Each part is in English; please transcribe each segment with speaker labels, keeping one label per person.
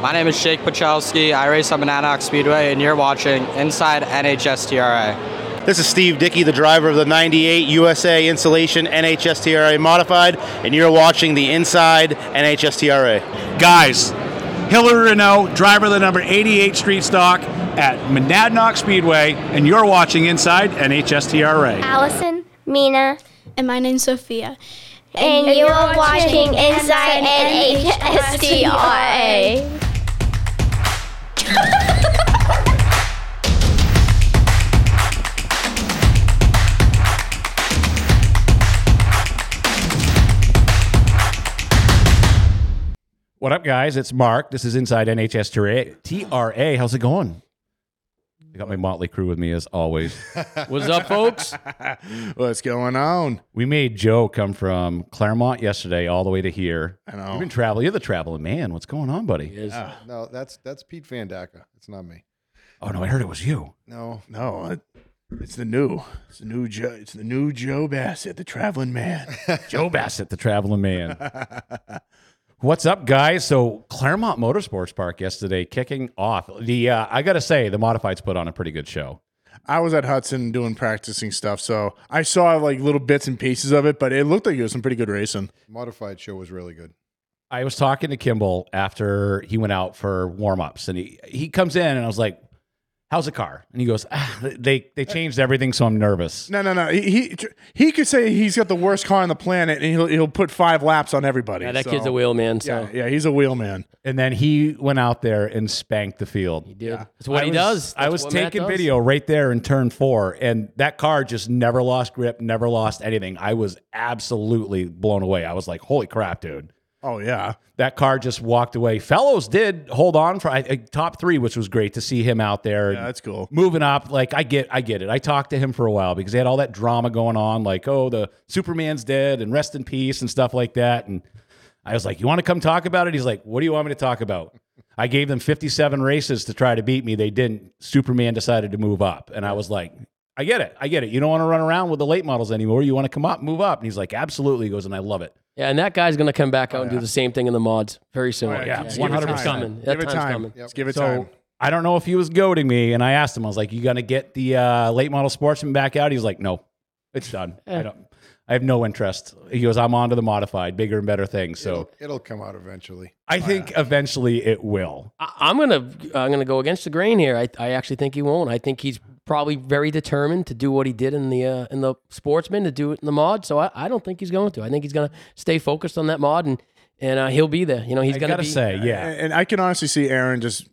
Speaker 1: My name is Jake Pachowski. I race up in Anarch Speedway, and you're watching Inside NHSTRA.
Speaker 2: This is Steve Dickey, the driver of the 98 USA Insulation NHSTRA Modified, and you're watching the Inside NHSTRA.
Speaker 3: Guys, Hillary Renault, driver of the number 88 Street Stock at Monadnock Speedway, and you're watching Inside NHSTRA.
Speaker 4: Allison, Mina,
Speaker 5: And my name's Sophia.
Speaker 4: and, you are watching Inside NHSDRA.
Speaker 6: What up, guys? It's Mark. This is Inside NHS TRA. TRA. How's it going? I got my motley crew with me as always.
Speaker 7: What's up, folks?
Speaker 8: What's going on?
Speaker 6: We made Joe come from Claremont yesterday all the way to here. I
Speaker 8: know.
Speaker 6: You've been traveling. You're the traveling man. What's going on, buddy?
Speaker 8: No, that's that's Pete Van Daka. It's not me.
Speaker 6: Oh, no, I heard it was you.
Speaker 8: No, no, it- it's the new, it's the new Joe, it's the new Joe Bassett, the traveling man.
Speaker 6: Joe Bassett, the traveling man. What's up, guys? So Claremont Motorsports Park yesterday kicking off. The uh, I gotta say, the modifieds put on a pretty good show.
Speaker 8: I was at Hudson doing practicing stuff, so I saw like little bits and pieces of it, but it looked like it was some pretty good racing.
Speaker 9: Modified show was really good.
Speaker 6: I was talking to Kimball after he went out for warm ups, and he he comes in, and I was like, "How's the car?" And he goes, ah, "They they changed everything, so I'm nervous."
Speaker 8: No, no, no. He he, he could say he's got the worst car on the planet, and he'll he'll put five laps on everybody.
Speaker 7: Yeah, that
Speaker 8: so-
Speaker 7: kid's a wheel man. So
Speaker 8: Yeah, yeah, he's a wheel man.
Speaker 6: And then he went out there and spanked the field.
Speaker 7: he did. That's what
Speaker 6: I
Speaker 7: he
Speaker 6: was-
Speaker 7: does.
Speaker 6: I
Speaker 7: That's
Speaker 6: was
Speaker 7: what Matt
Speaker 6: taking
Speaker 7: does.
Speaker 6: video right there in turn four, and that car just never lost grip, never lost anything. I was absolutely blown away. I was like, "Holy crap, dude!"
Speaker 8: Oh yeah.
Speaker 6: that car just walked away. Fellows did hold on for I, I- top three, which was great to see him out there.
Speaker 8: Yeah, that's cool.
Speaker 6: Moving up, like I get, I get it. I talked to him for a while because they had all that drama going on, like oh, the Superman's dead and rest in peace and stuff like that. And I was like, you want to come talk about it? He's like, what do you want me to talk about? I gave them 57 races to try to beat me. They didn't. Superman decided to move up, and I was like. I get it. I get it. You don't want to run around with the late models anymore. You want to come up, move up. And he's like, absolutely. He goes, and I love it.
Speaker 7: Yeah, and that guy's gonna come back
Speaker 6: Oh,
Speaker 7: out and do the same thing in the mods very soon.
Speaker 8: Oh, yeah. Just give it
Speaker 7: one hundred
Speaker 8: time.
Speaker 7: coming.
Speaker 8: Give
Speaker 7: That
Speaker 8: it
Speaker 7: time's
Speaker 8: time.
Speaker 7: coming.
Speaker 8: Let's give it
Speaker 6: so
Speaker 8: time.
Speaker 6: I don't know if he was goading me, and I asked him. I was like, "You gonna get the uh, late model sportsman back out?" He's like, "No, it's done.
Speaker 8: Eh.
Speaker 6: I don't. I have no interest." He goes, "I'm on to the modified, bigger and better things." So
Speaker 9: It'll, it'll come out eventually.
Speaker 6: I think eventually it will.
Speaker 7: I, I'm gonna I'm gonna go against the grain here. I, I actually think he won't. I think he's probably very determined to do what he did in the uh, in the sportsman to do it in the mod. So I, I don't think he's going to. I think he's gonna stay focused on that mod and and uh, he'll be there. You know he's
Speaker 6: I
Speaker 7: gonna
Speaker 6: gotta
Speaker 7: be.
Speaker 6: say, yeah.
Speaker 8: And, and I can honestly see Aaron just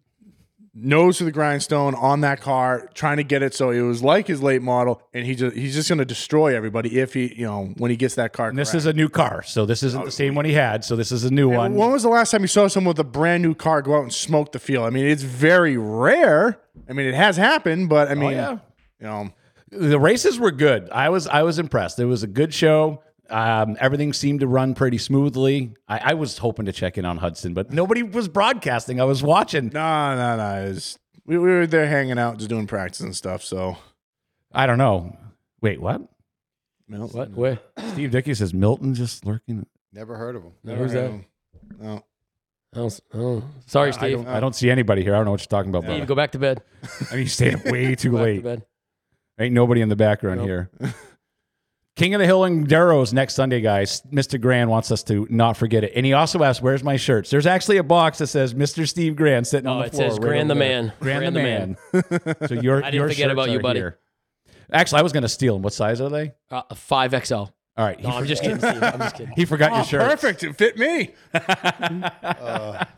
Speaker 8: nose to the grindstone on that car, trying to get it so it was like his late model, and he just he's just going to destroy everybody if he you know when he gets that car.
Speaker 6: And this is a new car, so this
Speaker 8: Oh,
Speaker 6: isn't the same one he had. So this is a new
Speaker 8: correct.
Speaker 6: one.
Speaker 8: when was the last time you saw someone with a brand new car go out and smoke the field? I mean, it's very rare. I mean, it has happened, but I mean,
Speaker 6: Oh, yeah.
Speaker 8: you know,
Speaker 6: the races were good. I was I was impressed. It was a good show. Um, everything seemed to run pretty smoothly. I, I was hoping to check in on Hudson, but nobody was broadcasting. I was watching.
Speaker 8: no, no, no. It's, we, we were there hanging out, just doing practice and stuff. So
Speaker 6: I don't know. Wait, what?
Speaker 8: you know,
Speaker 7: What? Where?
Speaker 6: Steve Dickey says Milton just lurking.
Speaker 9: Never heard of him.
Speaker 7: Never Who's heard of that?
Speaker 8: no.
Speaker 7: Oh, s- oh. sorry,
Speaker 6: I
Speaker 7: Steve.
Speaker 6: don't,
Speaker 8: Uh,
Speaker 6: I don't see anybody here. I don't know what you're talking about,
Speaker 7: Steve,
Speaker 6: brother.
Speaker 7: go back to bed.
Speaker 6: I mean, you stayed up way too
Speaker 7: Go back to
Speaker 6: late.
Speaker 7: bed.
Speaker 6: Ain't nobody in the background
Speaker 7: Nope.
Speaker 6: here. King of the Hill and Darrow's next Sunday, guys. Mr. Grand wants us to not forget it. And he also asked, Where's my shirts? There's actually a box that says Mr. Steve Grand sitting on
Speaker 7: No,
Speaker 6: the
Speaker 7: Oh, it
Speaker 6: floor.
Speaker 7: says
Speaker 6: right
Speaker 7: Grand
Speaker 6: over
Speaker 7: the
Speaker 6: there.
Speaker 7: man.
Speaker 6: Grand,
Speaker 7: Grand
Speaker 6: the
Speaker 7: the
Speaker 6: man. so your,
Speaker 7: I didn't
Speaker 6: your
Speaker 7: forget
Speaker 6: shirts
Speaker 7: about you,
Speaker 6: are
Speaker 7: buddy.
Speaker 6: here. Actually, I was going to steal them. What size are they?
Speaker 7: Uh, Five XL.
Speaker 6: All right. He,
Speaker 7: No, I'm
Speaker 6: for-
Speaker 7: just kidding, Steve. I'm just kidding.
Speaker 6: he forgot your
Speaker 8: Oh,
Speaker 6: shirts.
Speaker 8: perfect. It fit me.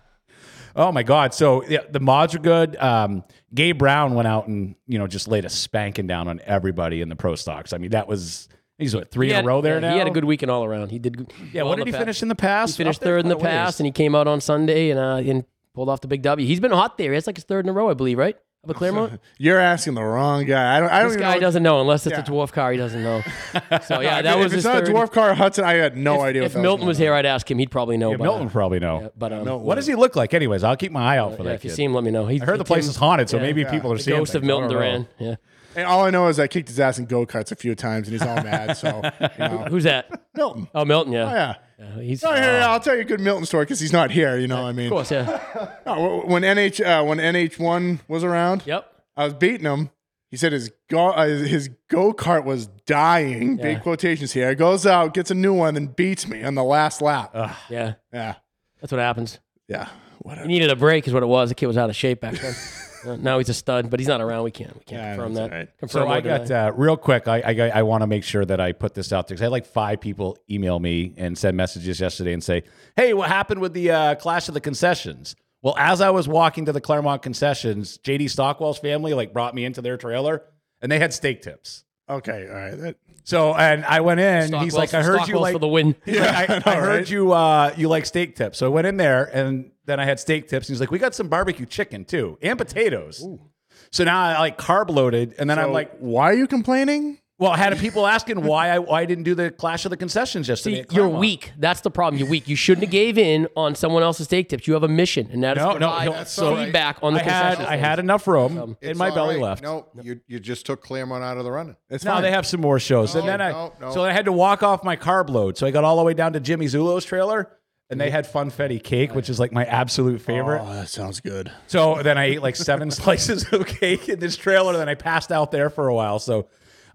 Speaker 6: Oh my God! So yeah, the mods are good. Um, Gabe Brown went out and you know just laid a spanking down on everybody in the pro stocks. I mean that was he's what three
Speaker 7: He
Speaker 6: in
Speaker 7: had-
Speaker 6: a row there
Speaker 7: yeah,
Speaker 6: now.
Speaker 7: He had a good weekend all around. He did. Good,
Speaker 6: yeah.
Speaker 7: well
Speaker 6: What
Speaker 7: in
Speaker 6: did he
Speaker 7: the
Speaker 6: finish
Speaker 7: pass.
Speaker 6: in the past?
Speaker 7: He finished
Speaker 6: Up there
Speaker 7: third in the
Speaker 6: quite a ways.
Speaker 7: past, and he came out on Sunday and uh, and pulled off the big W. He's been hot there. It's like his third in a row, I believe, right? Up at Claremont.
Speaker 8: You're asking the wrong guy. I don't. I don't
Speaker 7: This
Speaker 8: even
Speaker 7: guy
Speaker 8: know.
Speaker 7: doesn't know unless it's
Speaker 8: Yeah.
Speaker 7: a dwarf car. He doesn't know. So yeah,
Speaker 8: If
Speaker 7: that
Speaker 8: it-
Speaker 7: was
Speaker 8: if
Speaker 7: his
Speaker 8: it's not
Speaker 7: third.
Speaker 8: a dwarf car Hudson. I had no idea. what
Speaker 7: if
Speaker 8: that
Speaker 7: Milton
Speaker 8: was,
Speaker 7: was here, I'd ask him. He'd probably know.
Speaker 6: Yeah,
Speaker 7: but,
Speaker 6: Milton
Speaker 7: uh,
Speaker 6: would probably know.
Speaker 7: yeah, but um,
Speaker 6: what does he look like anyways? I'll keep my eye out for
Speaker 7: yeah,
Speaker 6: that.
Speaker 7: if you
Speaker 6: kid.
Speaker 7: see him, let me know. He,
Speaker 6: I heard the place is haunted, so maybe people are
Speaker 7: The
Speaker 6: seeing
Speaker 7: ghost of
Speaker 6: things. I don't
Speaker 7: Milton
Speaker 6: know.
Speaker 7: Duran. Yeah.
Speaker 8: and all I know is I kicked his ass in go karts a few times, and he's all mad. So you know.
Speaker 7: Who's that?
Speaker 8: Milton.
Speaker 7: Oh, Milton.
Speaker 8: Oh,
Speaker 7: Yeah.
Speaker 8: yeah,
Speaker 7: Uh, he's
Speaker 8: No, here, I'll tell you a good Milton story because he's not here. You know, I mean,
Speaker 7: of course, yeah.
Speaker 8: No, when NH uh, when NH one was around,
Speaker 7: Yep.
Speaker 8: I was beating him. He said his go uh, his go kart was dying.
Speaker 7: Yeah.
Speaker 8: Big quotations here. Goes out, gets a new one, and beats me on the last lap.
Speaker 7: Yeah.
Speaker 8: yeah,
Speaker 7: That's what happens.
Speaker 8: yeah,
Speaker 7: He
Speaker 8: whatever.
Speaker 7: needed a break, is what it was. The kid was out of shape back then. Uh, now he's a stud, but he's not around. We can't. We can't
Speaker 8: Yeah,
Speaker 7: confirm
Speaker 8: that's
Speaker 7: that.
Speaker 8: all right.
Speaker 7: Confirm
Speaker 6: So
Speaker 7: or
Speaker 6: I
Speaker 7: deny.
Speaker 6: got uh, real quick. I I, got- I want to make sure that I put this out there because I had like five people email me and send messages yesterday and say, "Hey, what happened with the uh, clash of the concessions?" Well, as I was walking to the Claremont concessions, JD Stockwell's family like brought me into their trailer and they had steak tips.
Speaker 8: Okay, all right. That,
Speaker 6: So and I went in. and he's
Speaker 7: Stockwell's-
Speaker 6: like, "I heard you
Speaker 7: Stockwell's
Speaker 6: like
Speaker 7: for the win.
Speaker 6: He's like, I, I heard you uh, you like steak tips. So I went in there and then I had steak tips. And he's like, we got some barbecue chicken too and potatoes. So now I like carb loaded. And then I'm like,
Speaker 8: why are you complaining?
Speaker 6: well, I had people asking why I, why I didn't do the Clash of the Concessions yesterday.
Speaker 7: See,
Speaker 6: at
Speaker 7: you're
Speaker 6: Claremont.
Speaker 7: weak. That's the problem. You're weak. You shouldn't have gave in on someone else's steak tips. You have a mission, and that is
Speaker 6: No,
Speaker 7: to
Speaker 6: no,
Speaker 7: provide
Speaker 6: he'll- so-
Speaker 7: feedback on the Um,
Speaker 6: I had,
Speaker 7: concession
Speaker 6: I
Speaker 7: stands.
Speaker 6: had enough room
Speaker 9: It's
Speaker 6: and my
Speaker 9: all
Speaker 6: belly
Speaker 9: right.
Speaker 6: left.
Speaker 9: No, you you just took Claremont out of the running.
Speaker 8: It's
Speaker 6: No,
Speaker 8: fine.
Speaker 6: they have some more shows. and
Speaker 9: No,
Speaker 6: then I
Speaker 9: no, no.
Speaker 6: so I had to walk off my carb load. So I got all the way down to Jimmy Zulo's trailer and they had funfetti cake, which is like my absolute favorite.
Speaker 8: Oh, that sounds good.
Speaker 6: So then I ate like seven slices of cake in this trailer, and then I passed out there for a while. So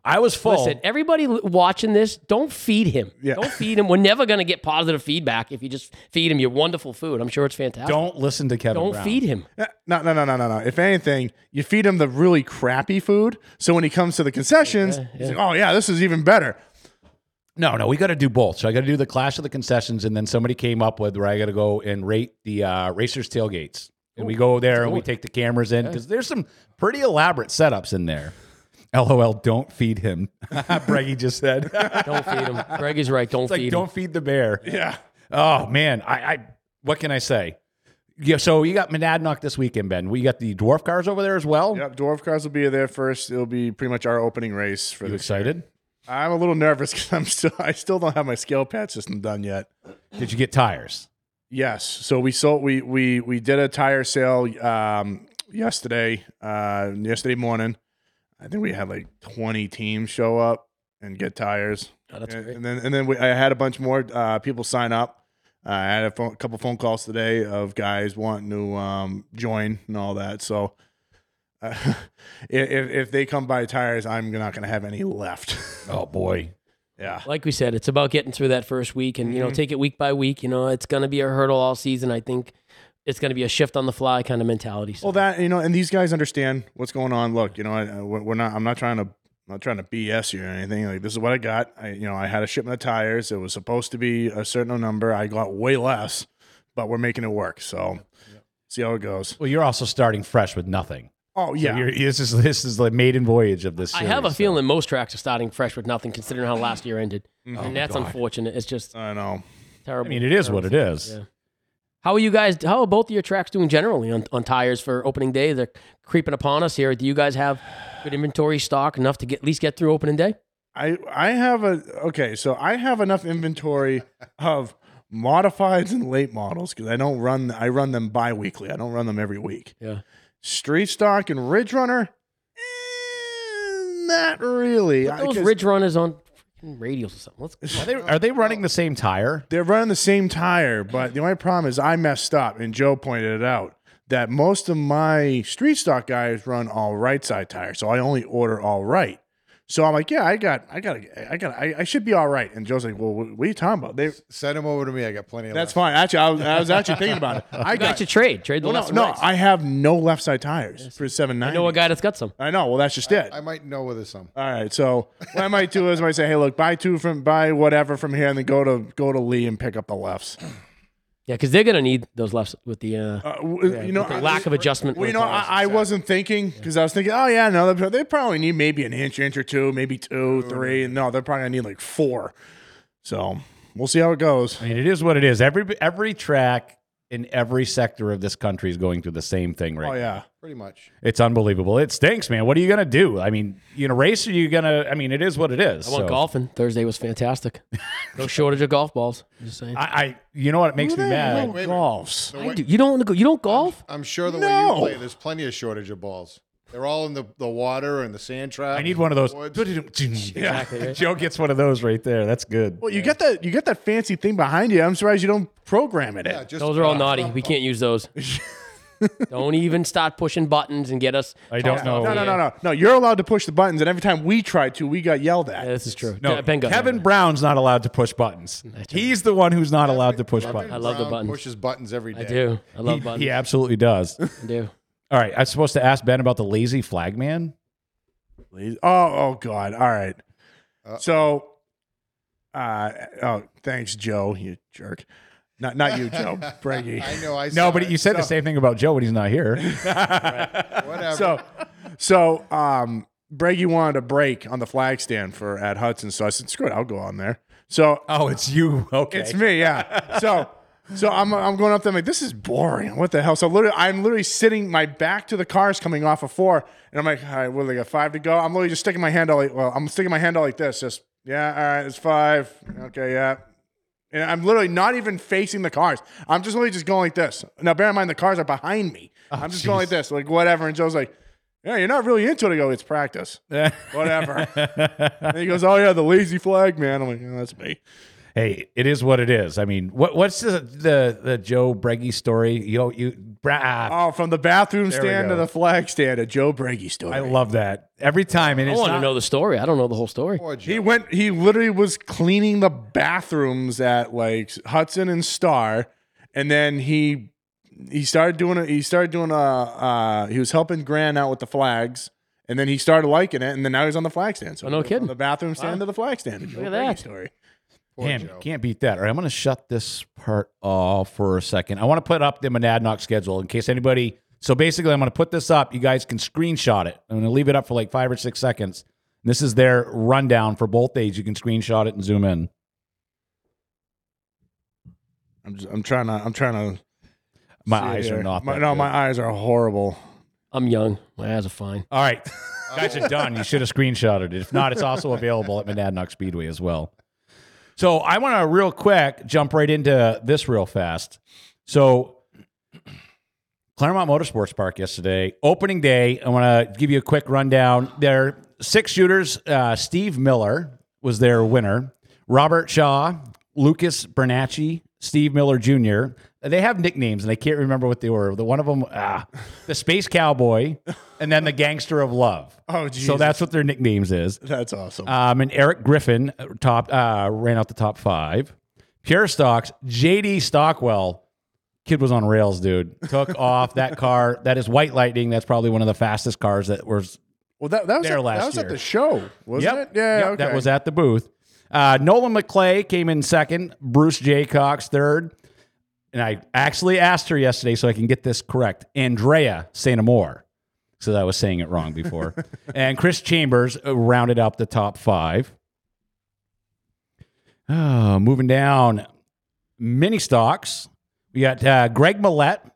Speaker 6: I was full.
Speaker 7: Listen, everybody l- watching this, don't feed him.
Speaker 8: Yeah.
Speaker 7: Don't feed him. We're never going to get positive feedback if you just feed him your wonderful food. I'm sure it's fantastic.
Speaker 6: Don't listen to Kevin.
Speaker 7: Don't
Speaker 6: Brown.
Speaker 7: feed him.
Speaker 8: Eh, No, no, no, no, no, no. If anything, you feed him the really crappy food. So when he comes to the concessions, he's like, oh, yeah, this is even better.
Speaker 6: No, no, we got to do both. So I got to do the Clash of the Concessions, and then somebody came up with where I got to go and rate the uh, racers tailgates, and we go there and we take the cameras in because there's some pretty elaborate setups in there. LOL, don't feed him. Breggy just said, It's
Speaker 7: Don't feed him. Greg is right. Don't
Speaker 6: like
Speaker 7: feed him.
Speaker 6: don't feed the bear.
Speaker 8: Yeah.
Speaker 6: Oh man, I, I what can I say? Yeah, so you got Monadnock this weekend, Ben. We got the dwarf cars over there as well.
Speaker 8: Yep. Dwarf Cars will be there first. It'll be pretty much our opening race for
Speaker 6: You
Speaker 8: this.
Speaker 6: excited?
Speaker 8: I'm a little nervous because I'm still, I still don't have my scale pad system done yet.
Speaker 6: Did you get tires?
Speaker 8: Yes. So we sold, we, we, we did a tire sale um, yesterday, uh, yesterday morning. I think we had like 20 teams show up and get tires.
Speaker 7: Oh, that's
Speaker 8: and,
Speaker 7: great.
Speaker 8: and then and then we, I had a bunch more uh, people sign up. Uh, I had a phone, couple phone calls today of guys wanting to um, join and all that. So uh, if if they come by tires, I'm not going to have any left.
Speaker 6: Oh boy.
Speaker 8: yeah.
Speaker 7: Like we said, it's about getting through that first week and, you
Speaker 8: Mm-hmm.
Speaker 7: know, take it week by week. You know, it's going to be a hurdle all season. I think it's going to be a shift on the fly kind of mentality. So
Speaker 8: Well, that you know, and these guys understand what's going on. Look, you know, I, I- we're we're not. I'm not trying to. I'm not trying to BS you or anything. Like this is what I got. I you know, I had a shipment of tires. It was supposed to be a certain number. I got way less, but we're making it work. So see how it goes.
Speaker 6: Well, you're also starting fresh with nothing.
Speaker 8: Oh
Speaker 6: So
Speaker 8: yeah.
Speaker 6: you're- this is this is the maiden voyage of this.
Speaker 7: I have a
Speaker 6: series, so-
Speaker 7: feeling most tracks are starting fresh with nothing considering how last year ended. and that's
Speaker 6: God.
Speaker 7: unfortunate. It's just
Speaker 8: Oh, Mm-hmm. I know.
Speaker 7: terrible.
Speaker 6: I mean, it is
Speaker 7: terrible
Speaker 6: what it
Speaker 7: thing.
Speaker 6: is.
Speaker 7: Yeah. How are you guys? How are both of your tracks doing generally on, on tires for opening day? They're creeping upon us here. Do you guys have good inventory stock enough to get at least get through opening day?
Speaker 8: I I have a okay, so I have enough inventory of modifieds and late models because I don't run I run them bi-weekly. I don't run them every week.
Speaker 7: Yeah.
Speaker 8: Street stock and Ridge Runner, eh, not really. I-
Speaker 7: Those
Speaker 8: 'cause
Speaker 7: Ridge Runners on freaking radials or something. Let's,
Speaker 6: Are they, are they running the same tire?
Speaker 8: they're running the same tire, but the only problem is I messed up, and Joe pointed it out that most of my street stock guys run all right side tires, so I only order all right. So I'm like, yeah, I got, I got, I got, I, I should be all right. And Joe's like, well, what what are you talking about? They,
Speaker 9: Send him over to me. I got plenty of.
Speaker 8: That's
Speaker 9: left.
Speaker 8: fine. Actually, I was, I was actually thinking about it. I
Speaker 7: you guys
Speaker 8: got
Speaker 7: should trade. Trade the
Speaker 8: well,
Speaker 7: left
Speaker 8: no,
Speaker 7: and
Speaker 8: no,
Speaker 7: rights.
Speaker 8: I have no left side tires for seven
Speaker 7: I
Speaker 8: ninety.
Speaker 7: know a guy that's got some.
Speaker 8: I know. Well, that's just it.
Speaker 9: I might know where there's some.
Speaker 8: All right. So what I might do is I might say, hey, look, buy two from buy whatever from here, and then go to go to Lee and pick up the lefts.
Speaker 7: Yeah, because they're gonna need those lefts with the uh,
Speaker 8: Uh, w- you know,
Speaker 7: with the
Speaker 8: I-
Speaker 7: lack of adjustment.
Speaker 8: Well,
Speaker 7: for
Speaker 8: you
Speaker 7: the
Speaker 8: know,
Speaker 7: tires.
Speaker 8: I, I wasn't thinking because I was thinking, oh yeah, no, they they probably need maybe an inch, inch or two, maybe
Speaker 7: Oh,
Speaker 8: two, three. No, they're probably gonna need like four. So we'll see how it goes.
Speaker 6: I mean, it is what it is. Every every track in every sector of this country is going through the same thing right
Speaker 8: Oh yeah.
Speaker 9: Pretty much.
Speaker 6: It's unbelievable. It stinks, man. What are you gonna do? I mean, you know, race? Are you gonna? I mean, it is what it is.
Speaker 7: I went
Speaker 6: so.
Speaker 7: golfing. Thursday was fantastic. no shortage of golf balls. I'm just saying.
Speaker 6: I, I, you know what? It makes me mad.
Speaker 9: Wait a minute.
Speaker 8: Golfs.
Speaker 9: The
Speaker 7: I
Speaker 9: way-
Speaker 7: do. You don't want to go. You don't golf.
Speaker 9: I'm sure the way
Speaker 8: No.
Speaker 9: you play, there's plenty of shortage of balls. They're all in the, the water and the sand trap.
Speaker 6: I need one of those.
Speaker 9: Woods.
Speaker 6: Yeah. Joe gets one of those right there. That's good.
Speaker 8: Well, you got that you got that fancy thing behind you. I'm surprised you don't program it.
Speaker 9: Yeah,
Speaker 8: in.
Speaker 9: just
Speaker 7: Those are all
Speaker 9: uh,
Speaker 7: naughty. We can't use those. don't even start pushing buttons and get us.
Speaker 6: I don't know.
Speaker 7: Oh,
Speaker 8: No, no, no, no, no. You're allowed to push the buttons, and every time we tried to, we got yelled at.
Speaker 7: Yeah, this is true.
Speaker 6: No,
Speaker 7: Ben got
Speaker 6: Kevin Brown's not allowed to push buttons. He's the one who's not allowed to push
Speaker 9: Kevin
Speaker 6: buttons.
Speaker 7: I love the
Speaker 9: Brown
Speaker 7: buttons.
Speaker 9: Pushes buttons every day.
Speaker 7: I do. I love
Speaker 6: He-
Speaker 7: buttons.
Speaker 6: He absolutely does.
Speaker 7: I do.
Speaker 6: All right, I'm supposed to ask Ben about the lazy flag man.
Speaker 8: Please. Oh, oh God. All right. So, uh, oh, thanks, Joe. You jerk. Not, not you, Joe. Brady.
Speaker 9: I know. I
Speaker 6: No,
Speaker 9: saw
Speaker 6: but
Speaker 9: it.
Speaker 6: you said the
Speaker 9: So,
Speaker 6: same thing about Joe when he's not here.
Speaker 9: Whatever.
Speaker 8: So, so, um, Brady wanted a break on the flag stand for at Hudson. So I said, screw it, I'll go on there. So
Speaker 6: oh, it's you. Okay.
Speaker 8: It's me, yeah. So so I'm I'm going up there. I'm like, this is boring. What the hell? So literally, I'm literally sitting my back to the cars coming off of four, and I'm like, all right, what do they got? Five to go. I'm literally just sticking my hand out like, well, I'm sticking my hand out like this. Just yeah, all right, it's five. Okay, yeah. And I'm literally not even facing the cars. I'm just literally just going like this. Now, bear in mind the cars are behind me. I'm just going like this, like whatever. And Joe's like, yeah, you're not really into it. I go, it's practice. whatever. and he goes, oh yeah, the lazy flag, man. I'm like, yeah, that's me.
Speaker 6: Hey, it is what it is. I mean, what what's the the, the Joe Breggy story? Yo, you, bra, ah,
Speaker 8: Oh, from the bathroom
Speaker 6: we
Speaker 8: stand to
Speaker 6: go.
Speaker 8: the flag stand at Joe Brady story.
Speaker 6: I love that every time. And
Speaker 7: I
Speaker 6: it's
Speaker 7: want to
Speaker 6: not-
Speaker 7: know the story. I don't know the whole story.
Speaker 9: Poor
Speaker 8: he
Speaker 9: Joe.
Speaker 8: went. He literally was cleaning the bathrooms at like Hudson and Star, and then he he started doing it. He started doing a. Uh, he was helping Gran out with the flags, and then he started liking it, and then now he's on the flag stand. So
Speaker 7: Oh,
Speaker 8: he
Speaker 7: no
Speaker 8: went
Speaker 7: kidding.
Speaker 8: From the bathroom stand to the flag stand. at Joe
Speaker 7: at
Speaker 8: Brady
Speaker 7: that.
Speaker 8: story.
Speaker 9: Poor
Speaker 6: Damn,
Speaker 9: Joe.
Speaker 6: can't beat that. All right, I'm going to shut this part off for a second. I want to put up the Monadnock schedule in case anybody. So basically, I'm going to put this up. You guys can screenshot it. I'm going to leave it up for like five or six seconds. This is their rundown for both days. You can screenshot it and zoom in.
Speaker 8: I'm just, I'm trying to. I'm trying to.
Speaker 6: My
Speaker 8: see it
Speaker 6: eyes
Speaker 8: here.
Speaker 6: are not.
Speaker 8: My,
Speaker 6: that
Speaker 8: no,
Speaker 6: good.
Speaker 8: my eyes are horrible.
Speaker 7: I'm young. My eyes are fine.
Speaker 6: All right, guys are done. You should have screenshotted it. If not, it's also available at Monadnock Speedway as well. So I want to real quick jump right into this real fast. So Claremont Motorsports Park yesterday, opening day. I want to give you a quick rundown. Their six shooters, uh, Steve Miller was their winner, Robert Shaw, Lucas Bernacci, Steve Miller Jr. They have nicknames, and I can't remember what they were. The one of them, ah, the Space Cowboy, and then the Gangster of Love.
Speaker 8: Oh,
Speaker 6: so
Speaker 8: Jesus.
Speaker 6: that's what their nicknames is.
Speaker 8: That's awesome.
Speaker 6: Um, and Eric Griffin uh, top uh, ran out the top five. Pure Stocks, JD Stockwell, kid was on rails, dude. Took off that car. That is White Lightning. That's probably one of the fastest cars that was.
Speaker 8: well, that, that was
Speaker 6: there
Speaker 8: at,
Speaker 6: last
Speaker 8: that was
Speaker 6: year.
Speaker 8: at the show, wasn't
Speaker 6: Yep.
Speaker 8: it? Yeah,
Speaker 6: Yep,
Speaker 8: okay.
Speaker 6: that was at the booth. Uh, Nolan McClay came in second. Bruce J. Cox third. And I actually asked her yesterday so I can get this correct. Andrea St. Amour. So I was saying it wrong before. and Chris Chambers uh, rounded up the top five. Oh, moving down, mini stocks. We got uh, Greg Millette.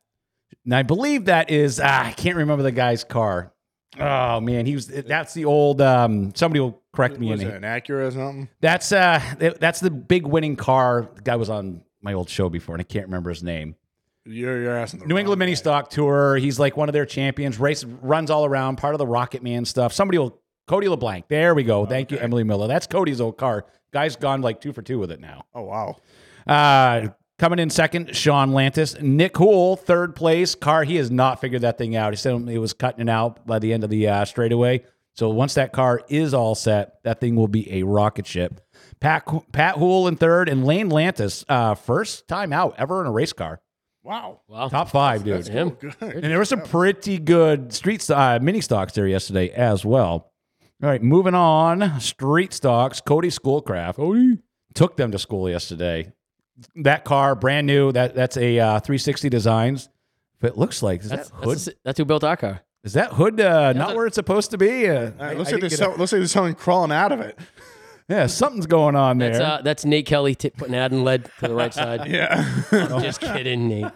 Speaker 6: And I believe that is, ah, I can't remember the guy's car. Oh, man. He was, that's the old, um, somebody will correct me. in
Speaker 8: Was
Speaker 6: the-
Speaker 8: it an Acura or something?
Speaker 6: that's uh, th- that's the big winning car. The guy was on my old show before, and I can't remember his name.
Speaker 8: You're, you're asking the
Speaker 6: New
Speaker 8: wrong
Speaker 6: England Mini
Speaker 8: guy.
Speaker 6: Stock Tour. He's like one of their champions. Race runs all around. Part of the Rocket Man stuff. Somebody will Cody LeBlanc. There we go. Thank you, Emily Miller. That's Cody's old car. Guy's gone like two for two with it now.
Speaker 8: Oh wow.
Speaker 6: Uh, coming in second, Sean Lantis. Nick Hool, third place. Car, he has not figured that thing out. He said it was cutting it out by the end of the uh, straightaway. So once that car is all set, that thing will be a rocket ship. Pat Pat Hool in third, and Lane Lantis, uh, first time out ever in a race car.
Speaker 8: Wow. Oh,
Speaker 7: Wow.
Speaker 6: Top five, dude.
Speaker 7: Him.
Speaker 6: And there were some pretty good street uh, mini stocks there yesterday as well. All right, moving on. Street stocks. Cody Schoolcraft Cody. took them to school yesterday. That car, brand new. That that's a uh, 360 Designs. But it looks like is
Speaker 7: That's,
Speaker 6: that hood
Speaker 7: that's, that's who built our car.
Speaker 6: is that hood uh, not where it's supposed to be? Uh, I-
Speaker 8: All right, looks
Speaker 6: I
Speaker 8: like
Speaker 6: didn't
Speaker 8: there's
Speaker 6: get a-
Speaker 8: some, looks like there's something crawling out of it.
Speaker 6: yeah, something's going on there.
Speaker 7: That's, uh, that's Nate Kelly t- putting Adam lead to the right side.
Speaker 8: Yeah.
Speaker 7: I'm just kidding, Nate.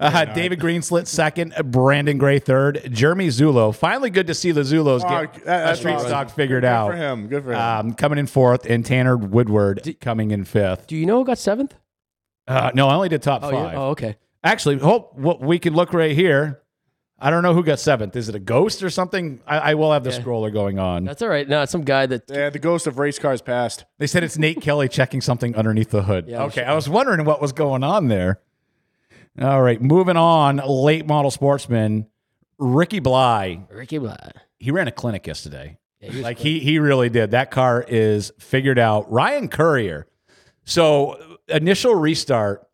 Speaker 6: Uh, David Greenslit second, Brandon Gray third, Jeremy Zulo. Finally, good to see the Zulos
Speaker 8: Oh,
Speaker 6: get
Speaker 8: that- that's
Speaker 6: street
Speaker 8: awesome.
Speaker 6: stock figured
Speaker 8: Good
Speaker 6: out.
Speaker 8: for him. Good for him.
Speaker 6: um, coming in fourth, and Tanner Woodward coming in fifth.
Speaker 7: Do you know who got seventh?
Speaker 6: Uh, no, I only did top
Speaker 7: Oh,
Speaker 6: five.
Speaker 7: yeah. Oh, okay.
Speaker 6: Actually, hope what we can look right here. I don't know who got seventh. Is it a ghost or something? I, I will have the scroller going on.
Speaker 7: That's all right. No, it's some guy that
Speaker 8: Yeah, the ghost of race cars passed.
Speaker 6: they said it's Nate Kelly checking something underneath the hood.
Speaker 7: Yeah,
Speaker 6: okay, I was wondering what was going on there. All right, moving on. Late model sportsman Ricky Bly.
Speaker 7: Ricky Bly.
Speaker 6: He ran a clinic yesterday.
Speaker 7: Yeah, he was
Speaker 6: like he he really did. That car is figured out. Ryan Courier. So initial restart,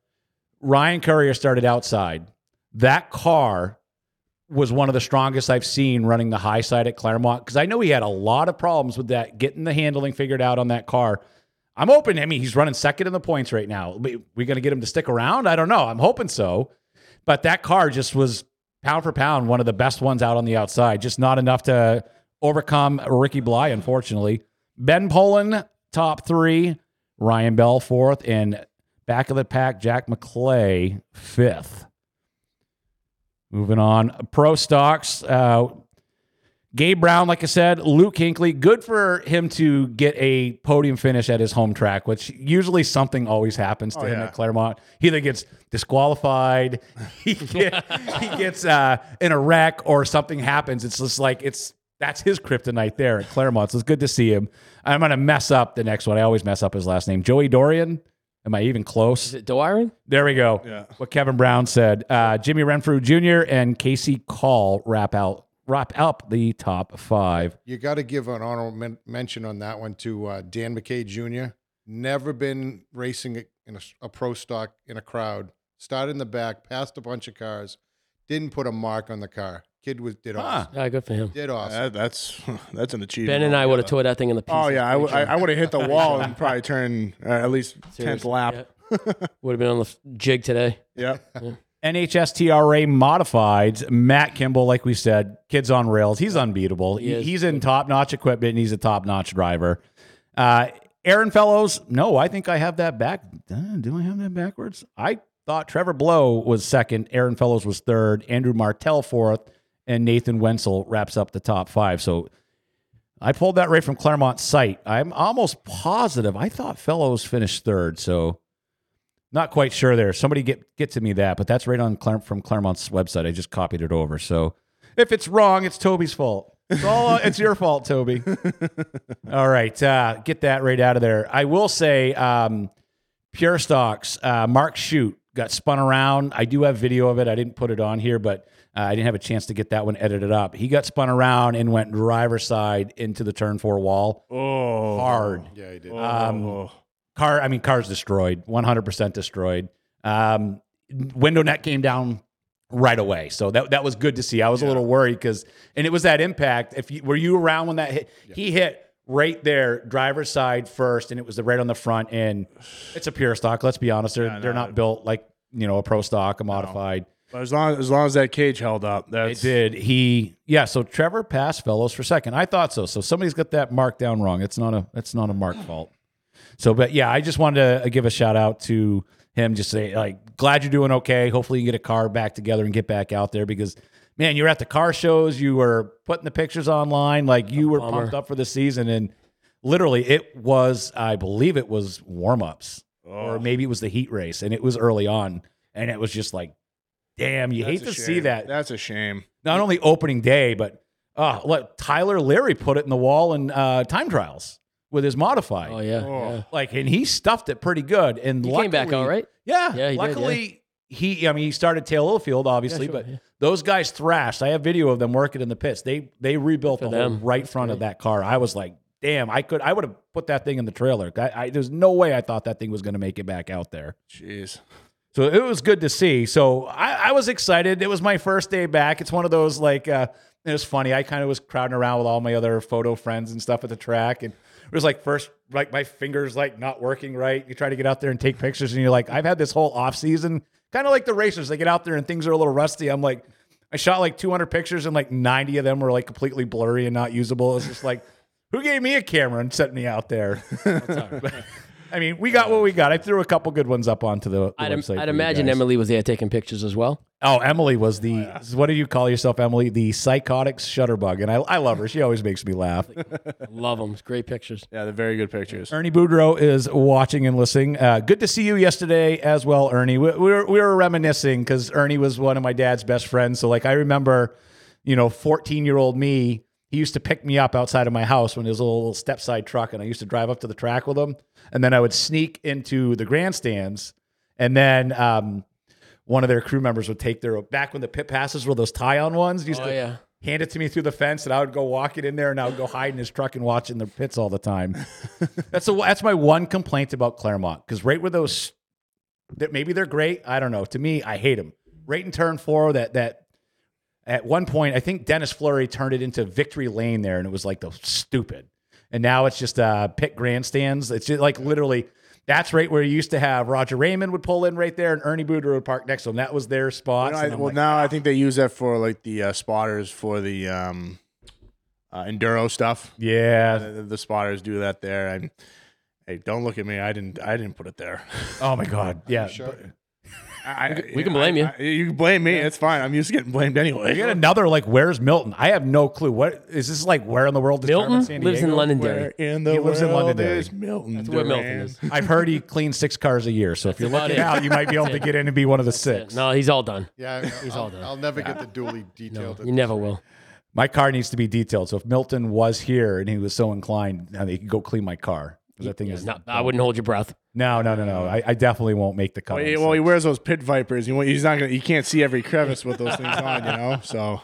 Speaker 6: Ryan Courier started outside. That car was one of the strongest I've seen running the high side at Claremont because I know he had a lot of problems with that getting the handling figured out on that car. I'm hoping. I mean, he's running second in the points right now. We we gonna get him to stick around? I don't know. I'm hoping so. But that car just was pound for pound one of the best ones out on the outside. Just not enough to overcome Ricky Bly, unfortunately. Ben Poland, top three. Ryan Bell, fourth. And back of the pack, Jack McClay, fifth. Moving on. Pro stocks. Uh, Gabe Brown, like I said, Luke Hinkley, good for him to get a podium finish at his home track, which usually something always happens to
Speaker 8: Oh,
Speaker 6: him
Speaker 8: yeah.
Speaker 6: at Claremont. He either gets disqualified, he, get, he gets uh, in a wreck, or something happens. It's just like, it's that's his kryptonite there at Claremont. So it's good to see him. I'm going to mess up the next one. I always mess up his last name. Joey Dorian. Am I even close?
Speaker 7: Is it Dwyron?
Speaker 6: There we go. What Kevin Brown said. Uh, Jimmy Renfrew Jr. and Casey Call wrap out wrap up the top five.
Speaker 9: You got to give an honorable men- mention on that one to uh, Dan McKay Jr. Never been racing in a, s- a pro stock in a crowd. Started in the back, passed a bunch of cars, didn't put a mark on the car. Kid was did awesome.
Speaker 7: Ah, good for him.
Speaker 9: Did awesome.
Speaker 8: That- that's that's an achievement.
Speaker 7: Ben and I would have
Speaker 8: altogether.
Speaker 7: tore that thing in the pieces.
Speaker 8: Oh yeah, I would have hit the wall and probably turned uh, at least tenth lap.
Speaker 7: would have been on the f- jig today.
Speaker 8: Yeah.
Speaker 6: NHSTRA modified Matt Kimball, like we said, kids on rails. He's unbeatable. He-
Speaker 7: is.
Speaker 6: he's in top notch equipment and he's a top notch driver. Uh, Aaron Fellows, no, I think I have that back. uh, Do I have that backwards? I thought Trevor Blow was second, Aaron Fellows was third, Andrew Martell fourth, and Nathan Wenzel wraps up the top five. So I pulled that right from Claremont's site. I'm almost positive. I thought Fellows finished third, so not quite sure there. Somebody get get to me that, but that's right on Clare- from Claremont's website. I just copied it over. So if it's wrong, it's Toby's fault. It's all it's your fault, Toby. all right, uh, get that right out of there. I will say, um, Pure Stocks, uh, Mark Shoot got spun around. I do have video of it. I didn't put it on here, but uh, I didn't have a chance to get that one edited up. He got spun around and went driver side into the turn four wall
Speaker 8: Oh.
Speaker 6: hard
Speaker 9: yeah, he did.
Speaker 6: Um, car i mean car's destroyed 100% destroyed um, window net came down right away so that, that was good to see i was a little worried because and it was that impact if you were you around when that hit he hit right there driver's side first and it was the right on the front and it's a pure stock let's be honest they're, they're not built like you know a pro stock a modified
Speaker 8: But as long as long as that cage held up, that's
Speaker 6: it did. He yeah. So Trevor passed Fellows for second. I thought so. So somebody's got that mark down wrong. It's not a that's not a mark fault. So but yeah, I just wanted to give a shout out to him. Just say like, glad you're doing okay. Hopefully you can get a car back together and get back out there because man, you were at the car shows. You were putting the pictures online. Like you were
Speaker 7: bummer.
Speaker 6: pumped up for the season and. Literally, it was, I believe it was warm ups,
Speaker 8: Oh.
Speaker 6: or maybe it was the heat race, and it was early on. And it was just like, damn, you
Speaker 8: that's
Speaker 6: hate to
Speaker 8: a shame.
Speaker 6: see that
Speaker 8: That's a shame.
Speaker 6: not only opening day, but uh, look, Tyler Leary put it in the wall in uh, time trials with his modified.
Speaker 7: Oh yeah. yeah.
Speaker 6: Like, and he stuffed it pretty good. And
Speaker 7: He
Speaker 6: luckily,
Speaker 7: came back all right.
Speaker 6: Yeah.
Speaker 7: Yeah, he did, yeah.
Speaker 6: luckily, he, I mean, he started tail Littlefield, obviously,
Speaker 7: sure,
Speaker 6: but
Speaker 7: yeah.
Speaker 6: those guys thrashed. I have video of them working in the pits. They they rebuilt the
Speaker 7: for
Speaker 6: whole
Speaker 7: them.
Speaker 6: right front of that car. I was like, damn, I could, I would have put that thing in the trailer. I, I, there's no way I thought that thing was going to make it back out there.
Speaker 8: Jeez.
Speaker 6: So it was good to see. So I, I was excited. It was my first day back. It's one of those like uh, it was funny. I kind of was crowding around with all my other photo friends and stuff at the track, and it was like first like my fingers like not working right. You try to get out there and take pictures, and you're like, I've had this whole off season, kind of like the racers. They get out there and things are a little rusty. I'm like, I shot like 200 pictures, and like 90 of them were like completely blurry and not usable. It's just like, who gave me a camera and sent me out there? I mean, we got what we got. I threw a couple good ones up onto the, the
Speaker 7: I'd,
Speaker 6: website. for
Speaker 7: I'd
Speaker 6: you
Speaker 7: imagine
Speaker 6: guys.
Speaker 7: Emily was there taking pictures as well.
Speaker 6: Oh, Emily was the what do you call yourself, Emily? The psychotic shutterbug, and I, I love her. She always makes me laugh.
Speaker 7: Love them. Great pictures.
Speaker 8: Yeah, they're very good pictures.
Speaker 6: Ernie Boudreau is watching and listening. Uh, good to see you yesterday as well, Ernie. We, we, were, we were reminiscing because Ernie was one of my dad's best friends. So, like, I remember, you know, 14 year old me, he used to pick me up outside of my house when his little step side truck, and I used to drive up to the track with him. And then I would sneak into the grandstands. And then um, one of their crew members would take their back when the pit passes were those tie on ones. he Used
Speaker 7: Oh,
Speaker 6: to
Speaker 7: yeah.
Speaker 6: hand it to me through the fence, and I would go walking in there, and I would go hide in his truck and watch in the pits all the time. that's the that's my one complaint about Claremont because right where those that maybe they're great, I don't know. To me, I hate them. Right in turn four, that that at one point I think Dennis Flurry turned it into victory lane there, and it was like the stupid. And now it's just uh, pit grandstands. It's just like literally. That's right where you used to have Roger Raymond would pull in right there, and Ernie Booter would park next to him. That was their spot.
Speaker 8: You know, I- well, now I think they use that for like the uh, spotters for the um, uh, enduro stuff.
Speaker 6: yeah,
Speaker 8: The, the spotters do that there. And hey, don't look at me. I didn't. I didn't put it there.
Speaker 6: Oh my God! Yeah,
Speaker 8: I,
Speaker 7: we can blame you.
Speaker 8: I- you can blame me. It's fine. I'm used to getting blamed
Speaker 6: I
Speaker 8: anyway.
Speaker 6: got another like. Where's Milton? I have no clue. What is this like? Where in the world? is Carmen
Speaker 7: Milton
Speaker 6: San
Speaker 7: lives in
Speaker 6: Diego?
Speaker 7: Londonderry.
Speaker 8: Where in the
Speaker 6: He lives in
Speaker 8: world
Speaker 6: Londonderry.
Speaker 8: is Milton?
Speaker 7: That's where Milton
Speaker 8: Duran?
Speaker 7: is.
Speaker 6: I've heard he cleans six cars a year. So if you're
Speaker 7: about
Speaker 6: looking
Speaker 7: it.
Speaker 6: out, you might be able to
Speaker 7: it.
Speaker 6: get in and be one of the six.
Speaker 7: No, he's all done.
Speaker 9: Yeah,
Speaker 7: He's
Speaker 9: I'll,
Speaker 7: all done.
Speaker 9: I'll never get the dually detailed.
Speaker 7: You never will.
Speaker 6: My car needs to be detailed. So if Milton was here and he was so inclined, I mean, he could go clean my car. 'Cause That thing
Speaker 7: Yeah,
Speaker 6: is
Speaker 7: not- I wouldn't hold your breath.
Speaker 6: no, no, no, no. I, I definitely won't make the cut.
Speaker 8: Well,
Speaker 6: on
Speaker 8: he,
Speaker 6: this
Speaker 8: well,
Speaker 6: thing.
Speaker 8: he wears those pit vipers. He, won't- he's not gonna. You can't see every crevice with those things on. You know. So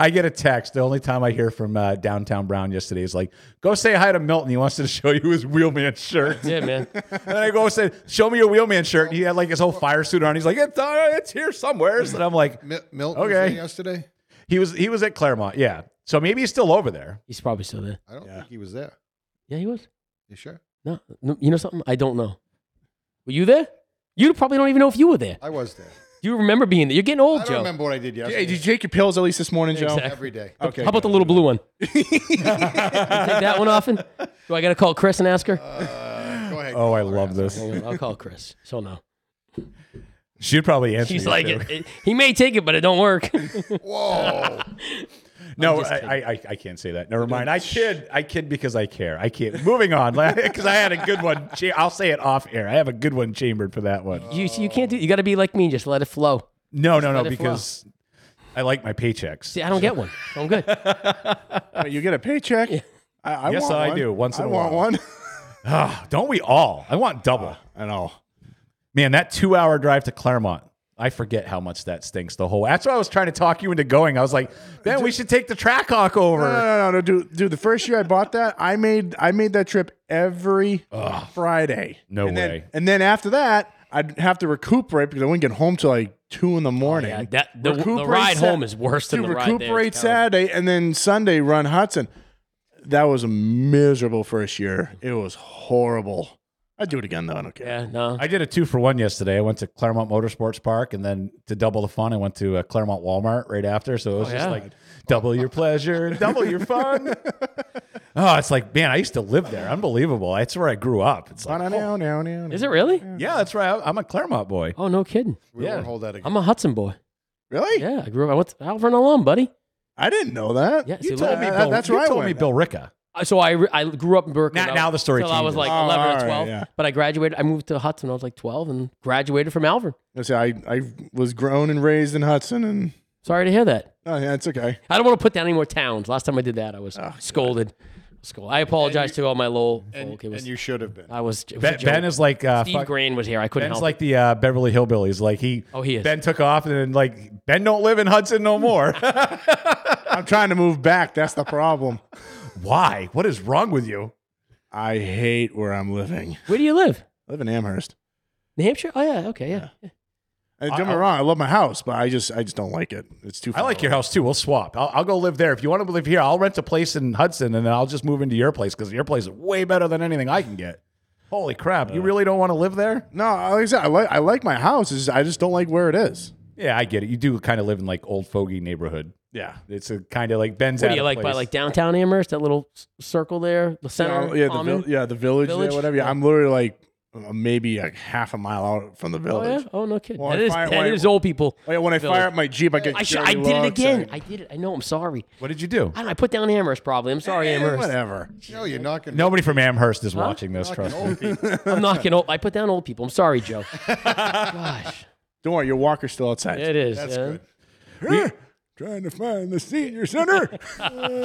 Speaker 6: I get a text. The only time I hear from uh, downtown Brown yesterday is like, "Go say hi to Milton. He wants to show you his wheelman shirt."
Speaker 7: Yeah, man.
Speaker 6: And then I go say, "Show me your wheelman shirt." And he had like his whole fire suit on. He's like, "It's uh, it's here somewhere." And I'm like,
Speaker 9: Mi- Milton was
Speaker 6: Okay.
Speaker 9: in yesterday.
Speaker 6: "He was he was at Claremont, yeah. So maybe he's still over there."
Speaker 7: He's probably still there.
Speaker 9: I don't think he was there.
Speaker 7: Yeah, he was.
Speaker 9: You sure?
Speaker 7: No, no, you know something? I don't know. Were you there? You probably don't even know if you were there.
Speaker 9: I was there.
Speaker 7: You remember being there. You're getting old,
Speaker 9: I
Speaker 7: Joe.
Speaker 9: don't remember what I did yesterday.
Speaker 8: hey, did you Oh. take your pills at least this morning, Joe?
Speaker 7: Exactly.
Speaker 9: Every day.
Speaker 8: Okay.
Speaker 7: How about the little blue one? You take that one often. Do I got to call Chris and ask her?
Speaker 9: Uh, go ahead.
Speaker 6: Oh, I love this.
Speaker 7: Hang on, I'll call Chris. She'll know.
Speaker 6: She'd probably answer.
Speaker 7: She's
Speaker 6: you,
Speaker 7: like,
Speaker 6: too.
Speaker 7: it, it- he may take it, but it don't work.
Speaker 9: Whoa.
Speaker 6: "No,
Speaker 7: just
Speaker 6: I, I I- I can't say that. Never mind. I kid. I kid because I care. I can't." Moving on, because I had a good one. cha- I'll say it off air. I have a good one chambered for that one.
Speaker 7: you you can't do. You got to be like me. Just let it flow.
Speaker 6: No, no, no,
Speaker 7: let it
Speaker 6: because I like my paychecks.
Speaker 7: See, I don't get one. I'm good.
Speaker 8: Wait, you get a paycheck. I, I
Speaker 6: Yes,
Speaker 8: want
Speaker 6: I
Speaker 8: one.
Speaker 6: do, once
Speaker 8: I
Speaker 6: in a
Speaker 8: want
Speaker 6: while.
Speaker 8: one.
Speaker 6: Ah, don't we all? I want double.
Speaker 8: I know.
Speaker 6: Man, that two hour drive to Claremont. I forget how much that stinks. The whole. That's why I was trying to talk you into going. I was like, Ben, we should take the track hawk over.
Speaker 8: No, no, no, no, dude, dude. The first year I bought that, I made I made that trip every Friday.
Speaker 6: No
Speaker 8: and
Speaker 6: way.
Speaker 8: Then, and then after that, I'd have to recuperate because I wouldn't get home till like two in the morning.
Speaker 7: Oh, yeah, that- the- the
Speaker 8: Recuperate
Speaker 7: ride
Speaker 8: Sat-
Speaker 7: home is worse than
Speaker 8: Dude,
Speaker 7: the ride there. It's
Speaker 8: Recuperate
Speaker 7: kinda-
Speaker 8: Saturday and then Sunday run Hudson. That was a miserable first year. It was horrible. I'd do it again though. I don't care.
Speaker 7: Yeah, no.
Speaker 6: I did a two for one yesterday. I went to Claremont Motorsports Park, and then to double the fun, I went to uh, Claremont Walmart right after. So it
Speaker 8: Oh,
Speaker 6: was just
Speaker 7: yeah.
Speaker 6: like double your pleasure, double your fun. oh, it's like man, I used to live there. Unbelievable. That's where I grew up. It's like,
Speaker 7: Is it really?
Speaker 6: yeah, that's right. I- I'm a Claremont boy.
Speaker 7: Oh, no kidding.
Speaker 9: We
Speaker 6: Yeah.
Speaker 9: won't hold that again.
Speaker 7: I'm a Hudson boy.
Speaker 8: Really?
Speaker 7: Yeah, I grew up. I went to Alvern alum, buddy.
Speaker 8: I didn't know that.
Speaker 7: Yeah,
Speaker 6: You
Speaker 7: see,
Speaker 6: told
Speaker 7: look-
Speaker 6: me
Speaker 8: that-
Speaker 6: Bill,
Speaker 8: that's
Speaker 6: you
Speaker 8: where I
Speaker 6: told me
Speaker 8: went.
Speaker 6: Bill Ricca.
Speaker 7: Uh, So I, re- I grew up in Burke.
Speaker 6: Now-
Speaker 7: when I-
Speaker 6: now the story
Speaker 7: Till I was
Speaker 6: changes.
Speaker 7: like
Speaker 8: Oh,
Speaker 7: 11
Speaker 8: all
Speaker 7: or
Speaker 8: right,
Speaker 7: 12.
Speaker 8: yeah.
Speaker 7: But I graduated. I moved to Hudson. when I was like 12 and graduated from Alvern.
Speaker 8: I say I I was grown and raised in Hudson, and
Speaker 7: Sorry to hear that.
Speaker 8: oh yeah, it's okay.
Speaker 7: I don't want to put down any more towns. Last time I did that, I was
Speaker 8: Oh,
Speaker 7: scolded. Scold. I apologize to all my Lowell
Speaker 9: And,
Speaker 7: folk. It was,
Speaker 9: and you should have been.
Speaker 7: I was. It was
Speaker 6: Ben, Ben is like uh,
Speaker 7: Steve
Speaker 6: fuck-
Speaker 7: Green was here. I couldn't
Speaker 6: Ben's
Speaker 7: help.
Speaker 6: like the uh, Beverly Hillbillies. Like he,
Speaker 7: Oh, he is.
Speaker 6: Ben took off and then like Ben don't live in Hudson no more.
Speaker 8: I'm trying to move back. That's the problem.
Speaker 6: Why? What is wrong with you?
Speaker 8: I hate where I'm living.
Speaker 7: it. Where do you live?
Speaker 8: I live in Amherst.
Speaker 7: New Hampshire. Oh yeah. Okay. Yeah.
Speaker 8: And don't get me wrong, I love my house, but I just I just don't like it. It's too.
Speaker 6: I
Speaker 8: Far
Speaker 6: like
Speaker 8: away.
Speaker 6: your house too. We'll swap. I'll, I'll go live there. If you want to live here, I'll rent a place in Hudson and then I'll just move into your place because your place is way better than anything I can get. Holy crap. You really don't want to live there?
Speaker 8: No, like I said, I like I like my house. Is I just don't like where it is.
Speaker 6: Yeah, I get it. You do kind of live in like old fogey neighborhood.
Speaker 8: Yeah.
Speaker 6: It's a kind of like Ben's
Speaker 7: What do
Speaker 6: out
Speaker 7: you
Speaker 6: of
Speaker 7: like by
Speaker 6: place.
Speaker 7: like downtown Amherst? That little s- circle there, the center.
Speaker 8: yeah, the
Speaker 7: common?
Speaker 8: vil- yeah, the village,
Speaker 7: Village?
Speaker 8: there, whatever. Yeah,
Speaker 7: Yeah.
Speaker 8: I'm literally like uh, maybe a half a mile out from the
Speaker 7: Oh, yeah?
Speaker 8: village.
Speaker 7: oh no kidding.
Speaker 8: Well,
Speaker 7: that
Speaker 8: I
Speaker 7: is,
Speaker 8: fire-
Speaker 7: that
Speaker 8: wait-
Speaker 7: is old people.
Speaker 8: Oh, yeah, when I
Speaker 7: Village.
Speaker 8: fire up my Jeep, I get.
Speaker 7: I, should,
Speaker 8: dirty
Speaker 7: I did it
Speaker 8: looks
Speaker 7: again.
Speaker 8: and-
Speaker 7: I did it. I know. I'm sorry.
Speaker 6: What did you do?
Speaker 7: I, don't know, I put down Amherst. Probably. I'm sorry,
Speaker 8: Eh,
Speaker 7: Amherst.
Speaker 8: whatever.
Speaker 9: No, you're knocking.
Speaker 6: Nobody from Amherst is watching this.
Speaker 9: knocking
Speaker 6: Trust me.
Speaker 9: old people.
Speaker 7: I'm knocking old. I put down old people. I'm sorry, Joe. Gosh,
Speaker 8: Don't worry, your walker's still outside.
Speaker 7: it is.
Speaker 9: That's
Speaker 7: yeah.
Speaker 9: good.
Speaker 8: Trying to find the senior center.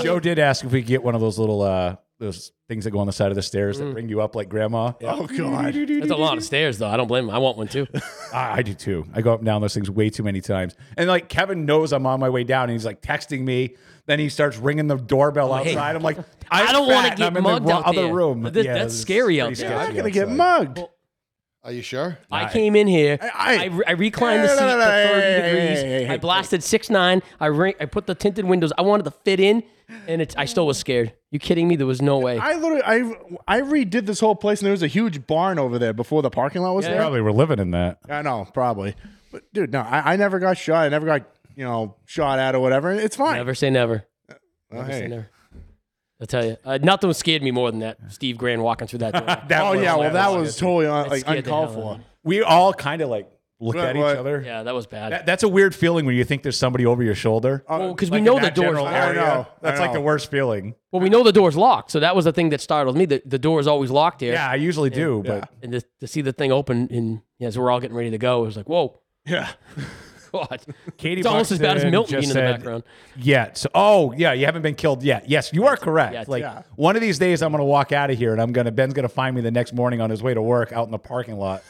Speaker 6: Joe did ask if we could get one of those little uh those things that go on the side of the stairs
Speaker 7: Mm.
Speaker 6: that bring you up like grandma.
Speaker 8: oh God.
Speaker 7: That's a lot of stairs, though. I don't blame him. I want one too.
Speaker 6: I, I do too. I go up and down those things way too many times. And like Kevin knows I'm on my way down, and he's like texting me. Then he starts ringing the doorbell
Speaker 7: hey.
Speaker 6: outside. I'm like,
Speaker 7: I don't
Speaker 6: fat
Speaker 7: wanna
Speaker 6: and
Speaker 7: get
Speaker 6: I'm in
Speaker 7: mugged
Speaker 6: the ro-
Speaker 7: out
Speaker 6: other
Speaker 7: there.
Speaker 6: room.
Speaker 7: That- that's
Speaker 6: it's
Speaker 7: scary out
Speaker 6: pretty
Speaker 7: there.
Speaker 8: I'm not
Speaker 6: sketchy
Speaker 8: gonna get
Speaker 6: outside.
Speaker 8: mugged.
Speaker 9: Are you sure?
Speaker 7: I came in here.
Speaker 8: I-
Speaker 7: I, I, reclined the
Speaker 8: No,
Speaker 7: seat
Speaker 8: no, no,
Speaker 7: to
Speaker 8: no, hey,
Speaker 7: 30
Speaker 8: hey, hey,
Speaker 7: degrees.
Speaker 8: hey, hey, hey.
Speaker 7: I blasted six nine. I ring, I put the tinted windows. I wanted to fit in, and it's. I still was scared. You kidding me? There was no way.
Speaker 8: I literally, I, I redid this whole place, and there was a huge barn over there before the parking lot was
Speaker 7: Yeah.
Speaker 8: there.
Speaker 6: Probably we're living in that.
Speaker 8: I know, probably. But dude, no, I, I never got shot. I never got you know shot at or whatever. It's fine.
Speaker 7: Never say never.
Speaker 8: Oh,
Speaker 7: Never
Speaker 8: hey.
Speaker 7: say never. I tell you, uh, nothing scared me more than that. Steve Grand walking through that door.
Speaker 6: That
Speaker 8: Oh
Speaker 6: was
Speaker 8: yeah, well that
Speaker 6: hilarious.
Speaker 8: was totally uh,
Speaker 7: That
Speaker 8: like
Speaker 7: scared the hell
Speaker 8: uncalled
Speaker 7: out
Speaker 8: for.
Speaker 7: of me.
Speaker 6: We all kind of like look
Speaker 8: What-
Speaker 6: at
Speaker 8: what?
Speaker 6: each other.
Speaker 7: Yeah, that was bad.
Speaker 6: That- that's a weird feeling when you think there's somebody over your shoulder.
Speaker 8: Uh,
Speaker 7: Well, because
Speaker 6: Like
Speaker 7: Um, we
Speaker 6: in
Speaker 7: know the
Speaker 6: that
Speaker 7: door's
Speaker 6: general
Speaker 7: locked.
Speaker 8: I
Speaker 6: area.
Speaker 8: know, I
Speaker 6: That's like
Speaker 8: know.
Speaker 6: the worst feeling.
Speaker 7: Well, we know the door's locked, so that was the thing that startled me. The, the door is always locked here,
Speaker 6: Yeah, I usually do, but
Speaker 7: and to, to see the thing open, and yeah, as we're all getting ready to go, it was like, whoa,
Speaker 8: yeah,
Speaker 7: God,
Speaker 6: Katie
Speaker 7: it's almost as bad as
Speaker 6: Buxton
Speaker 7: Milton being
Speaker 6: just
Speaker 7: in the
Speaker 6: said,
Speaker 7: background.
Speaker 6: Yet. So, oh, yeah, you haven't been killed yet. Yes, you are correct.
Speaker 7: yet.
Speaker 6: Like
Speaker 8: Yeah.
Speaker 6: one of these days, I'm gonna walk out of here, and I'm gonna Ben's gonna find me the next morning on his way to work out in the parking lot.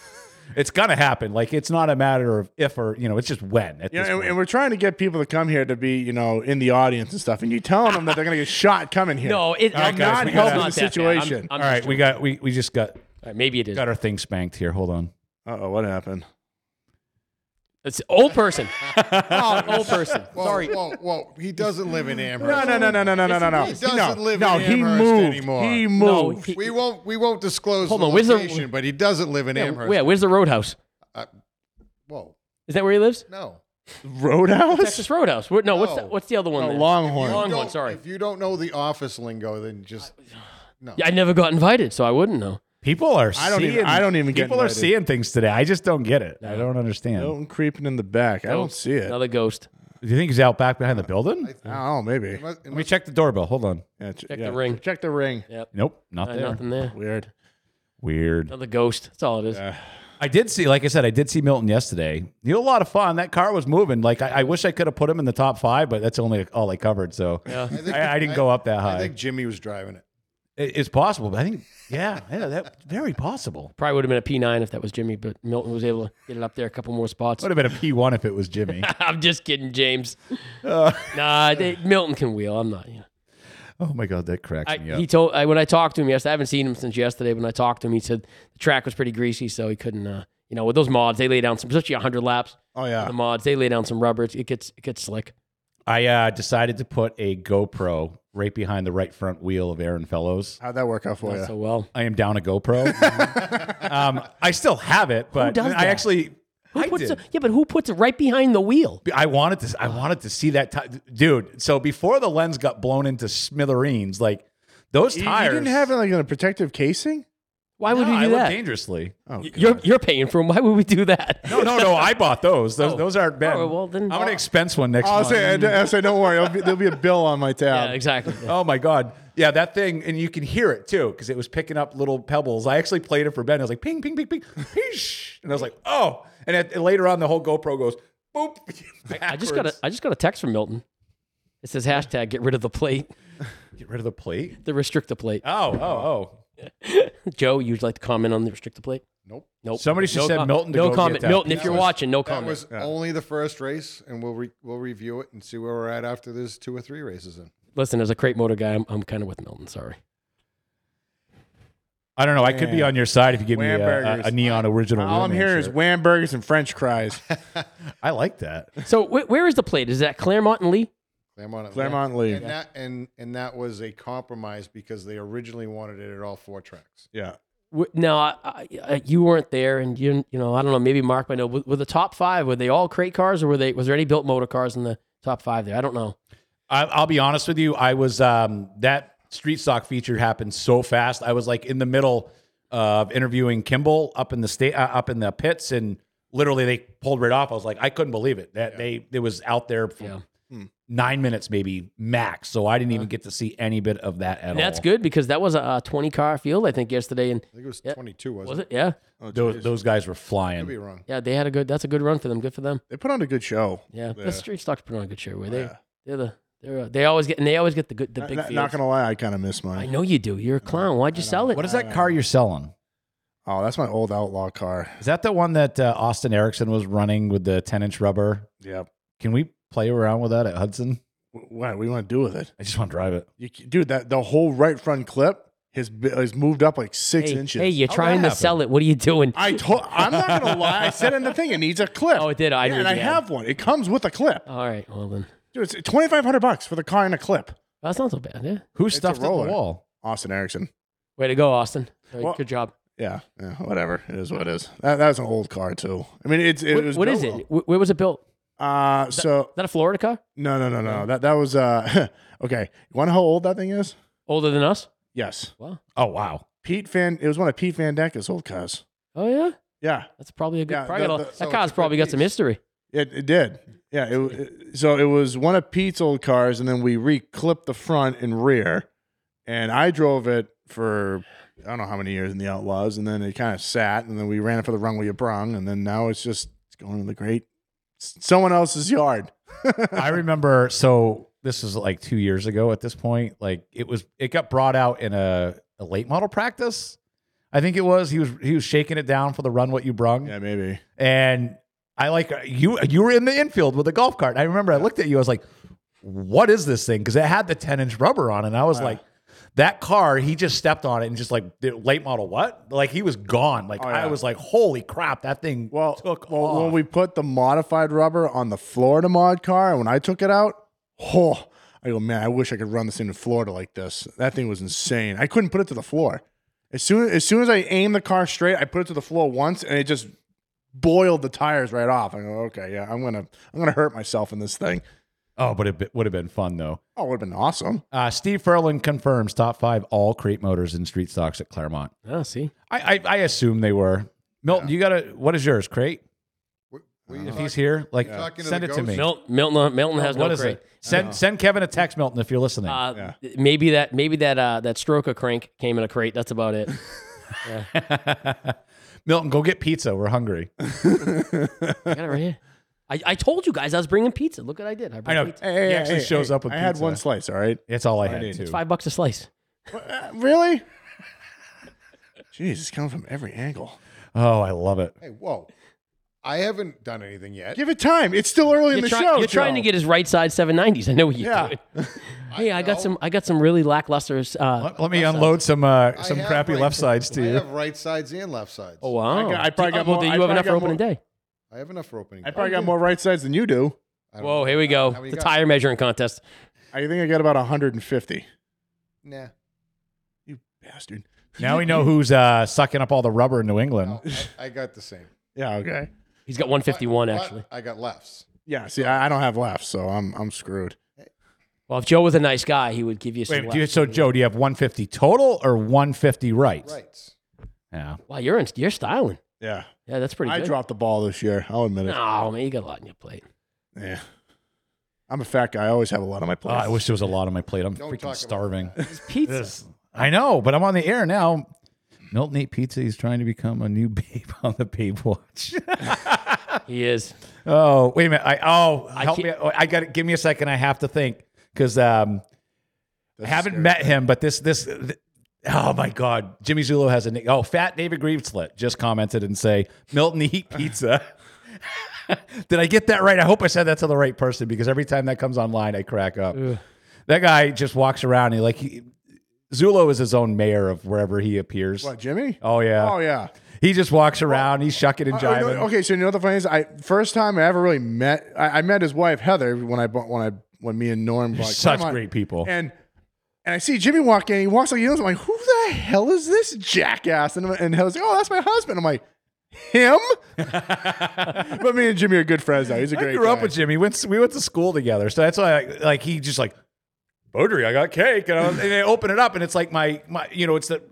Speaker 6: it's gonna happen. Like it's not a matter of if or you know, it's just when. At
Speaker 8: yeah.
Speaker 6: this
Speaker 8: And,
Speaker 6: point.
Speaker 8: and we're trying to get people to come here to be you know in the audience and stuff, and you're telling them that they're gonna get shot coming here. Uh,
Speaker 7: No, it,
Speaker 6: right,
Speaker 7: I'm
Speaker 6: guys,
Speaker 7: not
Speaker 6: we gotta-
Speaker 7: helping the
Speaker 8: situation.
Speaker 6: All right, we got we, we just got
Speaker 7: maybe it is.
Speaker 6: got our thing spanked here. Hold on.
Speaker 8: Uh oh, what happened?
Speaker 7: It's old person. oh, old person.
Speaker 9: Whoa,
Speaker 7: Sorry.
Speaker 9: Whoa, whoa. He doesn't live in Amherst.
Speaker 8: No, no, no, no, no, no, no, no, no.
Speaker 9: He doesn't
Speaker 8: no,
Speaker 9: live
Speaker 8: no,
Speaker 9: in
Speaker 8: he
Speaker 9: Amherst
Speaker 8: moved.
Speaker 9: anymore.
Speaker 8: He
Speaker 7: No,
Speaker 8: moved.
Speaker 7: he-
Speaker 9: We won't. We won't disclose
Speaker 7: Hold
Speaker 9: the
Speaker 7: on, where's the-
Speaker 9: location, but he doesn't live in
Speaker 7: yeah,
Speaker 9: Amherst.
Speaker 7: yeah, where's the roadhouse?
Speaker 9: Whoa,
Speaker 7: Is that where he lives?
Speaker 9: no.
Speaker 8: Roadhouse.
Speaker 7: Texas Roadhouse. Where- no, what's
Speaker 9: No.
Speaker 7: the, what's the other one?
Speaker 8: Oh,
Speaker 7: there?
Speaker 8: Longhorn.
Speaker 7: Long
Speaker 9: Don't-
Speaker 7: one. Sorry.
Speaker 9: If you don't know the office lingo, then just
Speaker 7: Yeah, I never got invited, so I wouldn't know.
Speaker 6: People are
Speaker 8: I don't
Speaker 6: seeing,
Speaker 8: even- I don't even get
Speaker 6: people are
Speaker 8: invited.
Speaker 6: seeing things today. I just don't get it. I don't understand.
Speaker 8: Milton creeping in the back. I don't see it.
Speaker 7: Another ghost.
Speaker 6: Do you think he's out back behind the building?
Speaker 8: Oh, maybe.
Speaker 9: unless,
Speaker 6: Let me check the doorbell. Hold on.
Speaker 8: Yeah, ch-
Speaker 7: Check
Speaker 8: yeah.
Speaker 7: the ring.
Speaker 8: Check the ring.
Speaker 6: Nope, not
Speaker 7: Uh,
Speaker 6: there.
Speaker 7: Nothing there.
Speaker 8: Weird.
Speaker 6: Weird.
Speaker 7: Another ghost. That's all it is.
Speaker 6: I did see, like I said, I did see Milton yesterday. He had a lot of fun. That car was moving. Like I, I wish I could have put him in the top five, but that's only all I covered. So I, I didn't go up that high.
Speaker 9: I think Jimmy was driving it.
Speaker 6: It- it's possible, but I think yeah, yeah, that very possible.
Speaker 7: Probably would have been a P nine if that was Jimmy, but Milton was able to get it up there a couple more spots.
Speaker 6: Would have been a P one if it was Jimmy.
Speaker 7: I'm just kidding, James.
Speaker 6: Uh,
Speaker 7: nah, they, Milton can wheel. I'm not. You know.
Speaker 6: oh my god, that cracks
Speaker 7: I,
Speaker 6: me up.
Speaker 7: He told I, when I talked to him yesterday. I haven't seen him since yesterday. When I talked to him, he said the track was pretty greasy, so he couldn't. Uh, you know, with those mods, they lay down some, especially 100 laps.
Speaker 8: Oh yeah.
Speaker 7: The mods, they lay down some rubber. It, it gets it gets slick.
Speaker 6: I uh, decided to put a GoPro right behind the right front wheel of Aaron Fellows.
Speaker 8: How'd that work out for
Speaker 7: Not
Speaker 8: you?
Speaker 7: so well.
Speaker 6: I am down a GoPro. um, I still have it, but
Speaker 7: does
Speaker 6: I
Speaker 7: that?
Speaker 6: actually
Speaker 7: Who
Speaker 6: I
Speaker 7: puts
Speaker 6: did.
Speaker 7: it- yeah, but who puts it right behind the wheel?
Speaker 6: I wanted to. I wanted to see that, ti- dude. So before the lens got blown into smithereens, like those
Speaker 8: You,
Speaker 6: tires.
Speaker 8: you didn't have it like in a protective casing?
Speaker 7: Why would
Speaker 6: No,
Speaker 7: we
Speaker 6: I
Speaker 7: do
Speaker 6: looked
Speaker 7: that?
Speaker 6: dangerously.
Speaker 8: Oh,
Speaker 7: You're you're paying for them. Why would we do that?
Speaker 6: No, no, no. I bought those. Those,
Speaker 7: Oh.
Speaker 6: those aren't bad.
Speaker 7: Oh, well, then-
Speaker 6: I'm gonna expense one next
Speaker 8: I'll
Speaker 6: month.
Speaker 8: say, I'll say, don't worry. I'll be- there'll be a bill on my tab.
Speaker 7: yeah, exactly.
Speaker 6: Oh my god. Yeah, that thing, and you can hear it too because it was picking up little pebbles. I actually played it for Ben. I was like, ping, ping, ping, ping, Heesh. and I was like, oh. And, at, and later on, the whole GoPro goes boop.
Speaker 7: I just got a I just got a text from Milton. It says hashtag get rid of the plate,
Speaker 6: get rid of the plate.
Speaker 7: the restrict the plate.
Speaker 6: Oh, oh, oh.
Speaker 7: Joe, you'd like to comment on the restrict the plate?
Speaker 9: Nope.
Speaker 7: Nope.
Speaker 6: Somebody should send
Speaker 7: com-
Speaker 6: Milton to
Speaker 7: no
Speaker 6: go get
Speaker 7: comment.
Speaker 6: that.
Speaker 7: Milton, if
Speaker 9: That
Speaker 7: you're
Speaker 9: was-
Speaker 7: watching, no
Speaker 9: That
Speaker 7: comment.
Speaker 9: was only the first race, and we'll re- we'll review it and see where we're at after there's two or three races in.
Speaker 7: Listen, as a crate motor guy, I'm, I'm kind of with Milton. Sorry.
Speaker 6: I don't know. I could be
Speaker 8: Man.
Speaker 6: on your side if you give me a, a,
Speaker 8: Whamburgers.
Speaker 6: a neon original.
Speaker 8: All I'm
Speaker 6: Ronin
Speaker 8: hearing is
Speaker 6: shirt.
Speaker 8: wham burgers and French fries.
Speaker 6: I like that.
Speaker 7: So wh- where is the plate? Is that Claremont and Lee?
Speaker 9: Claremont, Atlanta.
Speaker 8: Claremont Lee.
Speaker 9: and that and and that was a compromise because they originally wanted it at all four tracks.
Speaker 8: Yeah.
Speaker 7: Wh- No, I, I, I, you weren't there, and you you know I don't know. Maybe Mark might know. Were, were the top five were they all crate cars, or were they was there any built motor cars in the top five there? I don't know.
Speaker 6: I, I'll be honest with you. I was um, that street stock feature happened so fast. I was like in the middle of interviewing Kimball up in the state, uh, up in the pits, and literally they pulled right off. I was like, I couldn't believe it that they it was out there for
Speaker 7: Yeah.
Speaker 8: Hmm.
Speaker 6: nine minutes maybe max. So I didn't even get to see any bit of that at all.
Speaker 7: And that's good because that was a, uh 20 car field, I think, yesterday. And
Speaker 9: I think it was
Speaker 7: Yeah.
Speaker 9: 22, wasn't
Speaker 7: was it? Yeah.
Speaker 8: Oh,
Speaker 6: Those those guys were
Speaker 9: Could be
Speaker 6: flying.
Speaker 9: wrong.
Speaker 7: Yeah. They had a good, that's a good run for them. Good for them.
Speaker 8: They put on a good show.
Speaker 7: Yeah.
Speaker 8: Yeah.
Speaker 7: The street stocks put on a good show. Where they,
Speaker 8: Yeah.
Speaker 7: they're the, they're, uh, they always get, and they always get the good, the
Speaker 8: Not-
Speaker 7: big
Speaker 8: not,
Speaker 7: fields.
Speaker 8: not gonna lie, I kind of miss mine.
Speaker 7: I know you do. You're a clown. Why'd you sell it?
Speaker 6: What is that car you're selling?
Speaker 8: Oh, that's my old outlaw car.
Speaker 6: Is that the one that uh, Austin Erickson was running with the 10 inch rubber?
Speaker 8: Yep.
Speaker 6: Can we play around with that at Hudson?
Speaker 8: W- What, what do you want to do with it?
Speaker 6: I just want to drive it.
Speaker 8: You, c- dude, that the whole right front clip has b- has moved up like six
Speaker 7: hey,
Speaker 8: inches.
Speaker 7: hey, you're
Speaker 6: How'd
Speaker 7: trying
Speaker 6: that
Speaker 7: to
Speaker 6: happen?
Speaker 7: sell it. What are you doing?
Speaker 8: I told. I'm not gonna lie. I said in the thing, it needs a clip.
Speaker 7: Oh, it did. I
Speaker 8: yeah,
Speaker 7: read
Speaker 8: and I
Speaker 7: the ad.
Speaker 8: have one. It comes with a clip.
Speaker 7: All right. Well, then
Speaker 8: Dude, it's 2,500 bucks for the car and a clip.
Speaker 7: that's not so bad. Yeah.
Speaker 6: Who
Speaker 8: a
Speaker 6: stuffed it in the
Speaker 8: roller.
Speaker 6: wall?
Speaker 8: Austin Erickson.
Speaker 7: Way to go, Austin. All right,
Speaker 8: Well,
Speaker 7: good job.
Speaker 8: Yeah, yeah, whatever. It is what it is. That, that was an old car too. I mean, it's it
Speaker 7: What-
Speaker 8: was.
Speaker 7: what
Speaker 8: built
Speaker 7: is
Speaker 8: well.
Speaker 7: it? Wh- Where was it built?
Speaker 8: Uh, so
Speaker 7: Is that a Florida car?
Speaker 8: no, no, no, no. That that was uh. okay, you want to know how old that thing is?
Speaker 7: Older than us?
Speaker 8: Yes,
Speaker 7: Wow.
Speaker 6: Oh, wow.
Speaker 8: Pete Van. It was one of Pete Van Dyke's old cars.
Speaker 7: Oh yeah.
Speaker 8: Yeah,
Speaker 7: That's probably a good.
Speaker 8: Yeah,
Speaker 7: probably
Speaker 8: the-
Speaker 7: got a-
Speaker 8: the-
Speaker 9: so
Speaker 7: that
Speaker 9: it's a
Speaker 7: car's
Speaker 9: good
Speaker 7: probably got some
Speaker 9: piece.
Speaker 7: history.
Speaker 8: It, it did. Yeah. It, it- so it was one of Pete's old cars, and then we reclipped the front and rear. And I drove it for I don't know how many years in the Outlaws, and then it kind of sat, and then we ran it for the runway of Brung, and then now it's just it's going to the great someone else's yard.
Speaker 6: I remember. So this was like two years ago at this point. Like it was, it got brought out in a, a late model practice. I think it was. He was he was shaking it down for the run what you brung.
Speaker 8: yeah, maybe.
Speaker 6: and I like uh, you. You were in the infield with a golf cart. I remember I looked at you. I was like, "What is this thing?" Because it had the ten inch rubber on, it, and I was like, "That car." He just stepped on it and just like the late model. What? Like he was gone. Like
Speaker 8: Oh, yeah.
Speaker 6: I was like, "Holy crap!" That thing
Speaker 8: Well,
Speaker 6: took
Speaker 8: well
Speaker 6: off.
Speaker 8: when we put the modified rubber on the Florida mod car, and when I took it out, oh, I go, man, I wish I could run this thing in Florida like this. That thing was insane. I couldn't put it to the floor. As soon as soon as I aimed the car straight, I put it to the floor once, and it just boiled the tires right off. I go, okay, yeah, I'm gonna I'm gonna hurt myself in this thing.
Speaker 6: oh, but it be- would have been fun though.
Speaker 8: Oh, it would have been awesome.
Speaker 6: Uh, Steve Furlan confirms top five all crate motors in street stocks at Claremont.
Speaker 7: Oh, see.
Speaker 6: I I, I assume they were. Milton, you got to what is yours? Crate? If he's here, like
Speaker 9: Talking to
Speaker 6: send
Speaker 9: the
Speaker 6: it to
Speaker 9: ghost?
Speaker 6: me.
Speaker 7: Milton Milton, Milton has
Speaker 6: What
Speaker 7: no
Speaker 6: is
Speaker 7: crate.
Speaker 6: it? Send send Kevin a text, Milton, if you're listening.
Speaker 7: Uh, th- Maybe that maybe that uh, that stroker crank came in a crate. That's about it.
Speaker 6: Milton, go get pizza. We're hungry.
Speaker 7: I got it right here. I, I told you guys I was bringing pizza. Look what I did. I, brought
Speaker 6: know.
Speaker 7: Pizza.
Speaker 8: Hey, hey,
Speaker 6: He
Speaker 8: hey,
Speaker 6: actually
Speaker 8: hey,
Speaker 6: shows
Speaker 8: hey,
Speaker 6: up with
Speaker 8: I had
Speaker 6: pizza.
Speaker 8: one slice. All right,
Speaker 6: That's all I had too.
Speaker 7: Five bucks a slice.
Speaker 8: Uh, really? Jeez, it's coming from every angle.
Speaker 6: Oh, I love it.
Speaker 9: Hey, whoa. I haven't done anything yet.
Speaker 8: Give it time. It's still early in
Speaker 7: You're,
Speaker 8: the
Speaker 7: try-
Speaker 8: show.
Speaker 7: you're trying
Speaker 8: Joe.
Speaker 7: to get his right side 790s. I know what you're
Speaker 8: Yeah.
Speaker 7: doing. hey, I, got some. I got some really lackluster. Uh,
Speaker 6: Let, let me unload some uh,
Speaker 9: I
Speaker 6: some
Speaker 9: have
Speaker 6: crappy
Speaker 9: right-
Speaker 6: left sides to
Speaker 9: I
Speaker 6: you.
Speaker 9: have right sides and left sides.
Speaker 7: oh wow!
Speaker 8: I got- I probably
Speaker 7: Do-
Speaker 8: got
Speaker 7: well,
Speaker 8: more-
Speaker 7: do
Speaker 8: I
Speaker 7: you have
Speaker 8: probably
Speaker 7: enough for
Speaker 8: got
Speaker 7: opening day?
Speaker 9: I have enough for opening.
Speaker 8: I probably got more right sides than you do.
Speaker 9: I don't
Speaker 7: Whoa!
Speaker 9: know.
Speaker 7: Here we go.
Speaker 9: How many
Speaker 7: The
Speaker 9: you got?
Speaker 7: tire measuring contest.
Speaker 8: I think I got about 150.
Speaker 9: Nah.
Speaker 8: You bastard.
Speaker 6: Now we know who's uh, sucking up all the rubber in New England.
Speaker 9: No, I, I got the same.
Speaker 8: Yeah, okay.
Speaker 7: He's got 151
Speaker 9: But
Speaker 7: actually.
Speaker 9: I got lefts.
Speaker 8: Yeah, see, I, I don't have left, so I'm I'm screwed.
Speaker 7: Well, if Joe was a nice guy, he would give you some.
Speaker 6: Wait, do you,
Speaker 7: left.
Speaker 6: so Joe, do you have 150 total or 150 right?
Speaker 9: Rights.
Speaker 6: Yeah. Oh,
Speaker 7: wow, you're in, you're styling.
Speaker 8: Yeah.
Speaker 7: Yeah, that's pretty
Speaker 8: I
Speaker 7: good.
Speaker 8: dropped the ball this year. I'll admit it.
Speaker 7: No, man, you got a lot on your plate.
Speaker 8: Yeah. I'm a fat guy. I always have a lot on my
Speaker 6: Oh,
Speaker 8: plate.
Speaker 6: I wish there was a lot on my plate. I'm
Speaker 9: Don't talk
Speaker 6: freaking
Speaker 9: about
Speaker 6: starving.
Speaker 7: It's pizza.
Speaker 6: This- I know, but I'm on the air now. Milton ate pizza. He's trying to become a new babe on the Babe Watch.
Speaker 7: He is.
Speaker 6: Oh, wait a minute. I oh, help
Speaker 7: can't-
Speaker 6: me. Oh, I got to give me a second. I have to think because um, I
Speaker 8: That's
Speaker 6: haven't
Speaker 8: scary.
Speaker 6: met him, but this this. th- Oh my God! Jimmy Zulo has a nick. Oh, Fat David Grieveslet just commented and say Milton eat pizza. Did I get that right? I hope I said that to the right person because every time that comes online, I crack up. That guy just walks around. And he like he, Zulo is his own mayor of wherever he appears.
Speaker 8: What, Jimmy?
Speaker 6: Oh yeah,
Speaker 8: Oh, yeah.
Speaker 6: He just walks around. he's shucking and
Speaker 8: Oh,
Speaker 6: jiving.
Speaker 8: no, okay, so you know what the funny is? I first time I ever really met I, I met his wife Heather when I bought when I when me and Norm bought
Speaker 6: Such
Speaker 8: Claremont.
Speaker 6: great people.
Speaker 8: and and I see Jimmy walk in. He walks like he knows. I'm like, who the hell is this jackass? And and Heather's like, oh, that's my husband. I'm like, him. but me and Jimmy are good friends now. He's a great.
Speaker 6: I grew up
Speaker 8: guy.
Speaker 6: with Jimmy. We went, we went to school together, so that's why, I, like, he just like, Beaudry, I got cake, and, I was, and they open it up, and it's like my my, you know, it's the,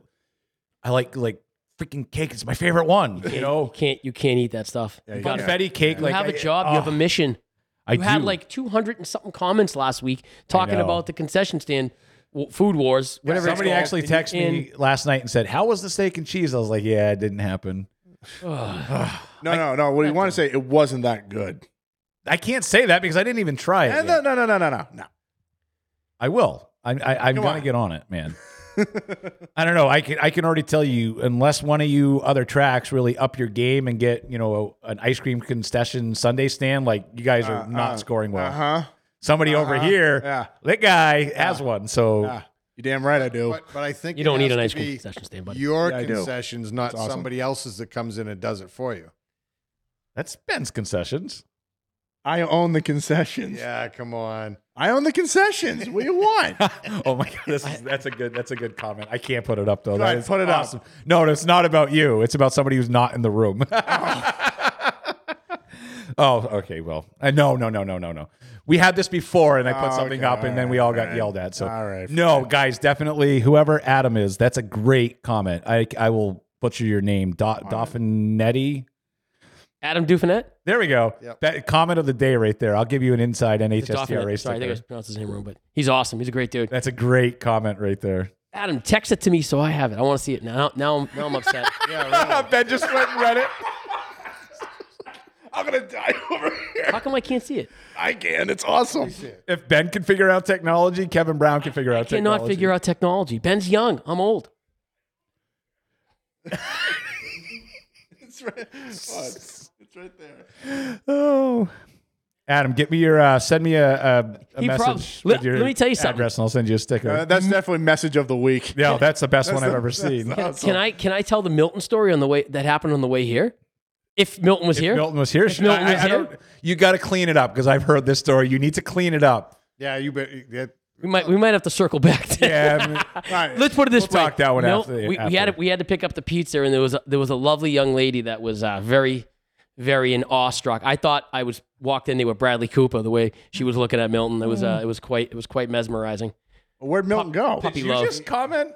Speaker 6: I like like freaking cake. It's my favorite one. You know,
Speaker 7: You can't you can't eat that stuff.
Speaker 8: Yeah, you gotta-
Speaker 6: confetti cake.
Speaker 7: You
Speaker 6: like
Speaker 7: have
Speaker 6: I-
Speaker 7: a job. you have a
Speaker 6: oh,
Speaker 7: mission.
Speaker 6: I
Speaker 7: you had
Speaker 6: do.
Speaker 7: like 200 and something comments last week talking
Speaker 6: know.
Speaker 7: about the concession stand w- food wars, whatever it's
Speaker 6: Somebody
Speaker 7: called.
Speaker 6: actually texted me last night and said, "How was the steak and cheese?" I was like, "Yeah, it didn't happen."
Speaker 8: No, no, no. What do you want to say? It wasn't that good.
Speaker 6: I can't say that because I didn't even try it.
Speaker 8: And
Speaker 6: yet.
Speaker 8: No, no, no, no, no, no. Uh, no.
Speaker 6: I will. I, I, I'm
Speaker 8: Come
Speaker 6: gonna
Speaker 8: on.
Speaker 6: get on it, man. I don't know. I can I can already tell you, unless one of you other tracks really up your game and get you know an ice cream concession Sunday stand, like you guys are not scoring well.
Speaker 8: Uh huh.
Speaker 6: Somebody over here,
Speaker 8: yeah.
Speaker 6: that guy has one. So
Speaker 8: You damn right I do.
Speaker 9: But, but I think
Speaker 7: You
Speaker 9: it
Speaker 7: don't need
Speaker 9: has
Speaker 7: an
Speaker 9: to
Speaker 7: ice cream
Speaker 9: be
Speaker 7: concession stand, buddy.
Speaker 9: Your
Speaker 8: Yeah, I do.
Speaker 9: concessions, not
Speaker 8: It's awesome.
Speaker 9: somebody else's that comes in and does it for you.
Speaker 6: that's Ben's concessions.
Speaker 8: I own the concessions.
Speaker 9: Yeah, Ah, come on.
Speaker 8: I own the concessions. What do you want?
Speaker 6: oh my god, this is, that's a good that's a good comment. I can't put it up though.
Speaker 8: Go ahead,
Speaker 6: That is
Speaker 8: put it up.
Speaker 6: awesome. No, it's not about you. It's about somebody who's not in the room. oh, okay. Well, uh, no, no, no, no, no, no. We had this before, and I put
Speaker 8: Oh,
Speaker 6: something
Speaker 8: okay,
Speaker 6: up, and then we all got yelled at. So,
Speaker 8: All right,
Speaker 6: no, guys, definitely whoever Adam is, that's a great comment. I I will butcher your name, Do- Doffinetti.
Speaker 7: Adam Dufanet?
Speaker 6: There we go.
Speaker 9: Yep.
Speaker 6: That comment of the day right there. I'll give you an inside
Speaker 7: It's
Speaker 6: NHSTRA
Speaker 7: Dufanet. Sorry, I think I
Speaker 6: sticker.
Speaker 7: pronounced his name wrong, but he's awesome. He's a great dude.
Speaker 6: That's a great comment right there.
Speaker 7: Adam, text it to me so I have it. I want to see it now. Now, I'm- now I'm upset.
Speaker 6: ben just went and read it. I'm gonna die over here.
Speaker 7: How come I can't see it?
Speaker 8: I can. It's awesome.
Speaker 6: If Ben can figure out technology, Kevin Brown can figure out technology.
Speaker 7: Cannot figure out technology. Ben's young. I'm old.
Speaker 8: It's right, it's right there.
Speaker 6: Oh, Adam, get me your. Uh, send me a, a, a
Speaker 7: He
Speaker 6: message. with
Speaker 7: prob- let-
Speaker 6: your
Speaker 7: let me tell you something.
Speaker 6: Address and I'll send you a sticker.
Speaker 8: Uh, that's definitely message of the week.
Speaker 6: yeah, that's the best one I've ever seen.
Speaker 7: Can I can I tell the Milton story on the way that happened on the way here? If Milton was here,
Speaker 6: Milton was here.
Speaker 7: If Milton
Speaker 6: I- I-
Speaker 7: was
Speaker 6: I
Speaker 7: here-
Speaker 6: don't- you got to clean it up because I've heard this story. You need to clean it up.
Speaker 9: Yeah, you bet. Yeah,
Speaker 7: we might we might have to circle back. To
Speaker 6: Yeah, I mean-
Speaker 7: Let's put it this
Speaker 6: We'll
Speaker 7: way.
Speaker 6: talk that one
Speaker 7: Mil-
Speaker 6: after the-
Speaker 7: we, we
Speaker 6: after.
Speaker 7: had to, we had to pick up the pizza, and there was a, there was a lovely young lady that was uh, very very in awestruck. I thought I was walked in there with Bradley Cooper the way she was looking at Milton. It was uh, it was quite it was quite mesmerizing.
Speaker 8: Where'd Milton go?
Speaker 7: Puppy
Speaker 6: Did
Speaker 7: love.
Speaker 6: you just comment?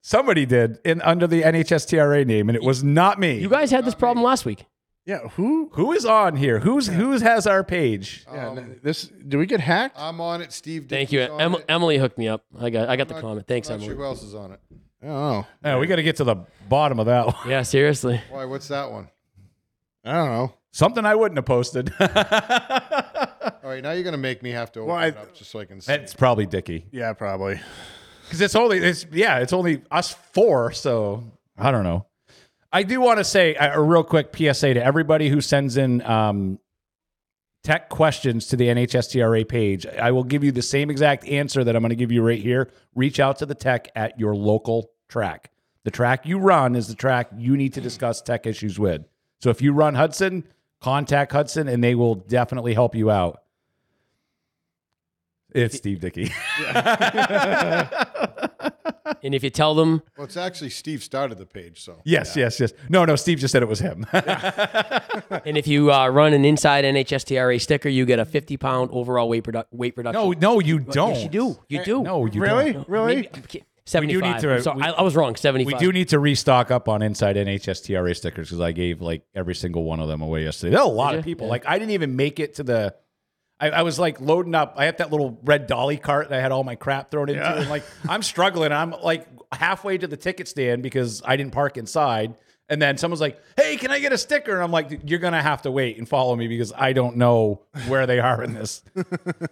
Speaker 6: Somebody did in under the NHSTRA name, and it was not me.
Speaker 7: You guys had this problem last week.
Speaker 8: Yeah, who?
Speaker 6: Who is on here? Who's who's has our page?
Speaker 8: Yeah,
Speaker 7: Um,
Speaker 8: this. Do we get hacked?
Speaker 7: uh,
Speaker 9: I'm on it, Steve.
Speaker 7: Thank you,
Speaker 9: Dickey's on
Speaker 7: em-
Speaker 9: it.
Speaker 7: Emily hooked me up. I got I got the
Speaker 9: Not-
Speaker 7: comment. Thanks,
Speaker 9: not sure
Speaker 7: Emily.
Speaker 9: who else is on it.
Speaker 8: oh,
Speaker 6: Oh, we got to get to the bottom of that. One.
Speaker 7: Yeah, seriously.
Speaker 9: Why? What's that one?
Speaker 8: I don't know.
Speaker 6: Something I wouldn't have posted.
Speaker 9: All right, now you're gonna make me have to open
Speaker 8: Well, I-
Speaker 9: it up just so I can see.
Speaker 6: It's probably Dickie
Speaker 8: Yeah, probably.
Speaker 6: because it's only it's yeah it's only us four. So I don't know. I do want to say uh, a, a real quick PSA to everybody who sends in um, tech questions to the NHSTRA page. I will give you the same exact answer that I'm going to give you right here. Reach out to the tech at your local track. The track you run is the track you need to discuss tech issues with. So if you run Hudson, contact Hudson and they will definitely help you out. It's Steve Dickey.
Speaker 7: And if you tell them,
Speaker 9: Well, it's actually Steve started the page, so
Speaker 6: yes, yes, yes. No, no, Steve just said it was him.
Speaker 7: and if you uh, run an inside NHSTRA sticker, you get a 50 pound overall weight produ- weight reduction.
Speaker 6: no, no, you don't.
Speaker 7: Yes, you do. You do.
Speaker 6: No, you don't.
Speaker 8: Really? Really?
Speaker 7: Maybe- I'm kid- 75.
Speaker 6: need to-
Speaker 7: I'm sorry,
Speaker 6: we-
Speaker 7: I, I was wrong. 75.
Speaker 6: We do need to restock up on inside NHSTRA stickers because I gave like every single one of them away yesterday. There are a lot of people. Like I didn't even make it to the. I, I was like loading up. I had that little red dolly cart that I had all my crap thrown into, and like I'm struggling. I'm like halfway to the ticket stand because I didn't park inside. And then someone's like, "Hey, can I get a sticker?" And I'm like, "You're gonna have to wait and follow me because I don't know where they are in this."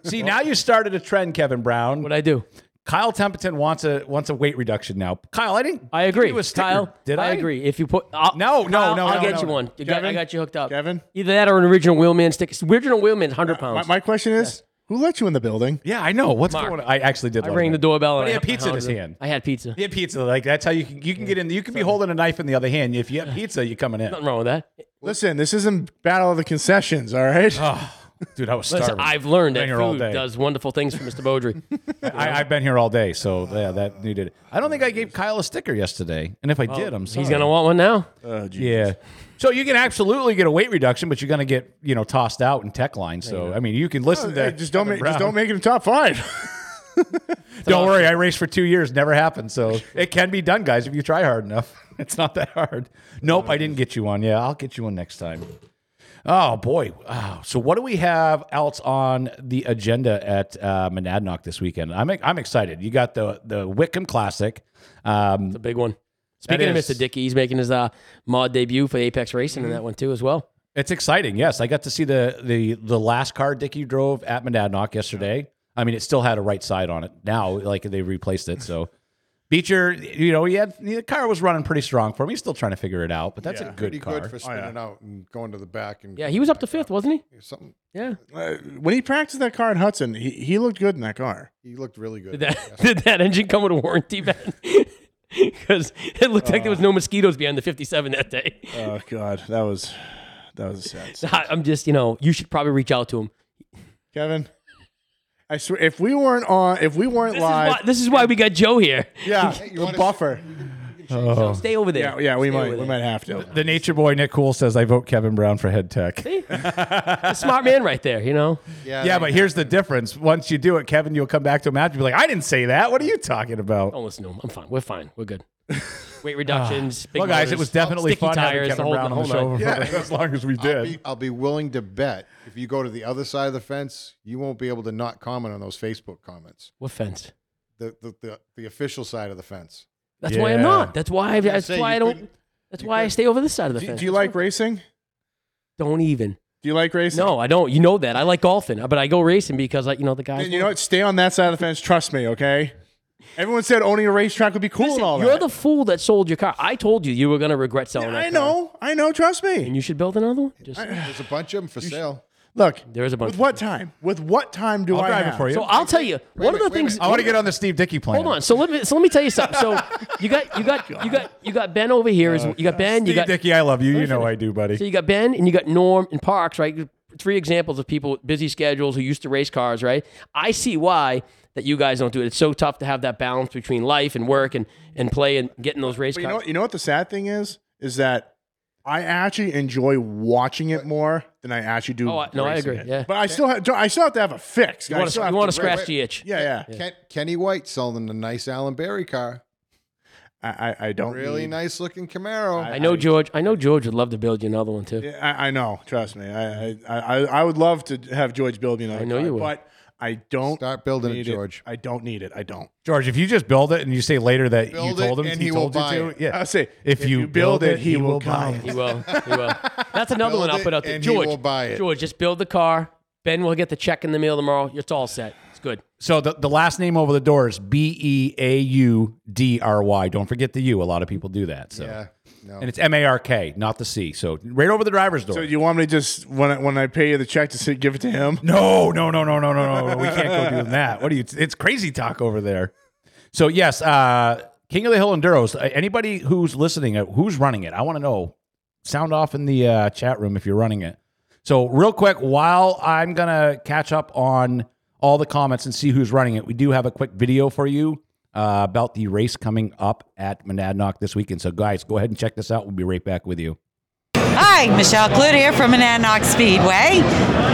Speaker 6: See, now you started a trend, Kevin Brown.
Speaker 7: What I do?
Speaker 6: Kyle Templeton wants a wants a weight reduction now. Kyle, I didn't.
Speaker 7: I agree.
Speaker 6: give you a sticker,
Speaker 7: Kyle,
Speaker 6: did I?
Speaker 7: agree. If you put I'll,
Speaker 6: No, no,
Speaker 7: Kyle,
Speaker 6: no,
Speaker 7: I'll
Speaker 6: no,
Speaker 7: get
Speaker 6: no,
Speaker 7: you
Speaker 6: no.
Speaker 7: one. You got, I got you hooked up.
Speaker 8: Kevin?
Speaker 7: Either that or an original wheelman stick. Original wheelman's 100
Speaker 8: My,
Speaker 6: Uh,
Speaker 7: pounds.
Speaker 8: my question is, who let you in the building?
Speaker 6: Yeah, I know. What's
Speaker 7: Mark.
Speaker 6: going on? I actually did.
Speaker 7: I
Speaker 6: love
Speaker 7: rang
Speaker 6: that.
Speaker 7: the doorbell and
Speaker 6: But he
Speaker 7: I
Speaker 6: had pizza in his
Speaker 7: hounded him.
Speaker 6: hand.
Speaker 7: I had pizza.
Speaker 6: Yeah, pizza. Like that's how you can you can get in. You can be holding a knife in the other hand. If you have pizza, you're coming in.
Speaker 7: Nothing wrong with that.
Speaker 8: Listen, this isn't battle of the concessions, all right?
Speaker 6: Oh, Dude, I was starving.
Speaker 7: Listen, I've learned that
Speaker 6: Been here all
Speaker 7: food
Speaker 6: day.
Speaker 7: does wonderful things for Mr. Beaudry.
Speaker 6: I, I've been here all day, so yeah, that needed. it. I don't think I gave Kyle a sticker yesterday, and if I did, I'm sorry.
Speaker 7: He's gonna want one now.
Speaker 6: Yeah. So you can absolutely get a weight reduction, but you're gonna get you know tossed out in tech line. So I mean, you can listen
Speaker 8: Oh,
Speaker 6: to.
Speaker 8: Hey, just don't
Speaker 6: Kevin
Speaker 8: make just
Speaker 6: Brown.
Speaker 8: don't make it in top five.
Speaker 6: Don't worry, I raced for two years, never happened. So it can be done, guys, if you try hard enough. It's not that hard. Nope, I didn't get you one. Yeah, I'll get you one next time. Oh boy! Wow. So what do we have else on the agenda at uh, Monadnock this weekend? I'm I'm excited. You got the the Wickham Classic. Um,
Speaker 7: The big one. Speaking of
Speaker 6: is- Mm-hmm.
Speaker 7: Mr. Dickey, he's making his uh, mod debut for Apex Racing in that one too as well.
Speaker 6: It's exciting. Yes, I got to see the the the last car Dickie drove at Monadnock yesterday. I mean, it still had a right side on it. Now, like they replaced it, so Beecher, you know, he had the car was running pretty strong for him. He's still trying to figure it out, but that's a good
Speaker 9: Pretty
Speaker 6: car.
Speaker 9: good for
Speaker 8: Oh,
Speaker 9: spinning out and going to the back and
Speaker 7: Yeah, he was up to fifth, wasn't he?
Speaker 9: something.
Speaker 7: Yeah.
Speaker 8: Uh, when he practiced that car in Hudson, he, he looked good in that car.
Speaker 9: He looked really good.
Speaker 7: Did that, did that engine come with a warranty, Ben? Because it looked like there was no mosquitoes behind the 57 that day.
Speaker 8: Oh God, that was that was a sad.
Speaker 7: So I- I'm just, you know, you should probably reach out to him.
Speaker 8: Kevin, I swear, if we weren't on, if we weren't
Speaker 7: This is,
Speaker 8: live,
Speaker 7: why, this is why we got Joe here.
Speaker 8: yeah,
Speaker 9: Hey, you
Speaker 8: the
Speaker 9: wanna-
Speaker 8: buffer.
Speaker 7: So stay over there.
Speaker 8: Yeah, yeah, we
Speaker 7: Stay
Speaker 8: might,
Speaker 7: over
Speaker 8: we
Speaker 7: there.
Speaker 8: might have to.
Speaker 6: The Nature Boy Nick Cool says, "I vote Kevin Brown for head tech."
Speaker 7: A smart man right there, you know?
Speaker 9: yeah,
Speaker 6: Yeah,
Speaker 9: yeah,
Speaker 6: but here's the difference. Once you do it, Kevin, you'll come back to him after and be like, "I didn't say that. What are you talking about?"
Speaker 7: Don't listen to him. I'm fine. We're fine. We're good. Weight reductions. big
Speaker 6: well, guys, it
Speaker 7: motors,
Speaker 6: was definitely
Speaker 7: sticky
Speaker 6: fun having
Speaker 7: tires,
Speaker 6: Kevin
Speaker 7: the whole,
Speaker 6: Brown on the
Speaker 7: whole
Speaker 6: show
Speaker 7: nine.
Speaker 6: for as long as we
Speaker 9: I'll
Speaker 6: did.
Speaker 9: be, I'll be willing to bet if you go to the other side of the fence, you won't be able to not comment on those Facebook comments.
Speaker 7: What fence?
Speaker 9: The the the, the official side of the fence.
Speaker 7: That's why I'm
Speaker 6: Yeah.
Speaker 7: not. That's why. I, that's
Speaker 9: say,
Speaker 7: why
Speaker 9: you
Speaker 7: I don't.
Speaker 9: couldn't-
Speaker 7: That's
Speaker 9: you
Speaker 7: why I
Speaker 9: couldn't-
Speaker 7: stay over this side of the
Speaker 8: Do,
Speaker 7: fence.
Speaker 8: do you like racing?
Speaker 7: Don't even.
Speaker 8: Do you like racing?
Speaker 7: No, I don't. You know that. I like golfing, but I go racing because, like, you know, the guys.
Speaker 8: Then you know what? Stay on that side of the fence. Trust me, okay? Everyone said owning a racetrack would be cool and all
Speaker 7: You're
Speaker 8: that.
Speaker 7: the fool that sold your car. I told you you were going to regret selling that
Speaker 8: I
Speaker 7: car.
Speaker 8: know, I know. Trust
Speaker 7: And
Speaker 8: me.
Speaker 7: you should build another one. Just
Speaker 9: There's a bunch of them for sale.
Speaker 8: Look,
Speaker 7: there is a bunch.
Speaker 8: with what time? With what time do
Speaker 6: I'll
Speaker 8: I
Speaker 6: drive
Speaker 8: have?
Speaker 6: it for you.
Speaker 7: So I'll tell you one of
Speaker 9: minute,
Speaker 7: the
Speaker 9: wait a
Speaker 7: things.
Speaker 9: minute.
Speaker 6: I want to get on the Steve Dickey plan.
Speaker 7: Hold on. So let me. So let me tell you something. So you got you got you got you got Ben over here. Is you got Ben. You
Speaker 6: Steve
Speaker 7: got
Speaker 6: Dickey, I love you. You know I do, buddy.
Speaker 7: So you got Ben and you got Norm and Parks, right? Three examples of people with busy schedules who used to race cars, right? I see why that you guys don't do it. It's so tough to have that balance between life and work and, and play and getting those race
Speaker 8: But
Speaker 7: cars.
Speaker 8: you know, you know what the sad thing is? Is that I actually enjoy watching it more than I actually do.
Speaker 7: Oh, I- no, I
Speaker 8: racing
Speaker 7: agree,
Speaker 8: it.
Speaker 7: yeah.
Speaker 8: But I still have, I still have to have a fix.
Speaker 7: you
Speaker 8: I
Speaker 7: want
Speaker 8: still
Speaker 7: to
Speaker 8: have
Speaker 7: you want to
Speaker 8: to race.
Speaker 7: scratch the itch.
Speaker 8: Yeah, yeah.
Speaker 9: Ken, Kenny White selling the nice Allen Berry car.
Speaker 8: I, I, I don't
Speaker 9: Really
Speaker 8: need-
Speaker 9: nice looking Camaro.
Speaker 7: I know George. I know George would love to build you another one too.
Speaker 8: Yeah, I, I know. Trust me. I, I, I, I would love to have George build me another.
Speaker 7: I know
Speaker 8: car,
Speaker 7: you would.
Speaker 8: But I don't
Speaker 9: Start building it,
Speaker 8: need
Speaker 9: George.
Speaker 8: I don't need it. I don't.
Speaker 6: George, if you just build it and you say later that
Speaker 9: Build
Speaker 6: you
Speaker 9: it
Speaker 6: told him
Speaker 9: and
Speaker 6: he,
Speaker 9: he will
Speaker 6: told you
Speaker 9: buy
Speaker 6: to,
Speaker 9: it.
Speaker 6: yeah.
Speaker 8: I say
Speaker 6: If you build it, he will buy
Speaker 8: come.
Speaker 7: He will. He will. That's another
Speaker 9: Build
Speaker 7: one I'll
Speaker 9: it
Speaker 7: put out there.
Speaker 9: and he
Speaker 7: George
Speaker 9: will buy it.
Speaker 7: George, just build the car. Ben will get the check in the mail tomorrow. It's all set. It's good.
Speaker 6: So the, the last name over the door is B E A U D R Y. Don't forget the U. A lot of people do that. So
Speaker 9: yeah. No.
Speaker 6: and it's M A R K, not the C. So right over the driver's door.
Speaker 8: So you want me to just when I, when I pay you the check to say, give it to him?
Speaker 6: No, no, no, no, no, no, no. We can't go doing that. What do you? It's crazy talk over there. So yes, uh, King of the Hill Enduros. Uh, Anybody who's listening, uh, who's running it? I want to know. Sound off in the uh, chat room if you're running it. So real quick, while I'm gonna catch up on all the comments and see who's running it, we do have a quick video for you uh, about the race coming up at Monadnock this weekend. So guys, go ahead and check this out. We'll be right back with you.
Speaker 5: Hi, Michelle Clute here from Monadnock Speedway.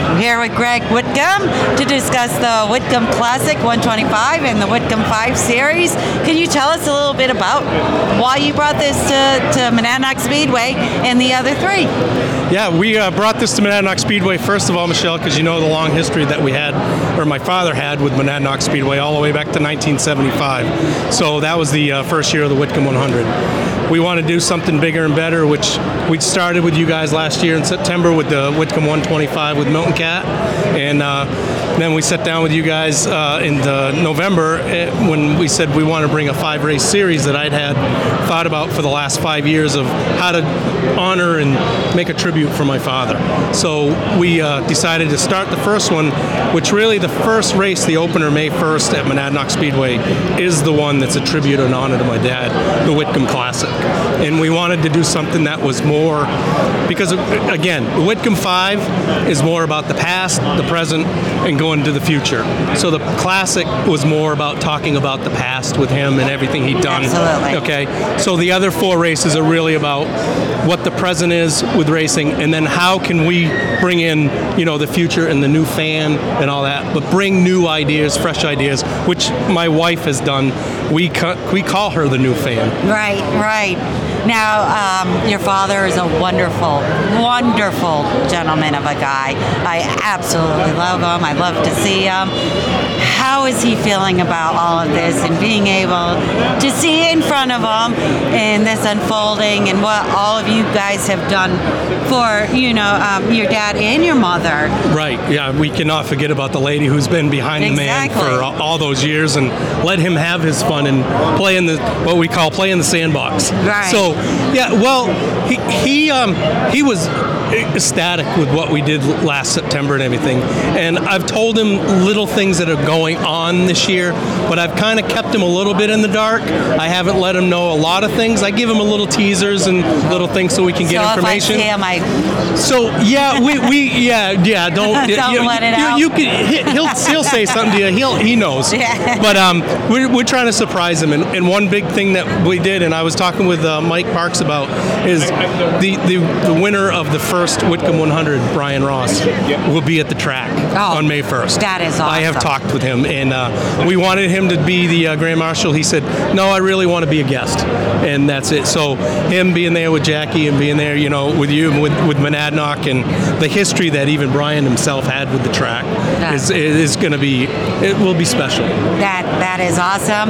Speaker 5: I'm here with Greg Whitcomb to discuss the Whitcomb Classic 125 and the Whitcomb 5 Series. Can you tell us a little bit about why you brought this to, to Monadnock Speedway and the other three?
Speaker 10: Yeah, we uh, brought this to Monadnock Speedway, first of all, Michelle, because you know the long history that we had, or my father had with Monadnock Speedway all the way back to 1975. So that was the uh, first year of the Whitcomb 100. We want to do something bigger and better, which we started with you guys last year in September with the Whitcomb 125 with Milton Cat. And uh, then we sat down with you guys uh, in the November eh, when we said we want to bring a five race series that I'd had thought about for the last five years of how to honor and make a tribute for my father. So we uh, decided to start the first one, which really the first race, the opener May 1st at Monadnock Speedway, is the one that's a tribute and honor to my dad, the Whitcomb Classic. And we wanted to do something that was more, because again, the Whitcomb 5 is more about the past, the present, and going to the future. So the Classic was more about talking about the past with him and everything he'd done.
Speaker 5: Absolutely.
Speaker 10: Okay, okay? So the other four races are really about what the present is with racing, and then how can we bring in, you know, the future and the new fan and all that, but bring new ideas, fresh ideas, which my wife has done. We ca- we call her the new fan.
Speaker 5: Right, right. Now, um, your father is a wonderful, wonderful gentleman of a guy. I absolutely love him. I love to see him. How is he feeling about all of this and being able to see in front of him and this unfolding and what all of you guys have done for, you know, um, your dad and your mother?
Speaker 10: Right. Yeah, we cannot forget about the lady who's been behind the man
Speaker 5: Exactly.
Speaker 10: for all- all those years and let him have his fun and play in the what we call play in the sandbox.
Speaker 5: Right.
Speaker 10: So, yeah, well, he he um he was ecstatic with what we did last September and everything. And I've told him little things that are going on this year, but I've kind of kept him a little bit in the dark. I haven't let him know a lot of things. I give him a little teasers and little things so we can get
Speaker 5: so
Speaker 10: information.
Speaker 5: if I see him, I
Speaker 10: So yeah, we, we yeah yeah don't
Speaker 5: Don't
Speaker 10: you,
Speaker 5: let it
Speaker 10: you,
Speaker 5: out.
Speaker 10: You can he- he'll he'll say something to you. He'll he knows.
Speaker 5: Yeah.
Speaker 10: But um, we're, we're trying to surprise him. And, and one big thing that we did, and I was talking with uh, Mike Parks about, is the, the the winner of the first Whitcomb 100, Brian Ross, will be at the track
Speaker 5: Oh,
Speaker 10: on May 1st.
Speaker 5: that is
Speaker 10: I have
Speaker 5: awesome.
Speaker 10: talked with him, and uh, we wanted him to be the uh, grand marshal. He said, "No, I really want to be a guest," and that's it. So him being there with Jackie and being there, you know, with you and with with Monadnock and the history that even Brian himself had with the track
Speaker 5: Yeah.
Speaker 10: is is going to be it will be special.
Speaker 5: That that is awesome.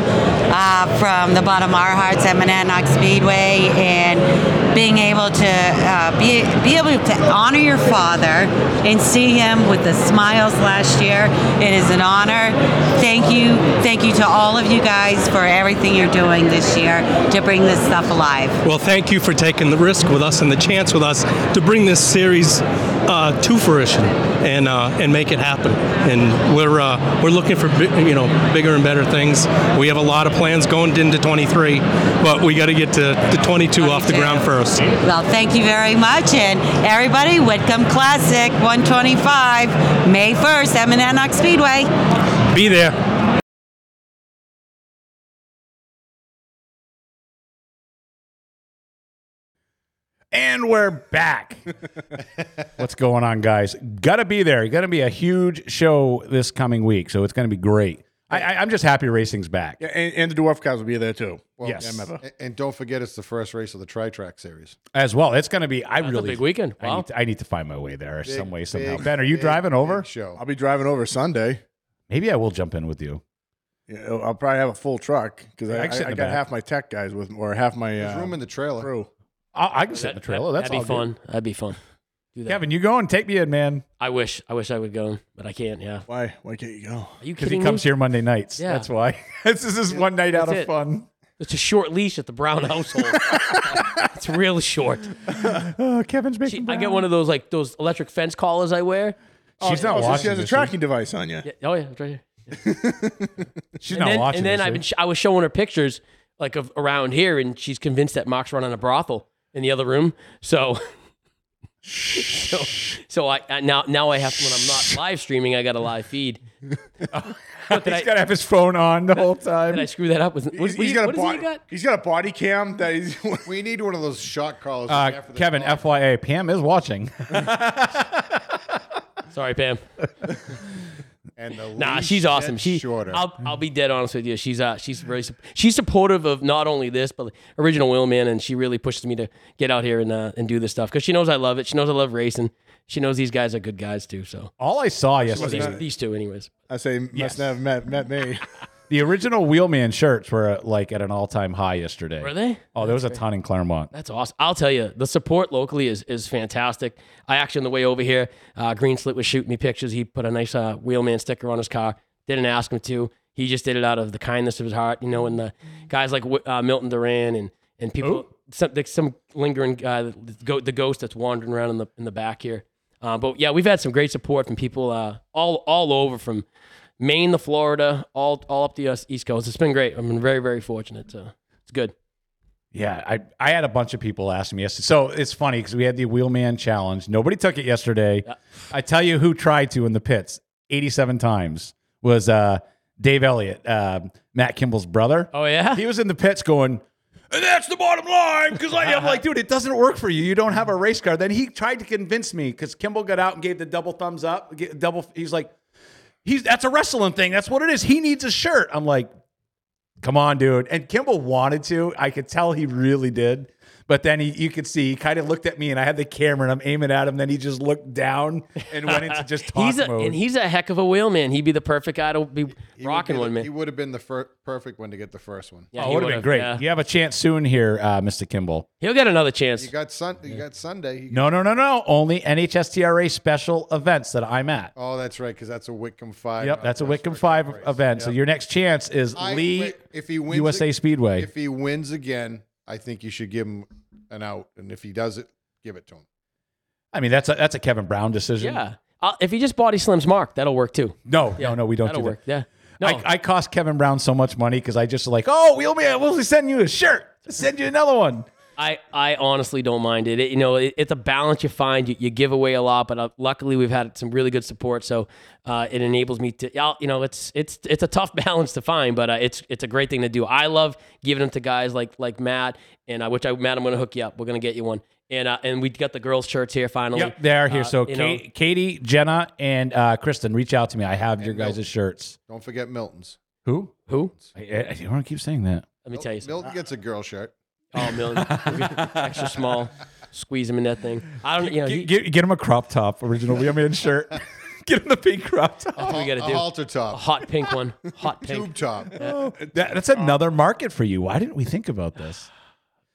Speaker 5: Uh, from the bottom of our hearts at Monadnock Speedway, and being able to uh, be be able to honor your father and see him with the smiles last year, it is an honor. Thank you, thank you to all of you guys for everything you're doing this year to bring this stuff alive.
Speaker 10: Well, thank you for taking the risk with us and the chance with us to bring this series uh, to fruition and uh, and make it happen. And we're uh, we're looking for bi- you know bigger and better things. We have a lot of plans going into 23, but we got to get to, to 22 off the
Speaker 5: 22.
Speaker 10: ground first.
Speaker 5: Well, thank you very much, and everybody, Whitcomb Classic 125, May 1st at Monadnock Speedway.
Speaker 10: Be there.
Speaker 6: And we're back. What's going on, guys? Gotta be there. Gonna be a huge show this coming week, so it's gonna be great. I, I, I'm just happy racing's back.
Speaker 8: Yeah, and, and the dwarf cows will be there too.
Speaker 9: Well,
Speaker 6: Yes.
Speaker 9: and-
Speaker 8: Meva.
Speaker 9: And don't forget, it's the first race of the Tri Track Series.
Speaker 6: As well, it's gonna be. I
Speaker 7: a
Speaker 6: really
Speaker 7: big weekend.
Speaker 6: I,
Speaker 7: Wow.
Speaker 6: need to, I need to find my way there some way somehow.
Speaker 9: Big,
Speaker 6: ben, are you
Speaker 9: big,
Speaker 6: driving over?
Speaker 9: big Show.
Speaker 8: I'll be driving over Sunday.
Speaker 6: Maybe I will jump in with you.
Speaker 8: Yeah, I'll I'll probably have a full truck because I,
Speaker 6: I can sit in
Speaker 8: I, I
Speaker 6: the
Speaker 8: got
Speaker 6: back.
Speaker 8: half my tech guys with, or half my
Speaker 9: There's
Speaker 8: uh,
Speaker 9: room in the trailer.
Speaker 8: crew.
Speaker 6: I, I can sit in the trailer. That's
Speaker 7: that'd
Speaker 6: all
Speaker 7: be
Speaker 6: good.
Speaker 7: fun. That'd be fun. Do that.
Speaker 6: Kevin, you go and take me in, man.
Speaker 7: I wish. I wish I would go, but I can't. Yeah.
Speaker 8: Why? Why can't you go?
Speaker 7: Are you
Speaker 6: Because
Speaker 7: kidding
Speaker 6: he comes
Speaker 7: me?
Speaker 6: here Monday nights.
Speaker 7: Yeah.
Speaker 6: That's why. this is just one night out of
Speaker 7: That's it.
Speaker 6: fun.
Speaker 7: It's a short leash at the Brown household. it's real short.
Speaker 6: Oh, Kevin's
Speaker 7: She-
Speaker 6: making.
Speaker 7: I get one of those like those electric fence collars I wear.
Speaker 6: She's not
Speaker 8: oh, so
Speaker 6: watching.
Speaker 8: she has a
Speaker 6: this,
Speaker 8: tracking device on you.
Speaker 7: Yeah, oh yeah, it's right here.
Speaker 6: She's
Speaker 7: and
Speaker 6: not
Speaker 7: then,
Speaker 6: watching.
Speaker 7: and then
Speaker 6: this,
Speaker 7: I've been
Speaker 6: eh?
Speaker 7: sh- I was showing her pictures like of around here, and she's convinced that Mark's running a brothel in the other room. So, so, so I, I now now I have when I'm not live streaming, I got a live feed. What, did, I,
Speaker 6: He's got to have his phone on the whole time.
Speaker 7: did I screw that up? Was, what,
Speaker 8: He's,
Speaker 7: what-
Speaker 8: he's got a
Speaker 7: what does
Speaker 8: body.
Speaker 7: he got?
Speaker 8: He's got a body cam that he's.
Speaker 9: We need one of those shot callers.
Speaker 6: Uh,
Speaker 9: after the
Speaker 6: Kevin,
Speaker 9: call.
Speaker 6: FYA, Pam is watching.
Speaker 7: Sorry, Pam.
Speaker 9: And the
Speaker 7: Nah,
Speaker 9: leash
Speaker 7: she's awesome.
Speaker 9: gets
Speaker 7: She,
Speaker 9: shorter.
Speaker 7: I'll, I'll be dead honest with you. She's uh, she's very sup- she's supportive of not only this but like, original Wheelman, and she really pushes me to get out here and uh, and do this stuff because she knows I love it. She knows I love racing. She knows these guys are good guys too. So
Speaker 6: All I saw
Speaker 7: well,
Speaker 6: yesterday,
Speaker 7: these, these two, anyways.
Speaker 8: I say must
Speaker 6: Yes.
Speaker 8: not have met met me.
Speaker 6: the original Wheelman shirts were uh, like at an all-time high yesterday.
Speaker 7: Were they?
Speaker 6: Oh, there was a ton in Claremont.
Speaker 7: That's awesome. I'll tell you, the support locally is is fantastic. I actually on the way over here, uh, Green Slit was shooting me pictures. He put a nice uh, Wheelman sticker on his car. Didn't ask him to. He just did it out of the kindness of his heart, you know. And the guys like Wi- uh, Milton Duran and and people, some like some lingering guy, the go- the ghost that's wandering around in the in the back here. Uh, but yeah, we've had some great support from people uh, all all over from Maine to Florida, all all up the uh, East Coast. It's been great. I've been very very fortunate. So it's good.
Speaker 6: Yeah, I, I had a bunch of people ask me yesterday. So it's funny because we had the Wheelman Challenge. Nobody took it yesterday. I tell you who tried to in the pits 87 times was uh, Dave Elliott, uh, Matt Kimball's brother.
Speaker 7: Oh yeah.
Speaker 6: He was in the pits going, and that's the bottom line because I am like, dude, it doesn't work for you. You don't have a race car. Then he tried to convince me because Kimball got out and gave the double thumbs up. g- Double, he's like, he's that's a wrestling thing. That's what it is. He needs a shirt. I'm like, come on, dude. And Kimball wanted to. I could tell he really did. But then he, you could see he kind of looked at me, and I had the camera, and I'm aiming at him. Then he just looked down and went into just talk
Speaker 7: Uh, he's a,
Speaker 6: mode.
Speaker 7: and he's a heck of a wheelman. He'd be the perfect guy to be rocking one,
Speaker 9: He,
Speaker 7: man.
Speaker 9: would have been the fir- perfect one to get the first one.
Speaker 6: oh,
Speaker 7: Yeah, he
Speaker 6: it would have been
Speaker 7: would've,
Speaker 6: great.
Speaker 7: yeah.
Speaker 6: You have a chance soon here, uh, Mr. Kimball.
Speaker 7: He'll get another chance.
Speaker 9: You got sun. You got Sunday. You
Speaker 6: No, no, no, no. Only NHSTRA special events that I'm at.
Speaker 9: Oh, that's right, because that's a Wickham Five.
Speaker 6: Yep, that's a
Speaker 9: That's
Speaker 6: Wickham
Speaker 9: right,
Speaker 6: Five
Speaker 9: race.
Speaker 6: event. So
Speaker 9: Yep.
Speaker 6: your next chance is
Speaker 9: I-
Speaker 6: Lee
Speaker 9: wait, if he wins
Speaker 6: USA
Speaker 9: ag-
Speaker 6: Speedway.
Speaker 9: If he wins again, I think you should give him an out, and if he does it, give it to him.
Speaker 6: I mean, that's a that's a Kevin Brown decision.
Speaker 7: yeah. Uh, if he just body slims Mark, that'll work too.
Speaker 6: No, no, no, we don't
Speaker 7: That'll
Speaker 6: do that.
Speaker 7: work. Yeah. No,
Speaker 6: I, I cost Kevin Brown so much money because I just like, oh, we'll be we'll send you a shirt, send you another one.
Speaker 7: I, I honestly don't mind it. It- you know, it, it's a balance you find. You, you give away a lot, but uh, luckily we've had some really good support, so uh, it enables me to. I'll, you know, it's it's it's a tough balance to find, but uh, it's it's a great thing to do. I love giving them to guys like like Matt, and uh, which I Matt, I'm going to hook you up. We're going to get you one, and uh, and we got the girls' shirts here finally.
Speaker 6: Yep, they are here.
Speaker 7: Uh,
Speaker 6: so
Speaker 7: you
Speaker 6: Kate,
Speaker 7: know-
Speaker 6: Katie, Jenna, and uh, Kristen, reach out to me. I have your guys' shirts.
Speaker 9: Don't forget Milton's.
Speaker 6: Who?
Speaker 7: who?
Speaker 6: I, I, I don't keep saying that.
Speaker 7: Let me tell you. something.
Speaker 9: Milton gets a girl shirt.
Speaker 7: Oh, million extra small. Squeeze him in that thing. I don't. You know,
Speaker 6: Get,
Speaker 7: he,
Speaker 6: get, get him a crop top, original Wheelman shirt. get him the pink crop top.
Speaker 7: that's what we got
Speaker 9: a
Speaker 7: to do.
Speaker 9: halter
Speaker 7: A
Speaker 9: top,
Speaker 7: hot pink one. Hot
Speaker 9: tube
Speaker 7: pink.
Speaker 9: top.
Speaker 6: That- that's another market for you. Why didn't we think about this?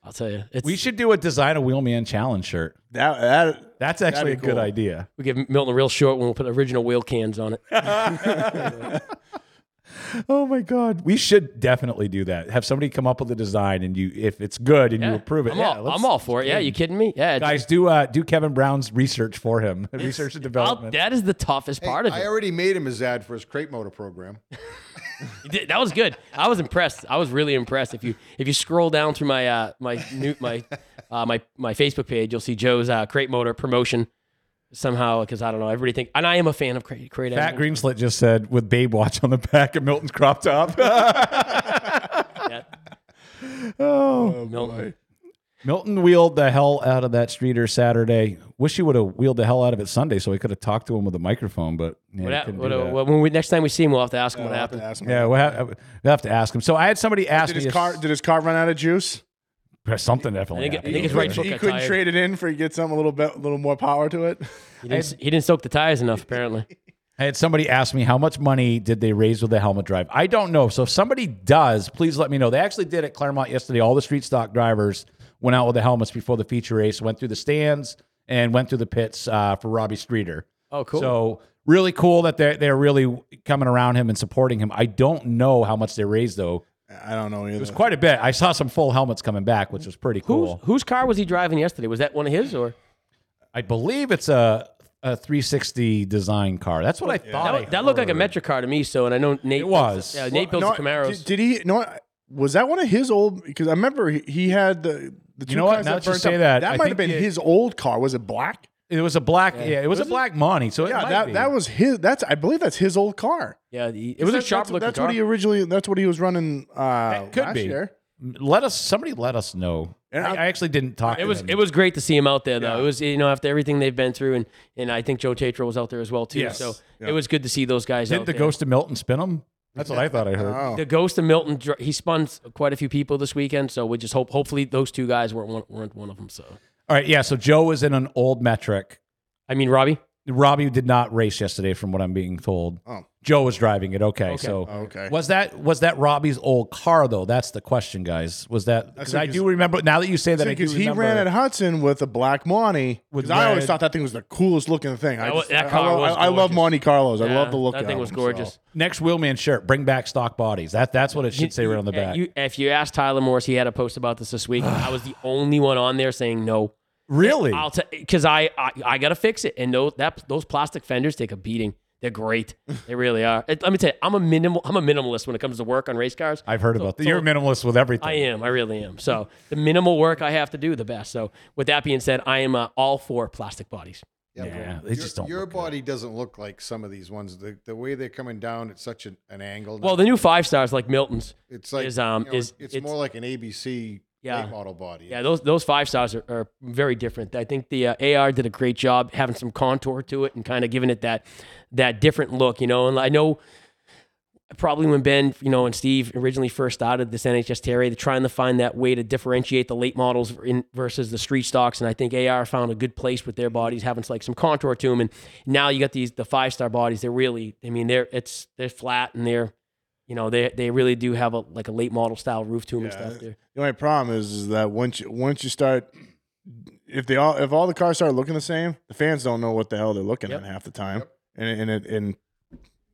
Speaker 7: I'll tell you. It's,
Speaker 6: We should do a design a Wheelman challenge shirt.
Speaker 8: That that
Speaker 6: That's actually a
Speaker 8: be
Speaker 6: good
Speaker 8: cool.
Speaker 6: idea.
Speaker 7: We give Milton a real short one. We'll put original wheel cans on it.
Speaker 6: Oh my god, we should definitely do that. Have somebody come up with a design, and you, if it's good, and you approve it.
Speaker 7: I'm,
Speaker 6: yeah,
Speaker 7: all,
Speaker 6: let's-
Speaker 7: I'm all for it. Yeah, you kidding me? Yeah, it's-
Speaker 6: guys do uh, do Kevin Brown's research for him, research and
Speaker 7: I'll-
Speaker 6: development.
Speaker 7: that is the toughest part of
Speaker 9: I
Speaker 7: it.
Speaker 9: already made him his ad for his crate motor program.
Speaker 7: You did- That was good. I was impressed. I was really impressed. If you if you scroll down through my uh, my new my uh, my my Facebook page, you'll see Joe's uh, crate motor promotion somehow because I don't know. Everybody think, and I am a fan of crate crate.
Speaker 6: Pat
Speaker 7: Animals.
Speaker 6: Greenslit just said with Babe Watch on the back of Milton's crop top. oh,
Speaker 7: Milton.
Speaker 6: Milton wheeled the hell out of that streeter Saturday. Wish he would have wheeled the hell out of it Sunday, so we could have talked to him with a microphone. But yeah,
Speaker 7: What
Speaker 6: he
Speaker 7: hap-
Speaker 6: couldn't
Speaker 7: what-
Speaker 6: do that.
Speaker 7: what- when we next time we see him, we'll have to ask him what
Speaker 8: I'll have
Speaker 7: happened.
Speaker 8: to ask him.
Speaker 6: yeah, we'll have, we'll have to ask him. So I had somebody ask
Speaker 8: Did
Speaker 6: me a-
Speaker 8: his car did his car run out of juice?
Speaker 6: something definitely.
Speaker 7: I think- I
Speaker 6: happened.
Speaker 7: think his
Speaker 8: You
Speaker 7: right
Speaker 8: couldn't-
Speaker 7: foot
Speaker 8: You
Speaker 7: got
Speaker 8: couldn't
Speaker 7: tired.
Speaker 8: trade it in for you get something a little bit, a little more power to it.
Speaker 7: He didn't, he didn't soak the tires enough apparently.
Speaker 6: I had somebody ask me how much money did they raise with the helmet drive. I don't know. So if somebody does, please let me know. They actually did at Claremont yesterday. All the street stock drivers went out with the helmets before the feature race, went through the stands, and went through the pits uh, for Robbie Streeter.
Speaker 7: Oh, cool.
Speaker 6: So really cool that they're they're really coming around him and supporting him. I don't know how much they raised though.
Speaker 8: I don't know either.
Speaker 6: It was quite a bit. I saw some full helmets coming back, which was pretty cool.
Speaker 7: Whose whose car was he driving yesterday? Was that one of his or?
Speaker 6: I believe it's a a 360 design car. That's what I thought. I
Speaker 7: That, that looked like a
Speaker 6: heard.
Speaker 7: metric car to me. So, and I know Nate.
Speaker 6: It was.
Speaker 7: Yeah, Nate builds
Speaker 8: No,
Speaker 7: the Camaros.
Speaker 8: Did, did he? No, was that one of his old? Because I remember he, he had the. the two
Speaker 6: know what?
Speaker 8: cars
Speaker 6: Now that you
Speaker 8: burnt
Speaker 6: say
Speaker 8: up.
Speaker 6: that, I
Speaker 8: that might
Speaker 6: think
Speaker 8: have been
Speaker 6: it-
Speaker 8: his old car. Was it black?
Speaker 6: It was a black. Yeah, it was, a black money. So it
Speaker 8: Yeah,
Speaker 6: might
Speaker 8: that
Speaker 6: be.
Speaker 8: that was his. That's I believe that's his old car.
Speaker 7: yeah, the- it was a
Speaker 8: That's-
Speaker 7: sharp
Speaker 8: that's-
Speaker 7: looking
Speaker 8: That's
Speaker 7: car.
Speaker 8: what he originally. That's what he was running. Uh,
Speaker 6: That could
Speaker 8: last
Speaker 6: be.
Speaker 8: year.
Speaker 6: Let us. Somebody let us know.
Speaker 8: And
Speaker 6: I,
Speaker 8: I-
Speaker 6: I actually didn't talk.
Speaker 7: it
Speaker 6: to
Speaker 7: was
Speaker 6: them.
Speaker 7: it was great to see him out there though. It was you know after everything they've been through and and I think Joe Tatro was out there as well too.
Speaker 6: Yes.
Speaker 7: So
Speaker 8: Yeah.
Speaker 7: it was good to see those guys
Speaker 6: Didn't
Speaker 7: out
Speaker 6: the
Speaker 7: there.
Speaker 6: ghost of Milton spin him? That's what I thought I heard.
Speaker 8: Oh,
Speaker 7: The ghost of Milton, dr- he spun s- quite a few people this weekend, so we just hope. Hopefully, those two guys weren't one, weren't one of them. So,
Speaker 6: All right. Yeah. So Joe was in an old metric.
Speaker 7: I mean, Robbie,
Speaker 6: Robbie did not race yesterday, from what I'm being told.
Speaker 8: Oh.
Speaker 6: Joe was driving it. Okay. So
Speaker 8: okay.
Speaker 6: was that was that Robbie's old car though? That's the question, guys. Was that? Because I
Speaker 8: because-
Speaker 6: do remember. Now that you say that, I do
Speaker 8: Because he
Speaker 6: remember-
Speaker 8: ran at Hudson with a black Monty.
Speaker 6: With
Speaker 8: Because I always
Speaker 6: red-
Speaker 8: thought that thing was the coolest looking thing. I
Speaker 7: That wa-
Speaker 8: just-
Speaker 7: that
Speaker 8: I-
Speaker 7: car
Speaker 8: I, love-
Speaker 7: was
Speaker 8: I- I love
Speaker 7: gorgeous.
Speaker 8: Monte Carlos. I
Speaker 7: Yeah,
Speaker 8: love the look.
Speaker 7: That
Speaker 8: of
Speaker 7: thing was
Speaker 8: him,
Speaker 7: gorgeous.
Speaker 8: so.
Speaker 6: next wheelman shirt. Bring back stock bodies. That that's what it should say right on the
Speaker 7: Uh,
Speaker 6: back.
Speaker 7: you- if you ask Tyler Morris, he had a post about this this week. I was the only one on there saying no.
Speaker 6: really?
Speaker 7: I'll tell because I, I I gotta fix it. And those that those plastic fenders take a beating. They're great. They really are. And Let me tell you, I'm a minimal. I'm a minimalist when it comes to work on race cars.
Speaker 6: I've heard
Speaker 7: So-
Speaker 6: about that.
Speaker 7: so
Speaker 6: You're a minimalist with everything.
Speaker 7: I am. I really am. So the minimal work I have to do, the best. So with that being said, I am uh, all for plastic bodies.
Speaker 9: Yeah,
Speaker 6: Yeah,
Speaker 9: but
Speaker 6: they
Speaker 9: your,
Speaker 6: just don't
Speaker 9: Your
Speaker 6: look good.
Speaker 9: body doesn't look like some of these ones. The, the way they're coming down at such an, an angle. now,
Speaker 7: Well, the new five stars like Milton's.
Speaker 9: it's like
Speaker 7: is, um,
Speaker 9: you know,
Speaker 7: is-
Speaker 9: it's,
Speaker 7: it's-
Speaker 9: more like an ABC
Speaker 7: Yeah.
Speaker 9: late model body.
Speaker 7: Yeah, those those five stars are, are very different. I think the uh, AR did a great job having some contour to it and kind of giving it that that different look, you know. And I know probably when Ben, you know, and Steve originally first started this NHS TRA, they're trying to find that way to differentiate the late models in, versus the street stocks. And I think AR found a good place with their bodies, having like some contour to them. And now you got these the five star bodies. They're really, I mean, they're it's they're flat and they're, you know, they they really do have a like a late model style roof to them and
Speaker 8: Yeah.
Speaker 7: stuff. There,
Speaker 8: The only problem is, is that once you once you start, if they all if all the cars start looking the same, the fans don't know what the hell they're looking
Speaker 7: Yep.
Speaker 8: at half the time, and and it, and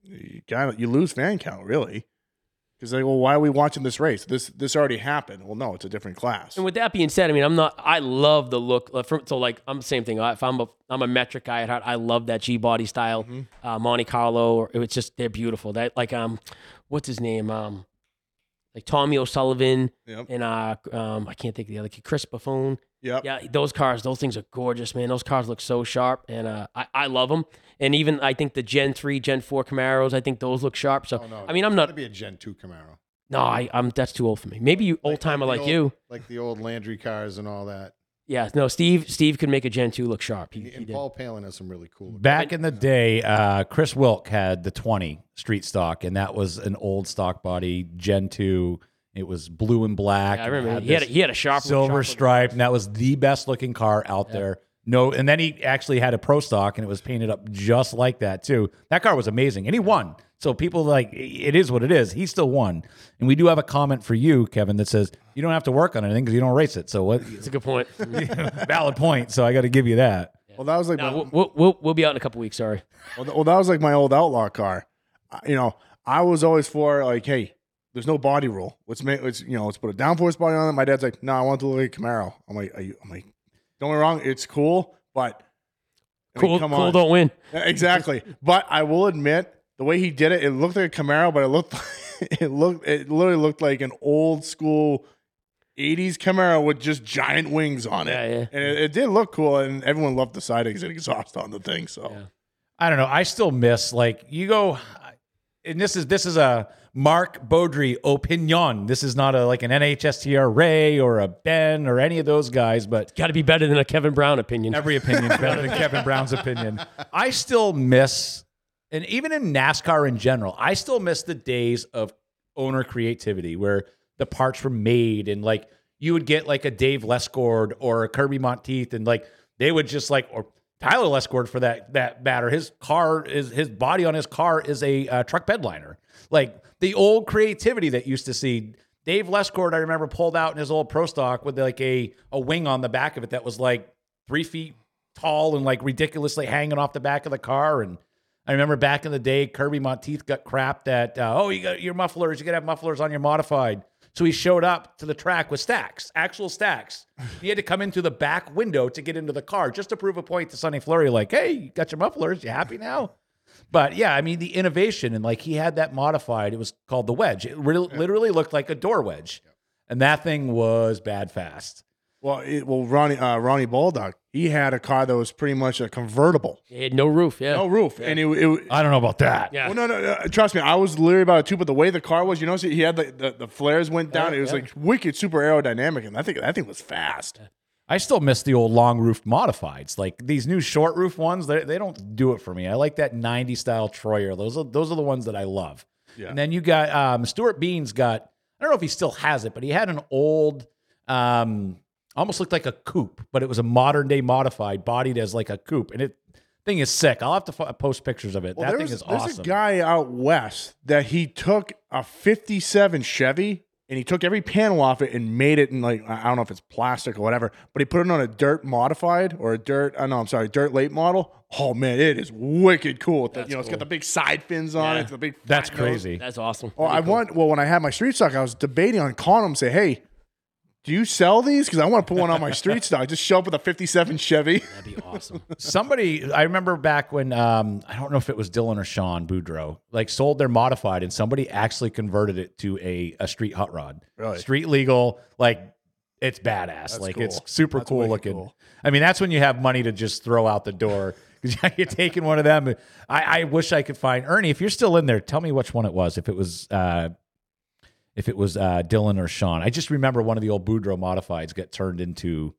Speaker 8: you kind of you lose fan count really, because like, well, why are we watching this race? This this already happened. Well, no, it's a different class.
Speaker 7: And with that being said, I mean, I'm not. I love the look. uh, From, so like, I'm the same thing. I- If I'm a, I'm a metric guy at heart. I love that G body style, uh, Monte Carlo. Or it's just they're beautiful. That like um, what's his name um, like Tommy O'Sullivan
Speaker 8: Yep.
Speaker 7: and uh um I can't think of the other kid, Chris Buffon.
Speaker 8: Yep.
Speaker 7: Yeah, those cars, those things are gorgeous, man. Those cars look so sharp, and uh, I I love them. And even I think the Gen three, Gen four Camaros, I think those look sharp. So I mean, I'm
Speaker 9: to
Speaker 7: not.
Speaker 9: be a Gen Two Camaro.
Speaker 7: No, I, I'm that's too old for me. Maybe you old timer like,
Speaker 9: the old-
Speaker 7: you.
Speaker 9: like the old Landry cars and all that.
Speaker 7: Yeah, no, Steve. Steve could make a Gen two look sharp. He,
Speaker 9: And,
Speaker 7: he
Speaker 9: and
Speaker 7: did. Mm-hmm.
Speaker 9: Paul Palin has some really cool.
Speaker 6: Back in the day, uh, Chris Wilk had the 20 street stock, and that was an old stock body Gen 2. It was blue and black.
Speaker 7: Yeah, I
Speaker 6: and it
Speaker 7: remember. He had a,
Speaker 6: this
Speaker 7: he had a sharp
Speaker 6: silver
Speaker 7: sharp looking-
Speaker 6: stripe, and that was the best looking car out there. No, and then he actually had a pro stock, and it was painted up just like that too. That car was amazing, and he won. So people like it is what it is. He still won, and we do have a comment for you, Kevin, that says you don't have to work on anything because you don't race it. So what?
Speaker 7: That's a good point.
Speaker 6: valid point. So I got to give you that.
Speaker 8: Well, that was like
Speaker 7: No,
Speaker 8: my,
Speaker 7: we'll- we'll, we'll we'll be out in a couple weeks. Sorry.
Speaker 8: Well, th- well, that was like my old outlaw car. I- You know, I was always for like, hey, there's no body rule. Let's make, let's you know, let's put a downforce body on it. My dad's like, no, I want it to look like a Camaro. I'm like, are you, I'm like, don't get me wrong, it's cool, but I mean,
Speaker 7: Cool, cool. Don't win.
Speaker 8: Yeah, exactly. But I will admit, the way he did it, it looked like a Camaro, but it looked, it looked, it literally looked like an old school. 80s Camaro with just giant wings on it,
Speaker 7: Yeah, yeah.
Speaker 8: and it, it did look cool, and everyone loved the side exit exhaust on the thing. So,
Speaker 7: Yeah.
Speaker 6: I don't know. I still miss like you go, and this is this is a Mark Beaudry opinion. This is not a like an NHSTR Ray or a Ben or any of those guys, but
Speaker 7: Got to be better than a Kevin Brown opinion.
Speaker 6: every opinion is better than Kevin Brown's opinion. I still miss, and even in NASCAR in general, I still miss the days of owner creativity where the parts were made and like you would get like a Dave Lescord or a Kirby Monteith and like they would just like or Tyler Lescord for that that matter. His car is his body on his car is a uh, truck bed liner. Like the old creativity that used to see. Dave Lescord, I remember, pulled out in his old pro stock with like a a wing on the back of it that was like three feet tall and like ridiculously hanging off the back of the car. And I remember back in the day, Kirby Monteith got crapped at, uh, oh, you got your mufflers, you got to have mufflers on your modified. So he showed up to the track with stacks, actual stacks. He had to come in through the back window to get into the car just to prove a point to Sonny Flurry, like, hey, you got your mufflers, you happy now? But yeah, I mean, the innovation and like he had that modified, it was called the wedge. It re- literally looked like a door wedge. And that thing was bad fast.
Speaker 8: Well, it, well, Ronnie uh, Ronnie Baldock, he had a car that was pretty much a convertible,
Speaker 7: He had no roof. Yeah.
Speaker 8: no
Speaker 7: Oh,
Speaker 8: roof, and it, it
Speaker 6: I don't know about that.
Speaker 7: yeah.
Speaker 8: well, no, no, no, trust me, I was literally about it too. But the way the car was, you know, so he had the, the, the flares went down. it was like wicked, super aerodynamic, and I think that thing was fast.
Speaker 6: I still miss the old long roofed modifieds. Like these new short roof ones, they, they don't do it for me. I like that 90 style Troyer. Those are those are the ones that I love. And then you got um Stuart Bean's got I don't know if he still has it, but he had an old um almost looked like a coupe, but it was a modern day modified bodied as like a coupe. And it thing is sick. I'll have to f- post pictures of it.
Speaker 8: Well,
Speaker 6: that
Speaker 8: there's,
Speaker 6: thing is
Speaker 8: there's
Speaker 6: awesome.
Speaker 8: a guy out west that he took a '57 Chevy and he took every panel off it and made it in like I I don't know if it's plastic or whatever, but he put it on a dirt modified or a dirt. I know I'm sorry, dirt late model. Oh man, it is wicked cool. With the- you know, it's got the big side fins on it.
Speaker 7: Yeah.
Speaker 8: It's the big.
Speaker 6: That's
Speaker 8: fat nose.
Speaker 6: crazy.
Speaker 7: That's awesome.
Speaker 8: Well, Oh, I
Speaker 7: Pretty cool.
Speaker 8: want. Well, when I had my street stock, I was debating on calling them. Say, hey, do you sell these? Because I want to put one on my street stock. Just show up with a '57 Chevy.
Speaker 7: That'd be awesome.
Speaker 6: somebody I remember back when um, I don't know if it was Dylan or Sean Boudreau, like sold their modified and somebody actually converted it to a, a street hot rod.
Speaker 8: Really?
Speaker 6: Street legal, like it's badass. like it's
Speaker 8: cool.
Speaker 6: super
Speaker 8: That's
Speaker 6: cool
Speaker 8: wicked
Speaker 6: looking.
Speaker 8: cool.
Speaker 6: I mean, that's when you have money to just throw out the door. 'Cause You're taking one of them. I, I wish I could find Ernie. If you're still in there, tell me which one it was. If it was uh, if it was uh, Dylan or Sean. I just remember one of the old Boudreaux modifieds got turned into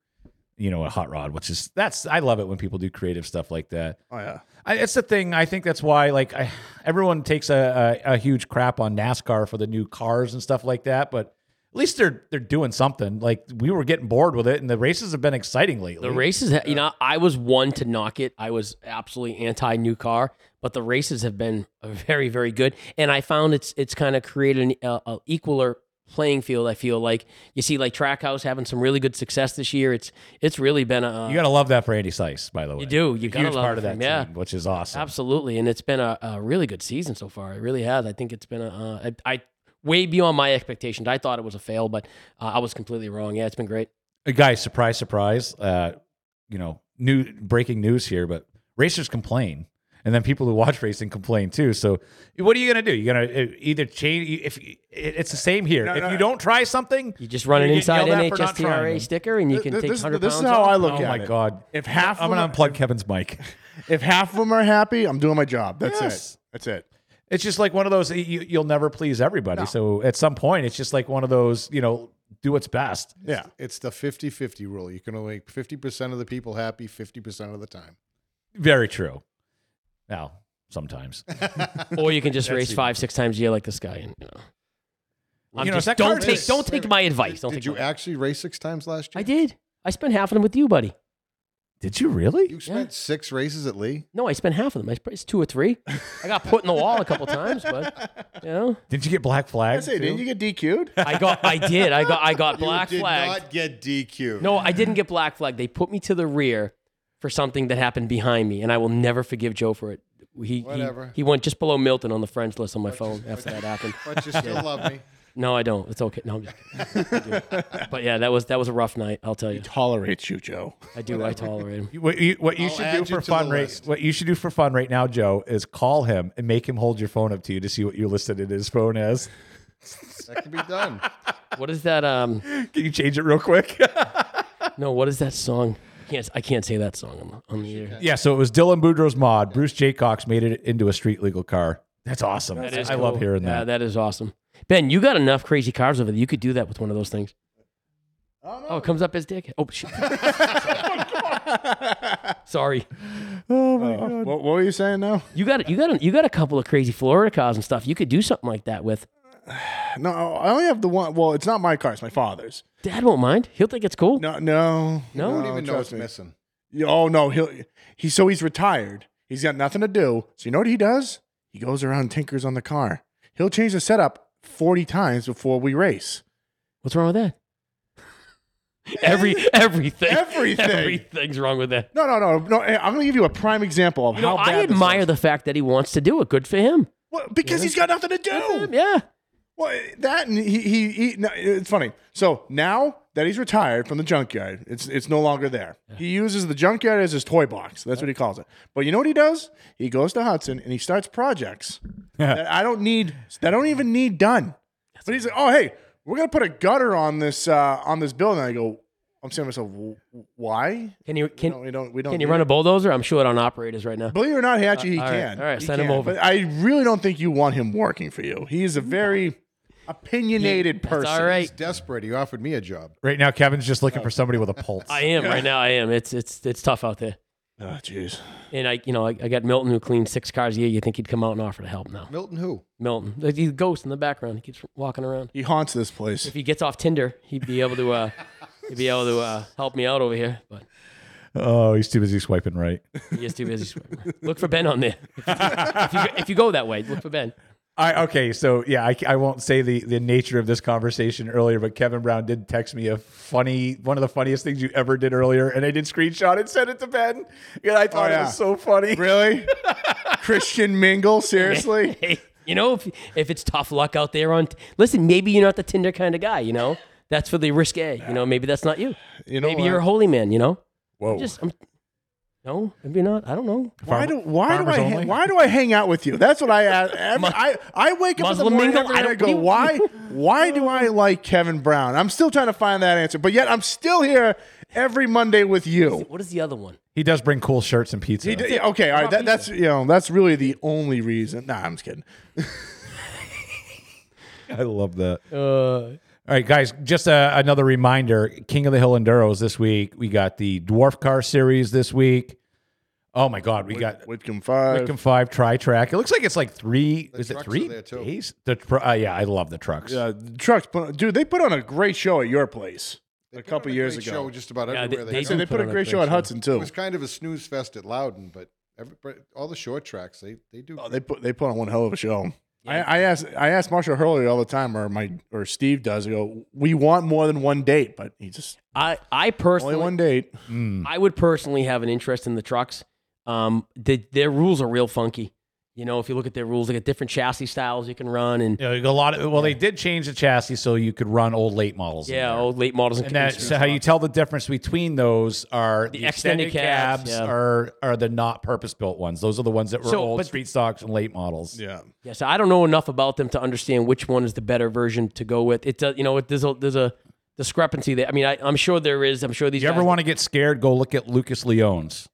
Speaker 6: you know, a hot rod, which is that's I love it when people do creative stuff like that.
Speaker 8: Oh yeah.
Speaker 6: I, it's the thing. I think that's why, like, I, everyone takes a, a, a huge crap on NASCAR for the new cars and stuff like that, but at least they're they're doing something. Like, we were getting bored with it, and the races have been exciting lately.
Speaker 7: The races, ha- you know, I was one to knock it. I was absolutely anti new car, but the races have been very, very good, and I found it's it's kind of created an uh, a equaler playing field. I feel like you see like Trackhouse having some really good success this year. It's it's really been a uh,
Speaker 6: You gotta love that for Andy Sice, by the way.
Speaker 7: You do. You
Speaker 6: a
Speaker 7: gotta
Speaker 6: huge
Speaker 7: love
Speaker 6: part of that
Speaker 7: him, yeah.
Speaker 6: team, which is awesome.
Speaker 7: Absolutely, and it's been a, a really good season so far. It really has. I think it's been a, uh, I, I way beyond my expectations. I thought it was a fail, but uh, I was completely wrong. Yeah, it's been great.
Speaker 6: Uh, guys, surprise, surprise. Uh, you know, new breaking news here, but racers complain. And then people who watch racing complain too. So, what are you going to do? You're going to either change. If it- it's the same here,
Speaker 8: No,
Speaker 6: if
Speaker 8: no.
Speaker 6: you don't try something,
Speaker 7: You just run an
Speaker 6: You're getting
Speaker 7: inside
Speaker 6: yelled at for not trying
Speaker 7: NHSTRA
Speaker 6: them.
Speaker 7: sticker, and you can
Speaker 8: Th-
Speaker 7: take
Speaker 8: this,
Speaker 7: hundred
Speaker 8: this
Speaker 7: pounds.
Speaker 8: is how I
Speaker 7: off.
Speaker 8: look
Speaker 6: oh
Speaker 8: at
Speaker 6: my
Speaker 8: it.
Speaker 6: god!
Speaker 8: If half
Speaker 6: I'm
Speaker 8: of
Speaker 6: going
Speaker 8: them-
Speaker 6: to unplug Kevin's mic.
Speaker 8: If half of them are happy, I'm doing my job. That's
Speaker 6: Yes.
Speaker 8: it. That's it.
Speaker 6: It's just like one of those. You, you'll never please everybody. So at some point, it's just like one of those. You know, do what's best.
Speaker 8: Yeah.
Speaker 9: It's the 50 50 rule. You can only make 50% of the people happy 50% of the time.
Speaker 6: Very true. Now, sometimes
Speaker 7: Or you can just race five, six times a year like this guy. And, you know, I'm
Speaker 6: You know,
Speaker 7: just-
Speaker 6: that
Speaker 7: don't
Speaker 6: card
Speaker 7: take
Speaker 6: is-
Speaker 7: don't take my advice. Don't
Speaker 9: Did
Speaker 7: take
Speaker 9: you
Speaker 7: my-
Speaker 9: actually race six times last year?
Speaker 7: I did. I spent half of them with you, buddy.
Speaker 6: did you really?
Speaker 9: You spent six races at Lee?
Speaker 7: No, I spent half of them. I spent it's two or three. I got put in the wall a couple times, but you know,
Speaker 6: Did you get black
Speaker 8: I
Speaker 6: flagged?
Speaker 8: say,
Speaker 6: too?
Speaker 8: didn't you get DQ'd?
Speaker 7: I got I did. I got I got black
Speaker 9: you did
Speaker 7: flagged.
Speaker 9: not get DQ.
Speaker 7: No, I didn't get black flag. They put me to the rear for something that happened behind me, and I will never forgive Joe for it. He- He
Speaker 9: Whatever.
Speaker 7: He, went just below Milton on the friends list on my phone after that happened.
Speaker 9: But you still love me.
Speaker 7: No, I don't. It's okay. No, I'm just kidding. I do. But yeah, that was that was a rough night. I'll tell you.
Speaker 8: Tolerates you, Joe.
Speaker 7: I do. I tolerate him.
Speaker 6: You- What you, what you
Speaker 9: I'll
Speaker 6: should
Speaker 9: add
Speaker 6: do
Speaker 9: you
Speaker 6: for
Speaker 9: to
Speaker 6: fun,
Speaker 9: the
Speaker 6: right?
Speaker 9: list.
Speaker 6: What you should do for fun right now, Joe, is call him and make him hold your phone up to you to see what you listed in his phone as.
Speaker 9: That can be done.
Speaker 7: What is that? Um,
Speaker 6: Can you change it real quick?
Speaker 7: no, what is that song? I can't. I can't say that song on, the- on the air.
Speaker 6: yeah. So it was Dylan Boudreaux's mod. Bruce Jaycox made it into a street legal car. That's awesome. I love
Speaker 7: cool.
Speaker 6: hearing
Speaker 7: Yeah,
Speaker 6: that.
Speaker 7: that is awesome. Ben, you got enough crazy cars over there. You could do that with one of those things. Oh, it comes up as dick. Oh shit. Sorry.
Speaker 8: What, Oh. what were you saying now?
Speaker 7: You got you got a, you got a couple of crazy Florida cars and stuff. You could do something like that with.
Speaker 8: No, I only have the one. Well, it's not my car. It's my father's.
Speaker 7: Dad won't mind. He'll think it's cool.
Speaker 8: No, no,
Speaker 7: No?
Speaker 9: I don't even know
Speaker 8: trust
Speaker 9: what's
Speaker 8: me.
Speaker 9: missing.
Speaker 8: Yeah, Oh no, he'll he. So he's retired. He's got nothing to do. So you know what he does? He goes around and tinkers on the car. He'll change the setup forty times before we race.
Speaker 7: What's wrong with that? Every everything.
Speaker 8: Everything.
Speaker 7: Everything's wrong with that.
Speaker 8: No, no, no, no. eh, I'm gonna give you a prime example of
Speaker 7: You
Speaker 8: Oh, how
Speaker 7: know,
Speaker 8: bad
Speaker 7: I
Speaker 8: this
Speaker 7: admire
Speaker 8: was.
Speaker 7: the fact that he wants to do it. Good for him.
Speaker 8: Well, because he's got nothing to do.
Speaker 7: Yeah.
Speaker 8: Well, eh, that and he he, he no, it's funny. So now that he's retired from the junkyard, it's it's no longer there. He uses the junkyard as his toy box. That's what he calls it. But you know what he does? He goes to Hudson and he starts projects that I don't need. That I don't even need done. But he's like, oh hey, we're gonna put a gutter on this uh, on this building. I go, I'm saying to myself, "Wh- why?
Speaker 7: Can you
Speaker 8: We
Speaker 7: can
Speaker 8: don't we don't we don't.
Speaker 7: can you
Speaker 8: need
Speaker 7: run
Speaker 8: it."
Speaker 7: a bulldozer? I'm sure it on operators right now.
Speaker 8: Believe it or not, he actually he
Speaker 7: Uh, all right,
Speaker 8: can.
Speaker 7: all right,
Speaker 8: He
Speaker 7: send him
Speaker 8: can.
Speaker 7: over.
Speaker 8: But I really don't think you want him working for you. He is a very opinionated person.
Speaker 7: All right.
Speaker 9: He's desperate. He offered me a job.
Speaker 6: Right now, Kevin's just looking for somebody with a pulse.
Speaker 7: I am right now. I am. It's it's it's tough out there.
Speaker 8: Oh, jeez.
Speaker 7: And I, you know, I, I got Milton who cleans six cars a year. You think he'd come out and offer to help now?
Speaker 9: Milton, who?
Speaker 7: Milton, he's a ghost in the background. He keeps walking around.
Speaker 8: He haunts this place.
Speaker 7: If he gets off Tinder, he'd be able to, uh, he'd be able to uh, help me out over here. But
Speaker 6: Oh, he's too busy swiping right.
Speaker 7: he is too busy. look for Ben on there. If you, if you, if you go that way, look for Ben.
Speaker 6: I okay, so yeah, I, I won't say the the nature of this conversation earlier, but Kevin Brown did text me a funny one of the funniest things you ever did earlier, and I did screenshot and sent it to Ben, and I thought it
Speaker 8: Oh, yeah.
Speaker 6: was so funny.
Speaker 8: really? Christian Mingle? Seriously?
Speaker 7: Hey, you know, if if it's tough luck out there on, listen, maybe you're not the Tinder kind of guy. You know, that's for the risque. You know, maybe that's not you.
Speaker 8: You know
Speaker 7: maybe
Speaker 8: what?
Speaker 7: you're a holy man. You know,
Speaker 6: Whoa!
Speaker 7: just I'm, no, maybe not. I don't know.
Speaker 8: Why do why do
Speaker 6: Farmers
Speaker 8: I ha-
Speaker 6: only?
Speaker 8: why do I hang out with you? That's what I ask. Every, I I wake up
Speaker 7: Muslim
Speaker 8: in the morning
Speaker 7: mingle?
Speaker 8: every
Speaker 7: I
Speaker 8: night. I,
Speaker 7: don't-
Speaker 8: go, why why do I like Kevin Brown? I'm still trying to find that answer, but yet I'm still here every Monday with you.
Speaker 7: What is the other one?
Speaker 6: He does bring cool shirts and pizza.
Speaker 8: He did- yeah, okay, all right. That, that's you know that's really the only reason. Nah, I'm just kidding.
Speaker 6: I love that.
Speaker 7: Uh,
Speaker 6: All right, guys, just uh another reminder King of the Hill Enduros this week. We got the Dwarf Car Series this week. Oh, my God. We got
Speaker 8: Whitcomb five.
Speaker 6: Wickham 5 Tri Track. It looks like it's like three. is it
Speaker 9: trucks are
Speaker 6: three
Speaker 9: there, too.
Speaker 6: days? The tr- uh, yeah, I love the trucks.
Speaker 8: Uh, the trucks, put, dude, they put on a great show at your place a couple years
Speaker 9: Great
Speaker 8: ago.
Speaker 9: Show just about
Speaker 7: Yeah, they-
Speaker 9: everywhere.
Speaker 7: they
Speaker 9: go.
Speaker 8: So they put,
Speaker 7: on
Speaker 8: a great show at Hudson
Speaker 9: It
Speaker 8: too.
Speaker 9: was kind of a snooze fest at Loudon, but every, but all the short tracks they they do.
Speaker 8: Oh, they put they put on one hell of a show. I, I ask I ask Marshall Hurley all the time, or my or Steve does. I go, we want more than one date, but he just
Speaker 7: I, I
Speaker 8: only
Speaker 7: personally,
Speaker 8: one date.
Speaker 6: Mm.
Speaker 7: I would personally have an interest in the trucks. Um, the, their rules are real funky. You know, if you look at their rules, they got different chassis styles you can run, and
Speaker 6: You know, you got a lot of, well, they did change the chassis so you could run old late models. in
Speaker 7: yeah,
Speaker 6: there.
Speaker 7: old late models and,
Speaker 6: And that's how you tell the difference between those are the, extended,
Speaker 7: extended
Speaker 6: cabs,
Speaker 7: cabs, yeah.
Speaker 6: are are the not purpose built ones. Those are the ones that were
Speaker 7: So,
Speaker 6: old
Speaker 7: but-
Speaker 6: street stocks and late models.
Speaker 8: Yeah,
Speaker 7: Yeah, so I don't know enough about them to understand which one is the better version to go with. It's a, you know, it, there's a there's a discrepancy there. I mean, I, I'm sure there is. I'm sure these.
Speaker 6: If you ever
Speaker 7: guys-
Speaker 6: want to get scared, go look at Lucas Leone's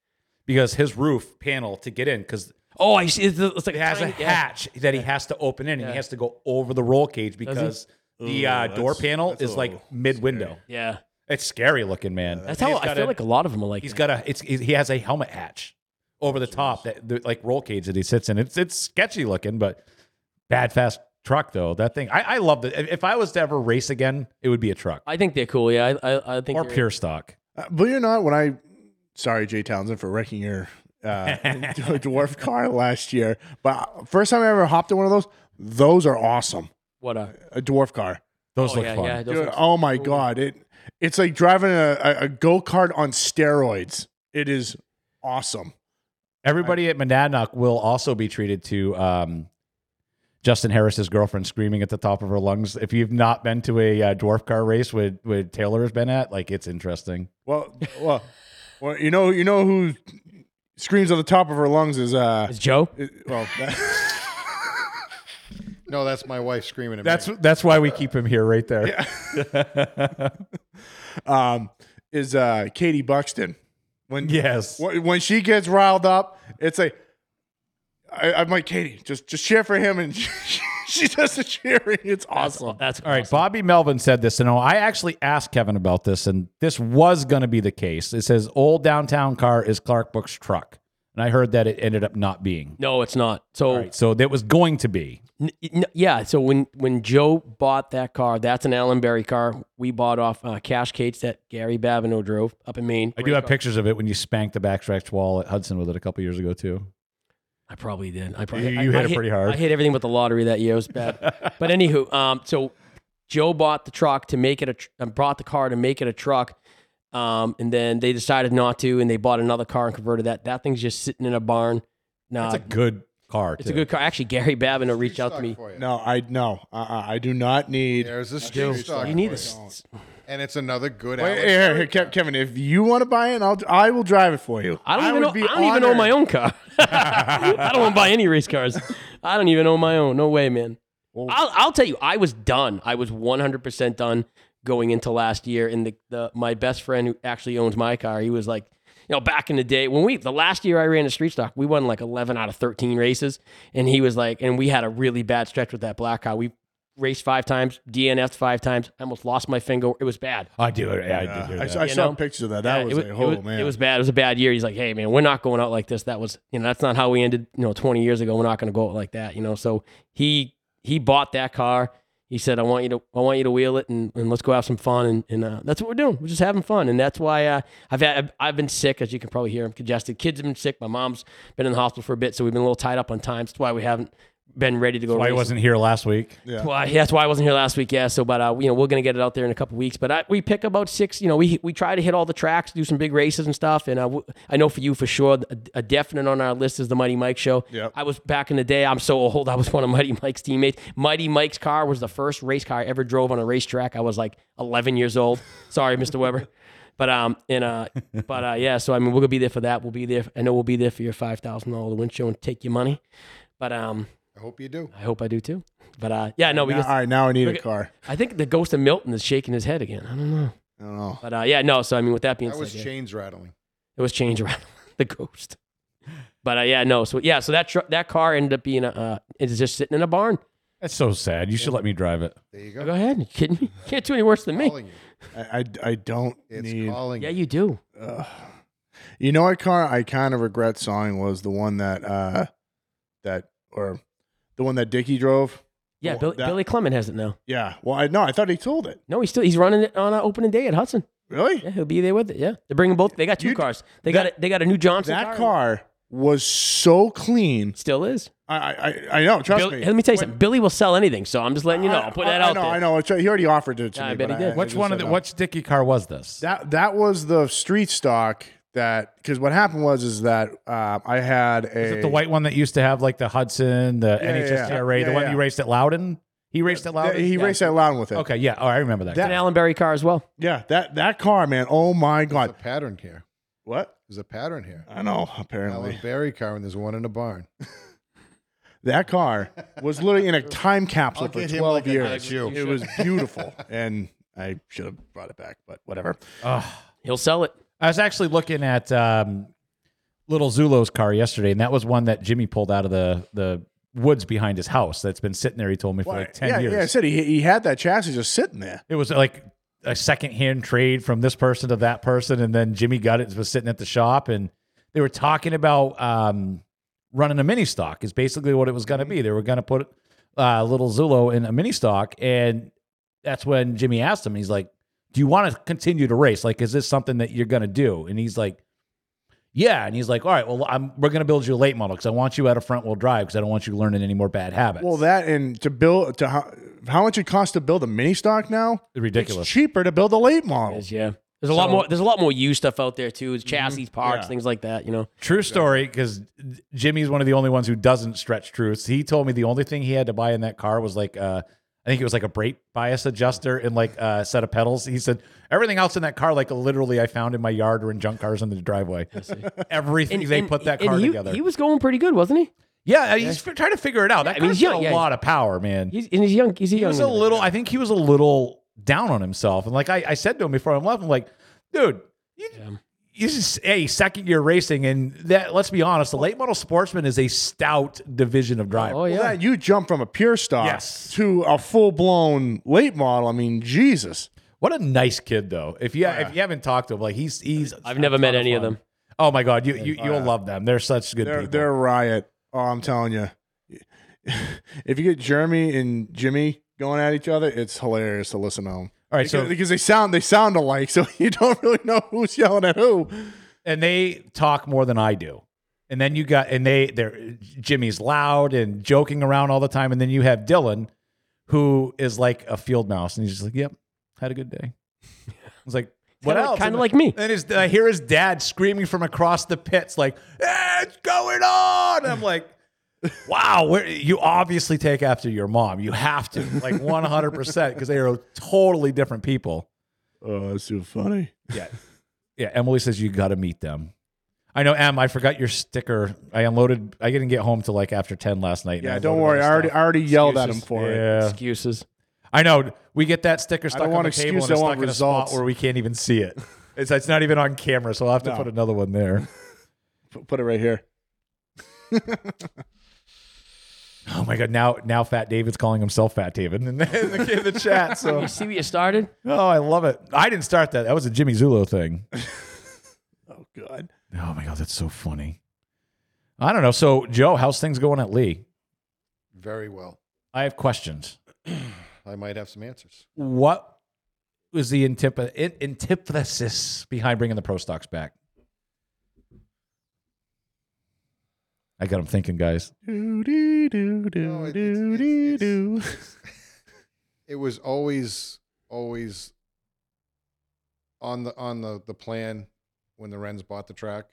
Speaker 6: because his roof panel to get in because
Speaker 7: Oh, I see. It's, it's like
Speaker 6: it has a
Speaker 7: tiny- yeah.
Speaker 6: hatch that he has to open in and he has to go over the roll cage because the uh, door panel is like mid window.
Speaker 7: Yeah,
Speaker 6: It's scary looking, man.
Speaker 7: that's
Speaker 6: And
Speaker 7: how
Speaker 6: Uh, he's
Speaker 7: I
Speaker 6: got
Speaker 7: feel
Speaker 6: a-
Speaker 7: like a lot of them are like.
Speaker 6: He's
Speaker 7: that.
Speaker 6: got a it's he has a helmet hatch over the top that the, like roll cage that he sits in. It's it's sketchy looking, but bad fast truck though. That thing I, I love it. If- If I was to ever race again, it would be a truck
Speaker 7: I think they're cool. Yeah, I I, I think
Speaker 6: or
Speaker 7: you're-
Speaker 6: pure stock.
Speaker 8: uh, believe it or not, when I sorry Jay Townsend for wrecking your uh, dwarf car last year, but first time I ever hopped in one of those, those are awesome.
Speaker 7: What a
Speaker 8: A dwarf car.
Speaker 6: Those
Speaker 7: oh
Speaker 6: look
Speaker 7: yeah
Speaker 6: fun.
Speaker 7: yeah. those
Speaker 8: Dude,
Speaker 7: look-
Speaker 8: oh my god! It it's like driving a, a, a go kart on steroids. It is awesome.
Speaker 6: Everybody at Monadnock will also be treated to um, Justin Harris's girlfriend screaming at the top of her lungs. If you've not been to a uh, dwarf car race, with with Taylor has been at, like it's interesting.
Speaker 8: Well, well, well. You know, you know who screams on the top of her lungs is uh.
Speaker 7: It's Joe.
Speaker 8: it- well, that-
Speaker 9: No, that's my wife screaming at
Speaker 6: That's
Speaker 9: me.
Speaker 6: that's why we keep him here, right there.
Speaker 8: um, is uh Katie Buxton. When
Speaker 6: Yes.
Speaker 8: when when she gets riled up, it's like I, I'm like Katie, just just cheer for him, and she, she does the cheering. It's
Speaker 7: That's
Speaker 8: awesome.
Speaker 7: that's
Speaker 6: All right, Bobby Melvin said this, and I actually asked Kevin about this, and this was going to be the case. It says old downtown car is Clark Book's truck, and I heard that it ended up not being.
Speaker 7: No, it's not. So
Speaker 6: So that was going to be.
Speaker 7: N- n- yeah. So when when Joe bought that car, that's an Allen Berry car. We bought off uh, Cash Cates that Gary Babineau drove up in Maine.
Speaker 6: I do have pictures of it when you spanked the backstretch wall at Hudson with it a couple years ago too.
Speaker 7: I probably did. I probably
Speaker 6: You-
Speaker 7: I-
Speaker 6: you hit
Speaker 7: I
Speaker 6: it pretty hard.
Speaker 7: I hit everything but the lottery that year. It was bad. but anywho, um, so Joe bought the truck to make it a tr- uh, brought the car to make it a truck. Um, and then they decided not to, and they bought another car and converted that. That thing's just sitting in a barn. Nah,
Speaker 6: That's a good car.
Speaker 7: it's a good car. Actually, Gary Babineau reached out to
Speaker 9: Stock
Speaker 7: me.
Speaker 9: for you.
Speaker 8: No, I no, uh-uh, I do not need.
Speaker 9: There's a street
Speaker 7: Joe,
Speaker 9: stock.
Speaker 7: you need
Speaker 9: for
Speaker 7: a
Speaker 9: it.
Speaker 7: s-
Speaker 9: and it's another good.
Speaker 8: Wait,
Speaker 9: Alex
Speaker 8: here, here,
Speaker 9: Berry
Speaker 8: Kev-
Speaker 9: car.
Speaker 8: Kevin, if you want to buy it, I'll I will drive it for you.
Speaker 7: I don't even
Speaker 8: would
Speaker 7: know.
Speaker 8: be
Speaker 7: I don't even own
Speaker 8: honored.
Speaker 7: my own car. I don't want to buy any race cars. I don't even own my own. No way, man. I'll, I'll tell you, I was done. I was 100% done going into last year. And the, the my best friend who actually owns my car, he was like, you know, back in the day when we the last year I ran a street stock, we won like 11 out of 13 races. And he was like, and we had a really bad stretch with that black car. We raced five times, DNF'd five times. I almost lost my finger. It was bad.
Speaker 6: I do. Yeah, I did hear
Speaker 8: I,
Speaker 6: that.
Speaker 8: I
Speaker 7: You
Speaker 8: saw
Speaker 7: know?
Speaker 8: pictures of that. That
Speaker 7: Yeah,
Speaker 8: was, like,
Speaker 7: it
Speaker 8: oh
Speaker 7: was,
Speaker 8: man,
Speaker 7: It was bad. It was a bad year. He's like, hey man, we're not going out like this. That was you know that's not how we ended. You know, 20 years ago, we're not going to go out like that. You know, so he he bought that car. He said, I want you to I want you to wheel it and, and let's go have some fun and, and uh, that's what we're doing. We're just having fun and that's why uh, I've had I've, I've been sick as you can probably hear. I'm congested. Kids have been sick. My mom's been in the hospital for a bit, so we've been a little tied up on time. That's why we haven't been ready to go.
Speaker 6: Why he
Speaker 7: racing.
Speaker 6: wasn't here last week?
Speaker 8: Yeah.
Speaker 7: Well, that's why I wasn't here last week. Yeah, so but uh, you know we're gonna get it out there in a couple weeks. But I, we pick about six. You know, we we try to hit all the tracks, do some big races and stuff. And I, w- I know for you for sure, a, a definite on our list is the Mighty Mike show.
Speaker 8: Yep.
Speaker 7: I was back in the day. I'm so old. I was one of Mighty Mike's teammates. Mighty Mike's car was the first race car I ever drove on a racetrack. I was like 11 years old. Sorry, Mr. Weber. But um and uh but uh yeah so I mean we're gonna be there for that we'll be there I know we'll be there for your five thousand dollar win show and take your money, but um
Speaker 9: I hope you do.
Speaker 7: I hope I do too but uh yeah no we
Speaker 8: Now-
Speaker 7: just,
Speaker 8: all right, now I need
Speaker 7: Okay.
Speaker 8: a car.
Speaker 7: I think the ghost of Milton is shaking his head again. I don't know.
Speaker 8: I don't know.
Speaker 7: But uh, yeah, no. So I mean, with that being
Speaker 9: That
Speaker 7: said,
Speaker 9: was
Speaker 7: yeah,
Speaker 9: chains rattling.
Speaker 7: it was change around the ghost. But uh, yeah, no. So yeah, so that tr- that car ended up being a, uh, it's uh, just sitting in a barn.
Speaker 6: That's so sad. You should let me drive it.
Speaker 9: There you
Speaker 7: Go
Speaker 9: go.
Speaker 7: ahead. You kidding me? You can't do any worse than me.
Speaker 9: Calling you.
Speaker 8: I, I, I don't
Speaker 9: It's
Speaker 8: need.
Speaker 9: calling
Speaker 7: Yeah,
Speaker 9: you.
Speaker 7: you do.
Speaker 8: You know, what car I kind of regret selling was the one that uh that or the one that Dickie drove.
Speaker 7: Yeah,
Speaker 8: Well,
Speaker 7: Bill,
Speaker 8: that-
Speaker 7: Billy Clement has it now.
Speaker 8: Yeah. Well, I no, I thought he sold it.
Speaker 7: No, he's still he's running it on uh, opening day at Hudson.
Speaker 8: Really?
Speaker 7: Yeah, he'll be there with it. Yeah, they're bringing both. They got two
Speaker 8: You d-
Speaker 7: cars. They
Speaker 8: that-
Speaker 7: got a, they got a new Johnson.
Speaker 8: That car was so clean.
Speaker 7: still is.
Speaker 8: I I, I- I know. Trust
Speaker 7: Bill-
Speaker 8: me.
Speaker 7: let me tell you something. Billy will sell anything, so I'm just letting you know. I'll put that
Speaker 8: I,
Speaker 7: out
Speaker 8: I know,
Speaker 7: there.
Speaker 8: I know. I know. He already offered it to
Speaker 7: Yeah, I
Speaker 8: me.
Speaker 7: bet
Speaker 8: but
Speaker 7: he did.
Speaker 6: Which
Speaker 8: just
Speaker 6: one of
Speaker 8: said
Speaker 6: the
Speaker 8: no.
Speaker 6: which Dicky car was this?
Speaker 8: That that was the street stock that because what happened was is that um, I had a
Speaker 6: Is it the white one that used to have like the Hudson, the
Speaker 8: Yeah, yeah,
Speaker 6: NHSTRA,
Speaker 8: yeah.
Speaker 6: the
Speaker 8: Yeah,
Speaker 6: one
Speaker 8: yeah.
Speaker 6: you raced at Loudon? He raced at Loudon?
Speaker 8: he raced that loud with it.
Speaker 6: Okay, yeah. Oh, I remember that.
Speaker 8: That-
Speaker 6: car.
Speaker 7: An Allen Berry car as well.
Speaker 8: Yeah, that that car, man. Oh my
Speaker 9: There's a
Speaker 8: god.
Speaker 9: pattern here.
Speaker 8: What? Oh,
Speaker 9: There's a pattern here.
Speaker 8: I know.
Speaker 9: Alan
Speaker 8: Apparently,
Speaker 9: Barry car, and there's one in a barn.
Speaker 8: that car was literally in a time capsule
Speaker 9: I'll
Speaker 8: for
Speaker 9: get him
Speaker 8: twelve
Speaker 9: like a
Speaker 8: years.
Speaker 9: nice shoe.
Speaker 8: It was beautiful, and I should have brought it back, but whatever.
Speaker 7: He'll sell it.
Speaker 6: I was actually looking at um, little Zulo's car yesterday, and that was one that Jimmy pulled out of the the woods behind his house. That's been sitting there. He told me for like ten
Speaker 8: yeah,
Speaker 6: years.
Speaker 8: yeah. I said he he had that chassis just sitting there.
Speaker 6: It was like a secondhand trade from this person to that person, and then Jimmy got it. and Was sitting at the shop, and they were talking about um, running a mini stock. Is basically what it was going to be. They were going to put uh, little Zulo in a mini stock, and that's when Jimmy asked him. He's like, "Do you want to continue to race? Like, is this something that you're going to do?" And he's like. Yeah, and he's like, "All right, well, I'm, we're going to build you a late model because I want you out of front wheel drive because I don't want you learning any more bad habits."
Speaker 8: Well, that and to build to how, how much it costs to build a mini stock now? It's
Speaker 6: ridiculous.
Speaker 8: cheaper to build a late model.
Speaker 6: Oh.
Speaker 7: Is, yeah. There's a lot more. There's a lot more used stuff out there too. It's
Speaker 6: Mm-hmm.
Speaker 7: chassis, parts, things like that. You know.
Speaker 6: True story, because Jimmy's one of the only ones who doesn't stretch truths. He told me the only thing he had to buy in that car was like, uh, I think it was like a brake bias adjuster and like a set of pedals. He said everything else in that car, like literally, I found in my yard or in junk cars in the driveway. Everything they put that
Speaker 7: and
Speaker 6: car
Speaker 7: he-
Speaker 6: together.
Speaker 7: He was going pretty good, wasn't he?
Speaker 6: yeah, he's f- trying to figure it out. That
Speaker 7: I
Speaker 6: I
Speaker 7: mean,
Speaker 6: mean,
Speaker 7: he's
Speaker 6: a
Speaker 7: young, yeah.
Speaker 6: lot of power, man.
Speaker 7: He's and he's young. He's a
Speaker 6: he
Speaker 7: young.
Speaker 6: was a
Speaker 7: one.
Speaker 6: little. I think he was a little down on himself, and like I, I said to him before I left, I'm like, dude, you, you just a second year racing, and that let's be honest, the late model sportsman is a stout division of driver.
Speaker 7: Oh yeah.
Speaker 8: Well, that- you jump from a pure stock
Speaker 6: Yes.
Speaker 8: to a full blown late model. I mean, Jesus.
Speaker 6: What a nice kid, though. If you if you haven't talked to him, like he's he's.
Speaker 7: I've never met any of them.
Speaker 6: Oh my god, you, you you'll love them. They're such good
Speaker 8: They're
Speaker 6: people.
Speaker 8: they're a riot. Oh, I'm telling you. if you get Jeremy and Jimmy going at each other, it's hilarious to listen to them.
Speaker 6: All right,
Speaker 8: Because,
Speaker 6: so
Speaker 8: because they sound they sound alike, so you don't really know who's yelling at who.
Speaker 6: and they talk more than I do. And then you got and they they're Jimmy's loud and joking around all the time. And then you have Dylan, who is like a field mouse, and he's just like, "Yep, had a good day." I was like, "What
Speaker 7: kinda like-
Speaker 6: else?"
Speaker 7: kinda
Speaker 6: And
Speaker 7: like me.
Speaker 6: And his, I hear his dad screaming from across the pits, like, "Eh, "It's going on!" And I'm like. Wow, where, you obviously take after your mom. You have to, like 100%, because they are totally different people.
Speaker 8: Oh, that's too funny.
Speaker 6: Yeah. Yeah. Emily says you got to meet them. I know, Em, I forgot your sticker. I unloaded, I didn't get home till like after 10 last night. and
Speaker 8: Yeah,
Speaker 6: I
Speaker 8: don't
Speaker 6: loaded
Speaker 8: worry.
Speaker 6: all
Speaker 8: I already
Speaker 6: the
Speaker 8: I already yelled at him
Speaker 6: stuff.
Speaker 8: for it.
Speaker 6: yeah.
Speaker 7: Excuses.
Speaker 6: I know. We get that sticker
Speaker 8: don't
Speaker 6: stuck on
Speaker 8: want
Speaker 6: the table and
Speaker 8: excuses,
Speaker 6: it's
Speaker 8: I
Speaker 6: stuck
Speaker 8: want
Speaker 6: in a spot
Speaker 8: results.
Speaker 6: where we can't even see it. It's, it's not even on camera, so I'll have to
Speaker 8: No.
Speaker 6: put another one there.
Speaker 8: P- Put it right here.
Speaker 6: Oh my God. Now, now Fat David's calling himself Fat David in the, in the, in the chat. So,
Speaker 7: You see what you started?
Speaker 6: oh, I love it. I didn't start that. That was a Jimmy Zulo thing.
Speaker 8: Oh God.
Speaker 6: Oh my God. That's so funny. I don't know. So, Joe, how's things going at Lee?
Speaker 9: Very well.
Speaker 6: I have questions.
Speaker 9: I might have some answers.
Speaker 6: what was the antip- in- antithesis behind bringing the pro stocks back? I got him thinking, guys.
Speaker 8: Do, do, do, do,
Speaker 9: No, it- it's-
Speaker 8: do,
Speaker 9: it's-
Speaker 8: do,
Speaker 9: it's-
Speaker 8: do.
Speaker 9: it's- It was always, always on the on the the plan when the Rens bought the track.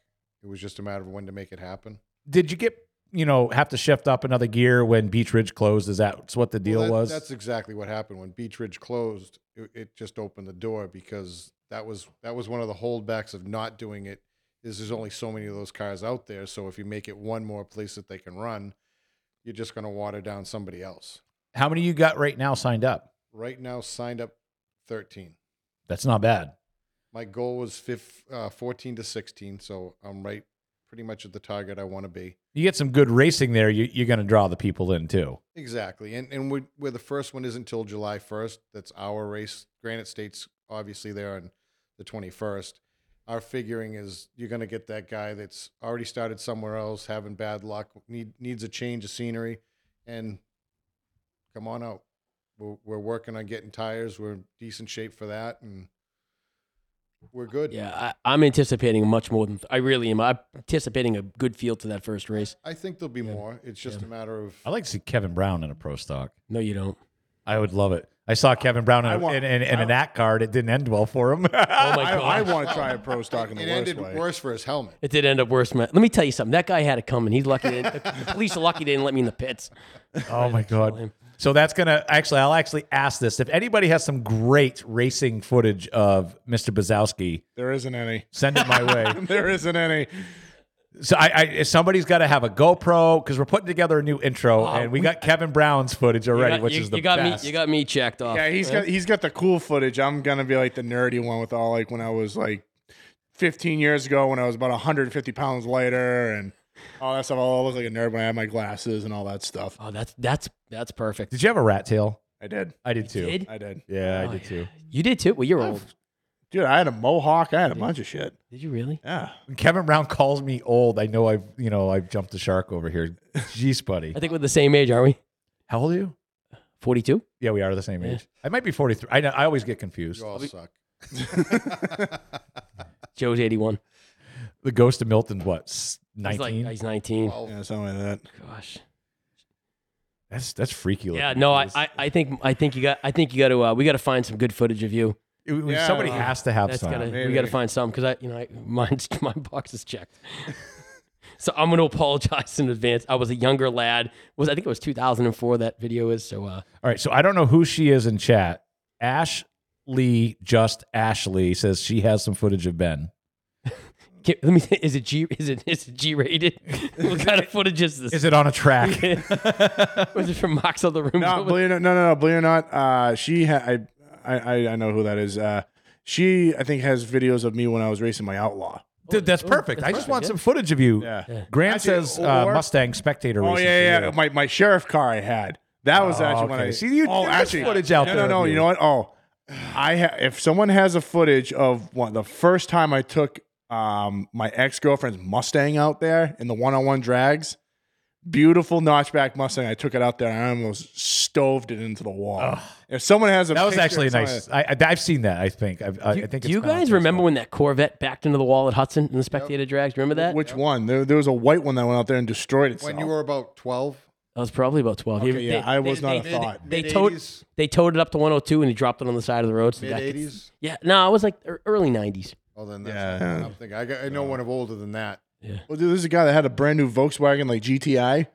Speaker 9: It was just a matter of when to make it happen.
Speaker 6: Did you get, you know, have to shift up another gear when Beach Ridge closed? Is that what the deal
Speaker 9: Well, that-
Speaker 6: was?
Speaker 9: That's exactly what happened when Beach Ridge closed. It, it just opened the door because that was that was one of the holdbacks of not doing it. Is there's only so many of those cars out there. So if you make it one more place that they can run, you're just going to water down somebody else.
Speaker 6: How many you got right now signed up?
Speaker 9: Right now, signed up 13.
Speaker 6: That's not bad.
Speaker 9: My goal was fif- uh, 14 to 16, so I'm right pretty much at the target I want to be.
Speaker 6: You get some good racing there, you, you're going to draw the people in too.
Speaker 9: Exactly, and and we, where the first one isn't till July first. That's our race. Granite State's obviously there on the twenty first. Our figuring is you're going to get that guy that's already started somewhere else, having bad luck, need needs a change of scenery, and come on out. We're, we're working on getting tires. We're in decent shape for that, and we're good.
Speaker 7: Yeah, I, I'm anticipating much more than I really am. I'm anticipating a good field to that first race.
Speaker 9: I think there'll be more. It's just a matter of
Speaker 6: I like to see Kevin Brown in a pro stock.
Speaker 7: No, you don't.
Speaker 6: I would love it. I saw Kevin Brown in,
Speaker 8: I
Speaker 6: a-
Speaker 8: want-
Speaker 6: in, in, in an act card. It didn't end well for him.
Speaker 7: Oh my
Speaker 8: I,
Speaker 7: god,
Speaker 8: I want to try a pro stock in the
Speaker 9: it
Speaker 8: worst
Speaker 9: ended
Speaker 8: way.
Speaker 9: worse for his helmet.
Speaker 7: it did end up worse. Man. Let me tell you something. That guy had it coming. He's lucky. They, the police are lucky they didn't let me in the pits.
Speaker 6: oh my god. So that's gonna actually. I'll actually ask this. If anybody has some great racing footage of Mr. Bozowski,
Speaker 8: There isn't any.
Speaker 6: send it my way.
Speaker 8: There isn't any.
Speaker 6: So I, I if somebody's got to have a GoPro because we're putting together a new intro, and we, got Kevin Brown's footage already,
Speaker 7: Oh, You got-
Speaker 6: which
Speaker 7: you,
Speaker 6: is the
Speaker 7: you got
Speaker 6: best.
Speaker 7: me. You got me checked off.
Speaker 8: Yeah, he's got he's got the cool footage. I'm gonna be like the nerdy one with all like when I was like 15 years ago when I was about 150 pounds lighter and all that stuff. I'll look like a nerd when I have my glasses and all that stuff.
Speaker 7: Oh, that's that's that's perfect.
Speaker 6: did you have a rat tail?
Speaker 8: I did.
Speaker 6: I did too.
Speaker 7: Did?
Speaker 8: I did.
Speaker 6: Yeah,
Speaker 7: Oh,
Speaker 6: I did
Speaker 7: yeah.
Speaker 6: too.
Speaker 7: You did too. Well, you're old.
Speaker 8: Dude, I had a mohawk. I had a bunch of shit.
Speaker 7: Did you really?
Speaker 8: Yeah.
Speaker 6: When Kevin Brown calls me old, I know I've you know I've jumped the shark over here. Jeez, buddy,
Speaker 7: I think we're the same age, aren't we?
Speaker 6: how old are you?
Speaker 7: Forty-two.
Speaker 6: Yeah, we are the same
Speaker 7: Yeah.
Speaker 6: age. I might be forty three. I know, I always get confused.
Speaker 9: You all suck.
Speaker 7: Joe's eighty-one.
Speaker 6: The ghost of Milton's what
Speaker 7: He's like-
Speaker 6: nineteen?
Speaker 7: he's nineteen.
Speaker 9: Well,
Speaker 8: Yeah, something like that.
Speaker 7: Gosh.
Speaker 6: That's that's freaky. Looking.
Speaker 7: Yeah. No, I,
Speaker 6: It's-
Speaker 7: I, I think I think you got I think you got to uh, we got to find some good footage of you.
Speaker 6: it- it-
Speaker 8: Yeah,
Speaker 6: somebody
Speaker 8: uh,
Speaker 6: has to have
Speaker 7: That's
Speaker 6: some.
Speaker 7: gotta we
Speaker 8: maybe.
Speaker 7: got to find some because I you know I, mine's my box is checked. so I'm going to apologize in advance. I was a younger lad. Was I think it was 2004 that video is. So uh,
Speaker 6: All right, so I don't know who she is in chat. Ashley, just Ashley says she has some footage of Ben.
Speaker 7: can, let me. Is it G? Is it is it G rated? what kind of footage is this?
Speaker 6: Is it on a track?
Speaker 7: was it from Mox of the Room?
Speaker 8: No, believe it, no, no, no, believe it or not, uh, she ha- I, I, I- I know who that is. Uh, she, I think, has videos of me when I was racing my outlaw.
Speaker 6: Dude, that's
Speaker 7: Oh,
Speaker 6: perfect.
Speaker 7: that's
Speaker 6: I just
Speaker 7: perfect,
Speaker 6: want
Speaker 7: yeah.
Speaker 6: some footage of you.
Speaker 8: Yeah.
Speaker 6: Grant
Speaker 8: Actually,
Speaker 6: says uh,
Speaker 8: or-
Speaker 6: Mustang spectator.
Speaker 8: Oh
Speaker 6: racing
Speaker 8: yeah,
Speaker 6: for
Speaker 8: yeah.
Speaker 6: you.
Speaker 8: My my sheriff car I had. That was
Speaker 6: Oh,
Speaker 8: actually when
Speaker 6: okay.
Speaker 8: I
Speaker 6: See, you-
Speaker 8: Oh,
Speaker 6: there's
Speaker 8: actually,
Speaker 6: footage out
Speaker 8: no,
Speaker 6: there of
Speaker 8: No, no,
Speaker 6: you.
Speaker 8: you know what? Oh, I ha- if someone has a footage of one, the first time I took um my ex girlfriend's Mustang out there in the one on one drags, beautiful notchback Mustang. I took it out there and I almost stoved it into the wall. If someone has a
Speaker 6: That was
Speaker 8: picture
Speaker 6: actually
Speaker 8: of someone-
Speaker 6: nice. I, I, I've seen that. I think. I've, I, I think.
Speaker 7: Do
Speaker 6: it's
Speaker 7: you
Speaker 6: been on
Speaker 7: guys
Speaker 6: Facebook.
Speaker 7: remember when that Corvette backed into the wall at Hudson in the spectator drags? Remember that?
Speaker 8: Which one? There, there was a white one that went out there and destroyed itself.
Speaker 9: when you were about 12,
Speaker 7: I was probably about 12.
Speaker 8: Okay, yeah, I was not a thought.
Speaker 7: They,
Speaker 9: Mid-
Speaker 7: towed,
Speaker 9: 80s?
Speaker 7: they towed it up to 102 and he dropped it on the side of the road. So
Speaker 9: mid
Speaker 7: the guy could-
Speaker 9: 80s.
Speaker 7: Yeah, no, it was like ear- early 90s.
Speaker 9: Oh, then that's
Speaker 8: Yeah.
Speaker 9: I'm thinking. I, got, I know one of older than that.
Speaker 8: Well, dude, there's a guy that had a brand new Volkswagen like GTI.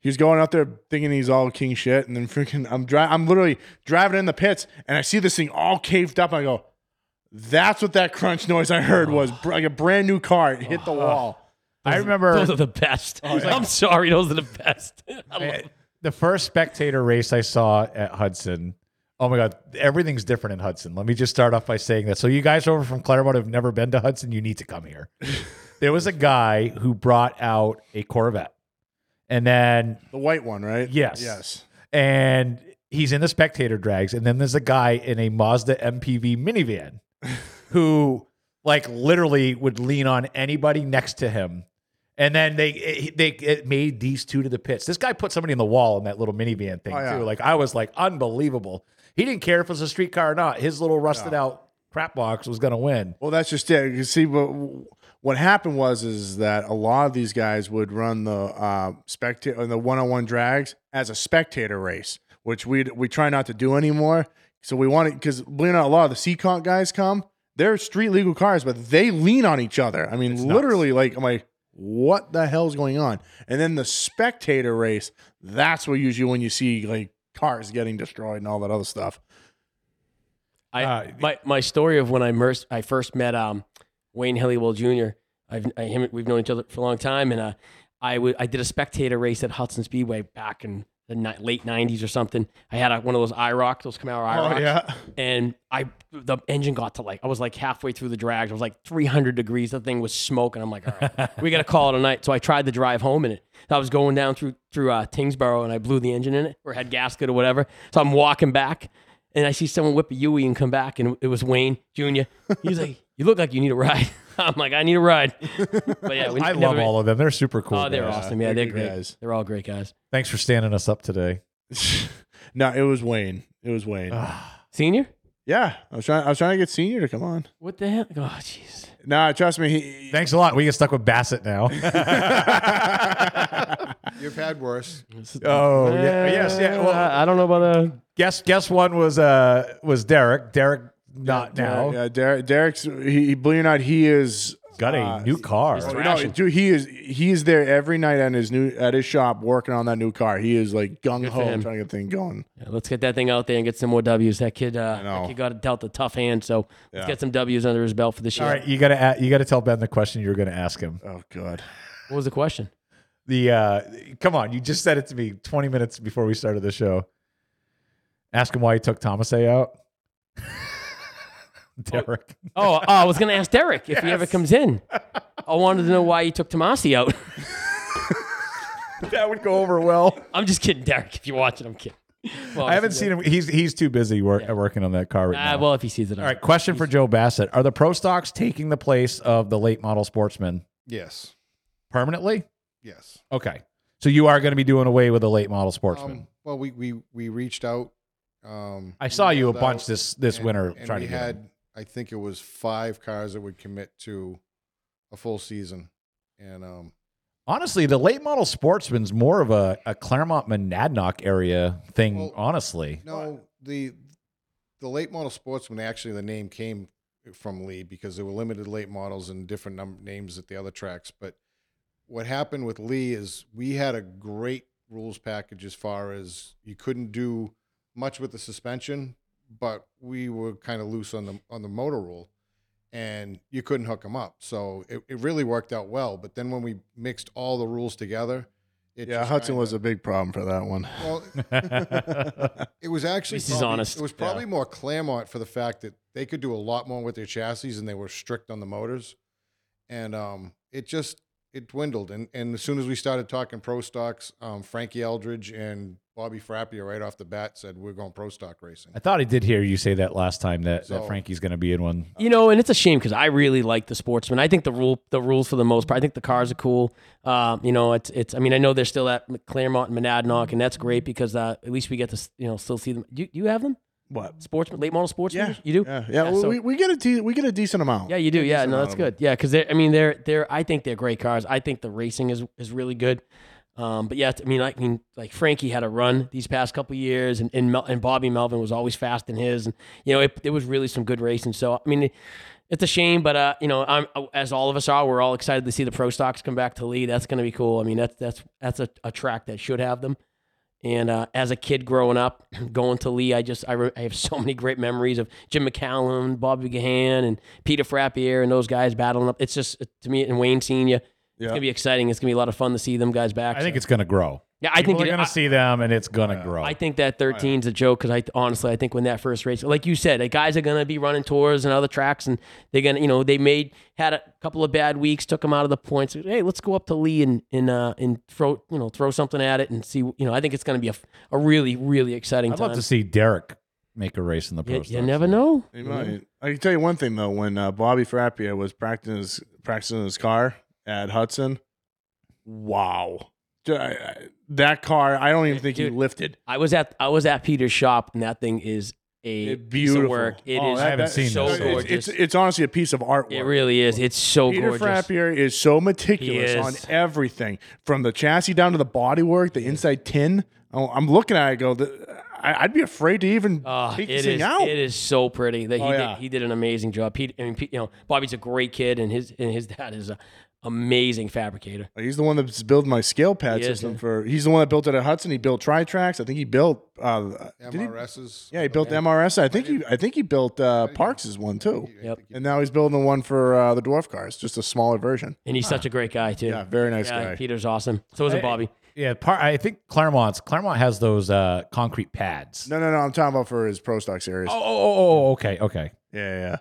Speaker 8: He was going out there thinking he's all king shit, and then freaking, I'm driving, I'm literally driving in the pits, and I see this thing all caved up. And I go, "That's what that crunch noise I heard was br- like a brand new car it hit the wall."
Speaker 6: I remember
Speaker 7: Those are the best.
Speaker 8: Oh,
Speaker 7: I'm sorry, those are the best. I love
Speaker 6: uh, the first spectator race I saw at Hudson. Oh my God, everything's different in Hudson. Let me just start off by saying that. So, you guys over from Claremont have never been to Hudson, you need to come here. there was a guy who brought out a Corvette. And then
Speaker 8: The white one, right?
Speaker 6: Yes.
Speaker 8: Yes.
Speaker 6: and he's in the spectator drags and then there's a guy in a mazda mpv minivan who like literally would lean on anybody next to him and then they it, they it made these two to the pits this guy put somebody in the wall in that little minivan thing
Speaker 8: Oh, yeah.
Speaker 6: too like i was like unbelievable he didn't care if it was a street car or not his little rusted out crap box was gonna win
Speaker 8: Well, that's just it. You see, what what happened was is that a lot of these guys would run the uh, spectator the one on one drags as a spectator race, which we we try not to do anymore. So we want it because believe it or not, a lot of the Seacon guys come. They're street legal cars, but they lean on each other. I mean, literally, like I'm like, what the hell's going on? And then the spectator race. That's where usually when you see like cars getting destroyed and all that other stuff.
Speaker 7: I,
Speaker 6: Uh,
Speaker 7: my my story of when I mer- I first met um Wayne Halliwell Jr. I've I, him we've known each other for a long time, and uh, I would I did a spectator race at Hudson Speedway back in the ni- late '90s or something. I had a, one of those IROC, those Camaro IROCs,
Speaker 8: Oh, yeah.
Speaker 7: and I the engine got to like I was like halfway through the drags. I was like 300 degrees. The thing was smoking. I'm like, all right, we got to call it a night. So I tried to drive home in it. I was going down through through uh, Tingsboro and I blew the engine in it or had gasket or whatever. So I'm walking back and I see someone whip a Yui and come back and it was Wayne Jr. He's like, you look like you need a ride. I'm like, I need a ride. But yeah, we
Speaker 6: I
Speaker 7: never-
Speaker 6: love all of them. They're super cool.
Speaker 7: Oh, they're
Speaker 6: guys.
Speaker 7: awesome. Yeah,
Speaker 8: they're
Speaker 7: they're,
Speaker 8: good
Speaker 7: great.
Speaker 8: guys.
Speaker 7: They're all great guys.
Speaker 6: Thanks for standing us up today.
Speaker 8: no, it was Wayne. It was Wayne.
Speaker 7: Senior?
Speaker 8: yeah, I was trying. I was trying to get senior to come on.
Speaker 7: What the hell? Oh, jeez.
Speaker 8: Nah, trust me. He,
Speaker 6: Thanks a lot. We get stuck with Bassett now.
Speaker 9: You've had worse.
Speaker 6: oh yeah, yes, yeah. Well,
Speaker 7: I I don't know about uh
Speaker 6: guess guess one was uh was Derek. Derek not now.
Speaker 8: Yeah, Derek. Derek's. He, he- believe it or not, he is.
Speaker 6: Got a
Speaker 8: uh,
Speaker 6: new car.
Speaker 8: Oh, No, dude, he is he is there every night at his new at his shop working on that new car. He is like gung ho trying
Speaker 7: him.
Speaker 8: to get the thing going.
Speaker 7: Yeah, let's get that thing out there and get some more W's. That kid, uh,
Speaker 8: know.
Speaker 7: that kid got dealt a tough hand, so
Speaker 8: Yeah.
Speaker 7: let's get some W's under his belt for this year.
Speaker 6: All right, you gotta a- you gotta tell Ben the question you were gonna ask him.
Speaker 8: Oh god.
Speaker 7: What was the question?
Speaker 6: The uh come on, you just said it to me 20 minutes before we started the show. Ask him why he took Thomas A out. Derek.
Speaker 7: Oh, oh, I was going to ask Derek if he ever comes in. I wanted to know why you took Tomasi out.
Speaker 6: That would go over well.
Speaker 7: I'm just kidding, Derek. If you're watching, I'm kidding. Well,
Speaker 6: I haven't seen him. He's he's too busy wor- working on that car right
Speaker 7: Ah,
Speaker 6: now.
Speaker 7: well, if he sees it,
Speaker 6: All right, question for Joe Bassett. Are the pro stocks taking the place of the late model sportsman
Speaker 9: Yes.
Speaker 6: permanently?
Speaker 9: Yes.
Speaker 6: Okay. So you are going to be doing away with the late model sportsman.
Speaker 9: Um, well, we, we we reached out. Um,
Speaker 6: I saw you a
Speaker 9: emailed
Speaker 6: bunch
Speaker 9: out,
Speaker 6: this this
Speaker 9: and-
Speaker 6: winter
Speaker 9: and
Speaker 6: trying
Speaker 9: we
Speaker 6: to get
Speaker 9: had.
Speaker 6: him.
Speaker 9: I think it was five cars that would commit to a full season, and um,
Speaker 6: Honestly, the late model sportsman's more of a, a Claremont Monadnock area thing,
Speaker 9: Well,
Speaker 6: honestly.
Speaker 9: No, the the late model sportsman actually the name came from Lee because there were limited late models and different num- names at the other tracks. But what happened with Lee is we had a great rules package as far as you couldn't do much with the suspension, but we were kind of loose on the on the motor rule. And you couldn't hook them up, so it, it really worked out well. But then when we mixed all the rules together, it
Speaker 8: Yeah,
Speaker 9: just
Speaker 8: Hudson
Speaker 9: kinda-
Speaker 8: was a big problem for that one.
Speaker 9: well, it was actually
Speaker 7: This is
Speaker 9: probably-
Speaker 7: honest,
Speaker 9: It was probably more Claremont for the fact that they could do a lot more with their chassis and they were strict on the motors, and um, it just it dwindled. And and as soon as we started talking pro stocks, um, Frankie Eldridge and Bobby Frappia right off the bat said we're going pro stock racing.
Speaker 6: I thought I did hear you say that last time that, that
Speaker 9: So-
Speaker 6: Frankie's going to be in one.
Speaker 7: You know, and it's a shame because I really like the sportsman. I think the rule, the rules for the most part. I think the cars are cool. Um, you know, it's it's. I mean, I know they're still at Claremont and Monadnock, and that's great because uh, at least we get to s- you know still see them. You you have them
Speaker 8: What?
Speaker 7: sportsman, late model sportsman.
Speaker 8: Yeah,
Speaker 7: you do.
Speaker 8: Yeah, yeah.
Speaker 7: Yeah,
Speaker 8: well,
Speaker 7: so-
Speaker 8: we, we get a de- we get a decent amount.
Speaker 7: Yeah, you do. Yeah,
Speaker 8: decent
Speaker 7: no,
Speaker 8: amount
Speaker 7: that's
Speaker 8: of them.
Speaker 7: good. Yeah, because they're. I mean, they're they're. I think they're great cars. I think the racing is is really good. Um, but yeah, I mean, I mean, like Frankie had a run these past couple years, and and, Mel, and Bobby Melvin was always fast in his, and you know, it, it was really some good racing. So I mean, it, it's a shame, but uh, you know, I'm as all of us are, we're all excited to see the pro stocks come back to Lee. That's going to be cool. I mean, that's that's that's a, a track that should have them. And uh, as a kid growing up, going to Lee, I just I, re- I have so many great memories of Jim McCallum, Bobby Gahan, and Peter Frappier, and those guys battling up. It's just it- to me and Wayne Senior. It's gonna be exciting. It's gonna be a lot of fun to see them guys back.
Speaker 6: I think
Speaker 7: So-
Speaker 6: it's going to grow.
Speaker 7: yeah. I think
Speaker 6: People are
Speaker 7: it-
Speaker 6: going
Speaker 7: I-
Speaker 6: to see them and it's going to grow.
Speaker 7: I think that
Speaker 8: Oh,
Speaker 7: 13 is a joke because I honestly I think when that first race, like you said, the guys are gonna be running tours and other tracks, and they're gonna you know they made had a couple of bad weeks, took them out of the points. Hey, let's go up to Lee and and uh, and throw you know throw something at it and see you know I think it's gonna be a, f- a really really exciting
Speaker 6: I'd
Speaker 7: time.
Speaker 6: love to see Derek make a race in the pro
Speaker 7: you, you
Speaker 6: stocks.
Speaker 7: never know.
Speaker 8: You
Speaker 6: Mm-hmm.
Speaker 8: might. I can tell you one thing though. When uh, Bobby Frappia was practicing his, practicing his car at Hudson, wow, Ju- I- I- that car! I don't even think
Speaker 7: Dude.
Speaker 8: he lifted.
Speaker 7: I was at I was at Peter's shop and that thing is a
Speaker 8: It-
Speaker 7: piece
Speaker 8: beautiful.
Speaker 7: of work. It is.
Speaker 8: Oh, that-
Speaker 6: I haven't
Speaker 8: that-
Speaker 6: seen
Speaker 7: so
Speaker 6: this.
Speaker 8: it's- It's,
Speaker 7: gorgeous.
Speaker 8: it's honestly a piece of artwork.
Speaker 7: it really is. It's so
Speaker 8: Peter
Speaker 7: gorgeous.
Speaker 8: Frappier is so meticulous
Speaker 7: He is.
Speaker 8: on everything, from the chassis down to the bodywork, the inside tin. Oh, I'm looking at it, I go, th- I, I'd be afraid to even
Speaker 7: Ah,
Speaker 8: take this
Speaker 7: it
Speaker 8: thing
Speaker 7: is.
Speaker 8: out.
Speaker 7: It is so pretty. That he
Speaker 8: Oh, yeah.
Speaker 7: did, he did an amazing job. Pete, I mean, Pete, you know, Bobby's a great kid, and his and his dad is an amazing fabricator.
Speaker 8: He's the one that's building my scale pad
Speaker 7: He is,
Speaker 8: system
Speaker 7: yeah.
Speaker 8: for. He's the one that built it at Hudson. He built tri tracks. I think he built. Uh, did he-
Speaker 9: MRSs.
Speaker 8: yeah, he built MRS. I think he. I think he built uh, Parks's one too.
Speaker 7: Yep.
Speaker 8: And now he's building the one for uh, the dwarf cars, just a smaller version.
Speaker 7: And he's such a great guy too.
Speaker 8: Ah. Yeah, very nice
Speaker 7: Yeah,
Speaker 8: guy.
Speaker 7: Peter's awesome. So is Bobby.
Speaker 6: Yeah, par- I think Claremont's Claremont has those uh, concrete pads.
Speaker 8: No, no, no. I'm talking about for his pro stock series.
Speaker 6: Oh, oh, oh, oh, okay, okay.
Speaker 8: Yeah, yeah.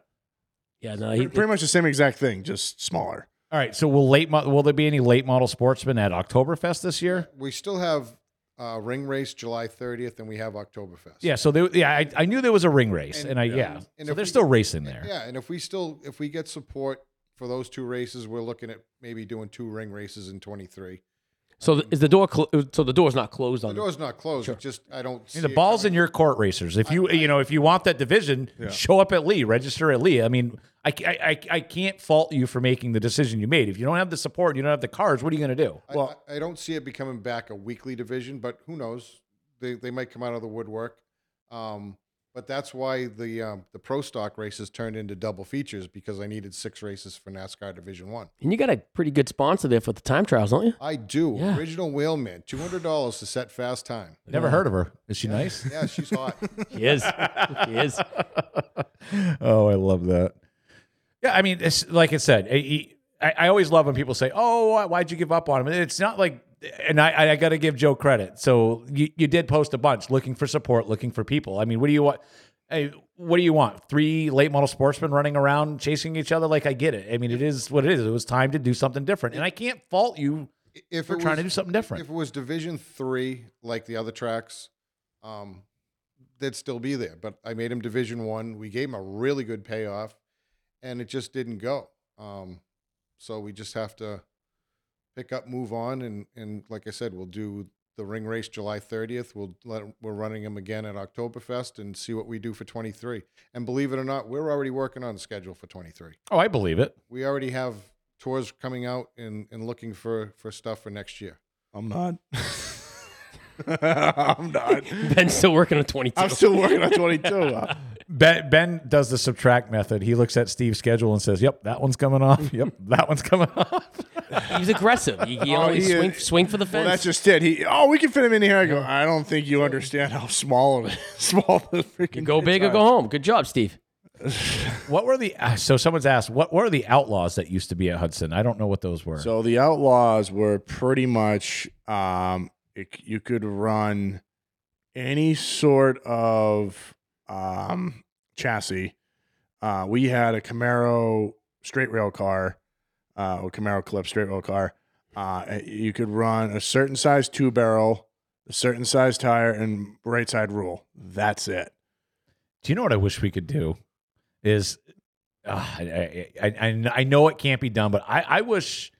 Speaker 7: Yeah, no,
Speaker 8: yeah.
Speaker 7: he,
Speaker 8: Pretty much the same exact thing, just smaller.
Speaker 6: All right. So will late mo- will there be any late model sportsmen at Oktoberfest this year?
Speaker 9: We still have uh, ring race July 30th, and we have Oktoberfest.
Speaker 6: Yeah. So they, yeah, I, I knew there was a ring race, and,
Speaker 9: And-
Speaker 6: I
Speaker 9: yeah.
Speaker 6: yeah.
Speaker 9: And
Speaker 6: so
Speaker 9: if
Speaker 6: they're
Speaker 9: we-
Speaker 6: still racing there.
Speaker 9: Yeah, and if we still if we get support for those two races, we're looking at maybe doing two ring races in 23.
Speaker 7: so th- is the door clo- so the door's not closed
Speaker 9: The
Speaker 7: on
Speaker 9: door's not closed. it's Just I don't.
Speaker 6: I
Speaker 9: See
Speaker 6: mean, the
Speaker 9: it
Speaker 6: ball's in
Speaker 9: coming.
Speaker 6: your court, racers. If you you know if you want that division, show up at Lee, register at Lee. I mean, I, ca- I, I, I can't fault you for making the decision you made. If you don't have the support, you don't have the cars. What are you going to do?
Speaker 9: I- I, I don't see it becoming back a weekly division, but who knows? They they might come out of the woodwork. Um, but that's why the um, the pro stock races turned into double features because I needed six races for NASCAR Division One.
Speaker 7: And you got a pretty good sponsor there for the time trials, don't you?
Speaker 9: I do
Speaker 7: Yeah.
Speaker 9: original wheelman, two hundred dollars to set fast time.
Speaker 6: Never heard of her. Is she nice?
Speaker 9: Yeah, she's hot.
Speaker 7: He is. he is.
Speaker 6: oh, I love that. Yeah, I mean, it's, like I said, I, I I always love when people say, "Oh, why- why'd you give up on him?" And It's not like, and I, I got to give Joe credit. So you, you did post a bunch, looking for support, looking for people. I mean, what do you want? Hey, what do you want? Three late model sportsmen running around chasing each other? Like, I get it. I mean, it is what it is. It was time to do something different, and I can't fault you
Speaker 9: If
Speaker 6: for
Speaker 9: it
Speaker 6: trying to
Speaker 9: was-
Speaker 6: do something different.
Speaker 9: If it was Division Three, like the other tracks, um, they'd still be there. But I made him Division One. We gave him a really good payoff, and it just didn't go. Um, so we just have to pick up, move on, and and like I said, we'll do the ring race July thirtieth. We'll let we're running him again at Oktoberfest and see what we do for twenty three. And believe it or not, we're already working on the schedule for twenty three
Speaker 6: oh, I believe it.
Speaker 9: we already have tours coming out and, and looking for, for stuff for next year.
Speaker 8: I'm not. I'm not.
Speaker 7: Ben's still working on 22.
Speaker 8: I'm still working on uh, 22.
Speaker 6: Ben, ben does the subtract method. He looks at Steve's schedule and says, "Yep, that one's coming off. Yep, that one's coming off."
Speaker 7: He's aggressive. He, he always
Speaker 8: Oh, he
Speaker 7: swing,
Speaker 8: is.
Speaker 7: swing for the
Speaker 8: Well,
Speaker 7: fence.
Speaker 8: that's just it. He, oh, we can fit him in here. I go. I don't think you understand how small it is. Small the freaking.
Speaker 7: You go big or go home. Good job, Steve.
Speaker 6: What were the uh, so someone's asked what were the outlaws that used to be at Hudson? I don't know what those were.
Speaker 8: So the outlaws were pretty much. Um, it, you could run any sort of um chassis. Uh, we had a Camaro straight rail car, uh, or Camaro Clip straight rail car. Uh, you could run a certain size two barrel, a certain size tire, and right side rule. That's it.
Speaker 6: do you know what I wish we could do? Is ah, I, I, I I know it can't be done, but I I wish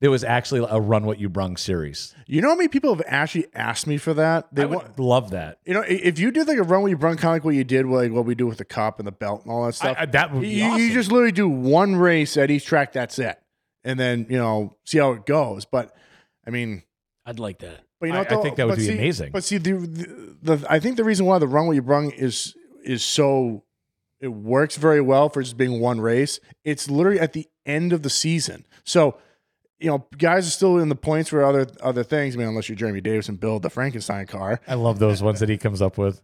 Speaker 6: there was actually a run what you brung series.
Speaker 8: You know how many people have actually asked me for that? They
Speaker 6: I would
Speaker 8: want,
Speaker 6: love that.
Speaker 8: you know, i- if you did like a runway brunk comic, what you did, like what we do with the cup and the belt and all that stuff.
Speaker 6: I- I- that would be
Speaker 8: you,
Speaker 6: awesome.
Speaker 8: you just literally do one race at each track. That's it, and then you know see how it goes. But I mean,
Speaker 7: I'd like that.
Speaker 8: but you
Speaker 6: I-
Speaker 8: know, what,
Speaker 6: I
Speaker 8: though?
Speaker 6: think that would
Speaker 8: But
Speaker 6: be
Speaker 8: see-
Speaker 6: amazing.
Speaker 8: But see, the, the, the I think the reason why the runway brunk is is so it works very well for just being one race. It's literally at the end of the season, so you know guys are still in the points for other other things. I mean, unless you're Jeremy Davis and build the Frankenstein car.
Speaker 6: I love those ones that he comes up with.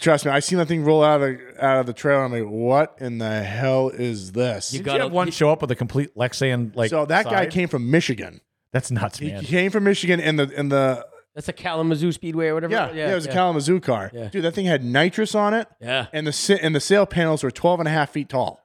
Speaker 8: Trust me, I seen that thing roll out of the, out of the trailer. I'm like, what in the hell is this?
Speaker 7: You
Speaker 6: Did you
Speaker 7: got
Speaker 6: have one
Speaker 7: you-
Speaker 6: show up with a complete Lexan like?
Speaker 8: so that guy
Speaker 6: side?
Speaker 8: came from Michigan.
Speaker 6: That's nuts,
Speaker 8: He
Speaker 6: man.
Speaker 8: came from Michigan in the in the
Speaker 7: That's a Kalamazoo Speedway or whatever.
Speaker 8: yeah, yeah, it was a Kalamazoo car.
Speaker 7: Yeah.
Speaker 8: Dude, that thing had nitrous on it
Speaker 7: Yeah.
Speaker 8: and the si- and the sail panels were 12 and a half feet tall.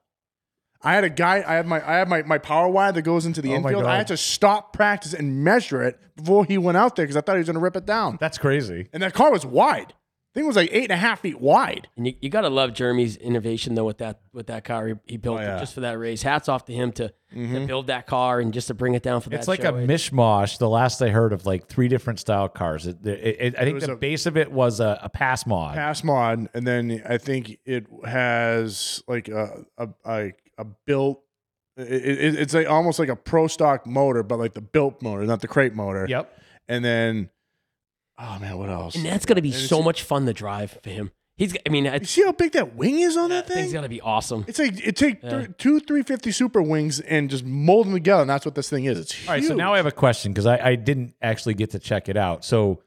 Speaker 8: I had a guy, I had my I had my, my power wire that goes into the
Speaker 6: Oh my
Speaker 8: infield.
Speaker 6: God.
Speaker 8: I had to stop practice and measure it before he went out there because I thought he was gonna rip it down.
Speaker 6: That's crazy.
Speaker 8: And that car was wide. thing was like eight and a half feet wide.
Speaker 7: And you, you got to love Jeremy's innovation though with that with that car he, he
Speaker 8: Oh,
Speaker 7: built just for that race. Hats off to him to,
Speaker 8: Mm-hmm.
Speaker 7: to build that car and just to bring it down for that.
Speaker 6: It's like
Speaker 7: show.
Speaker 6: a mishmash. The last I heard of like three different style cars. It, it, it, I think
Speaker 8: was
Speaker 6: the
Speaker 8: a-
Speaker 6: base of it was a, a pass mod.
Speaker 8: pass mod, and then I think it has like a a a, a built. It, it, it's like almost like a pro stock motor, but like the built motor, not the crate motor.
Speaker 6: Yep.
Speaker 8: And then, oh man, what else?
Speaker 7: and that's gonna be
Speaker 8: And it's-
Speaker 7: so much fun to drive for him. He's g- I mean
Speaker 8: You
Speaker 7: it's,
Speaker 8: see how big that wing is on that
Speaker 7: that thing's
Speaker 8: thing?
Speaker 7: gonna be awesome.
Speaker 8: It's like it take thr- two three fifty super wings and just mold them together, and that's what this thing is. It's huge.
Speaker 6: All right, so now I have a question because I, I didn't actually get to check it out. So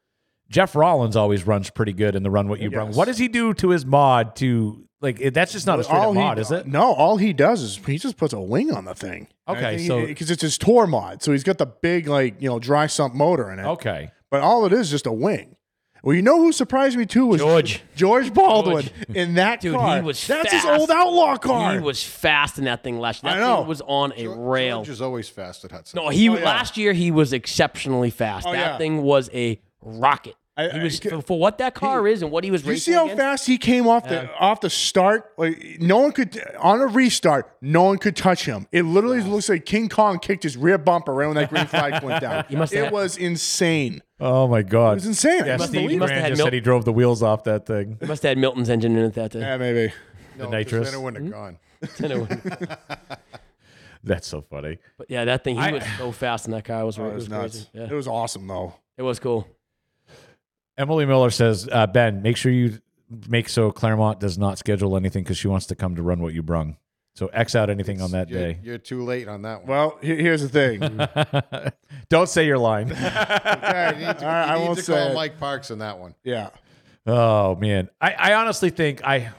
Speaker 6: Jeff Rollins always runs pretty good in the run what you run.
Speaker 8: Yes.
Speaker 6: What does he do to his mod to like? It, that's just not a straight up
Speaker 8: he-
Speaker 6: mod, is it?
Speaker 8: No, all he does is he just puts a wing on the thing.
Speaker 6: Okay, so-
Speaker 8: because it's his tour mod, so he's got the big like you know dry sump motor in it.
Speaker 6: Okay,
Speaker 8: but all it is just a wing. Well, you know who surprised me too was
Speaker 7: George.
Speaker 8: George Baldwin
Speaker 7: George.
Speaker 8: in that
Speaker 7: Dude,
Speaker 8: car.
Speaker 7: he was
Speaker 8: That's his
Speaker 7: fast.
Speaker 8: old outlaw car.
Speaker 7: He was fast in that thing last year.
Speaker 8: I
Speaker 7: That
Speaker 8: know.
Speaker 7: thing was on a rail.
Speaker 9: George is always fast at Hudson.
Speaker 7: No, he
Speaker 8: Oh, yeah.
Speaker 7: last year he was exceptionally fast.
Speaker 8: Oh,
Speaker 7: that
Speaker 8: yeah.
Speaker 7: thing was a rocket.
Speaker 8: I-
Speaker 7: he was
Speaker 8: I-
Speaker 7: for, for what that car is and what he was
Speaker 8: Did you see
Speaker 7: racing.
Speaker 8: how
Speaker 7: against,
Speaker 8: fast he came off the off the start? Like no one could on a restart, no one could touch him. It literally looks like King Kong kicked his rear bumper right when that green flag went down.
Speaker 7: must
Speaker 8: it
Speaker 7: have-
Speaker 8: was insane.
Speaker 6: Oh my
Speaker 8: It
Speaker 6: God.
Speaker 8: was insane. I
Speaker 6: Yeah,
Speaker 8: couldn't
Speaker 7: have-
Speaker 6: Steve
Speaker 7: you
Speaker 8: believe
Speaker 7: must
Speaker 8: it.
Speaker 7: have
Speaker 6: Grant
Speaker 7: had
Speaker 6: just
Speaker 7: milk.
Speaker 6: said he drove the wheels off that thing.
Speaker 7: He must have had Milton's engine in it that day.
Speaker 8: Yeah, maybe.
Speaker 9: no,
Speaker 6: the
Speaker 9: 'cause
Speaker 6: nitrous.
Speaker 9: Then it wouldn't have
Speaker 7: Hmm?
Speaker 9: gone.
Speaker 6: That's so funny.
Speaker 7: but yeah, that thing he
Speaker 6: I-
Speaker 7: was so fast in that car. It was,
Speaker 8: Oh,
Speaker 7: it
Speaker 8: it
Speaker 7: was
Speaker 8: was
Speaker 7: crazy.
Speaker 8: nuts.
Speaker 7: Yeah.
Speaker 8: It was awesome though.
Speaker 7: It was cool.
Speaker 6: Emily Miller says, uh, Ben, make sure you make so Claremont does not schedule anything because she wants to come to run what you brung. So X out anything on that
Speaker 9: you're,
Speaker 6: day.
Speaker 9: You're too late on that one.
Speaker 8: Well, he- here's the thing. All
Speaker 7: Mm-hmm.
Speaker 6: Don't say your line.
Speaker 8: right,
Speaker 9: You need to, you
Speaker 8: I
Speaker 9: need
Speaker 8: won't
Speaker 9: to
Speaker 8: say.
Speaker 9: call
Speaker 8: it.
Speaker 9: Mike Parks on that one.
Speaker 8: yeah.
Speaker 6: Oh man, I, I honestly think I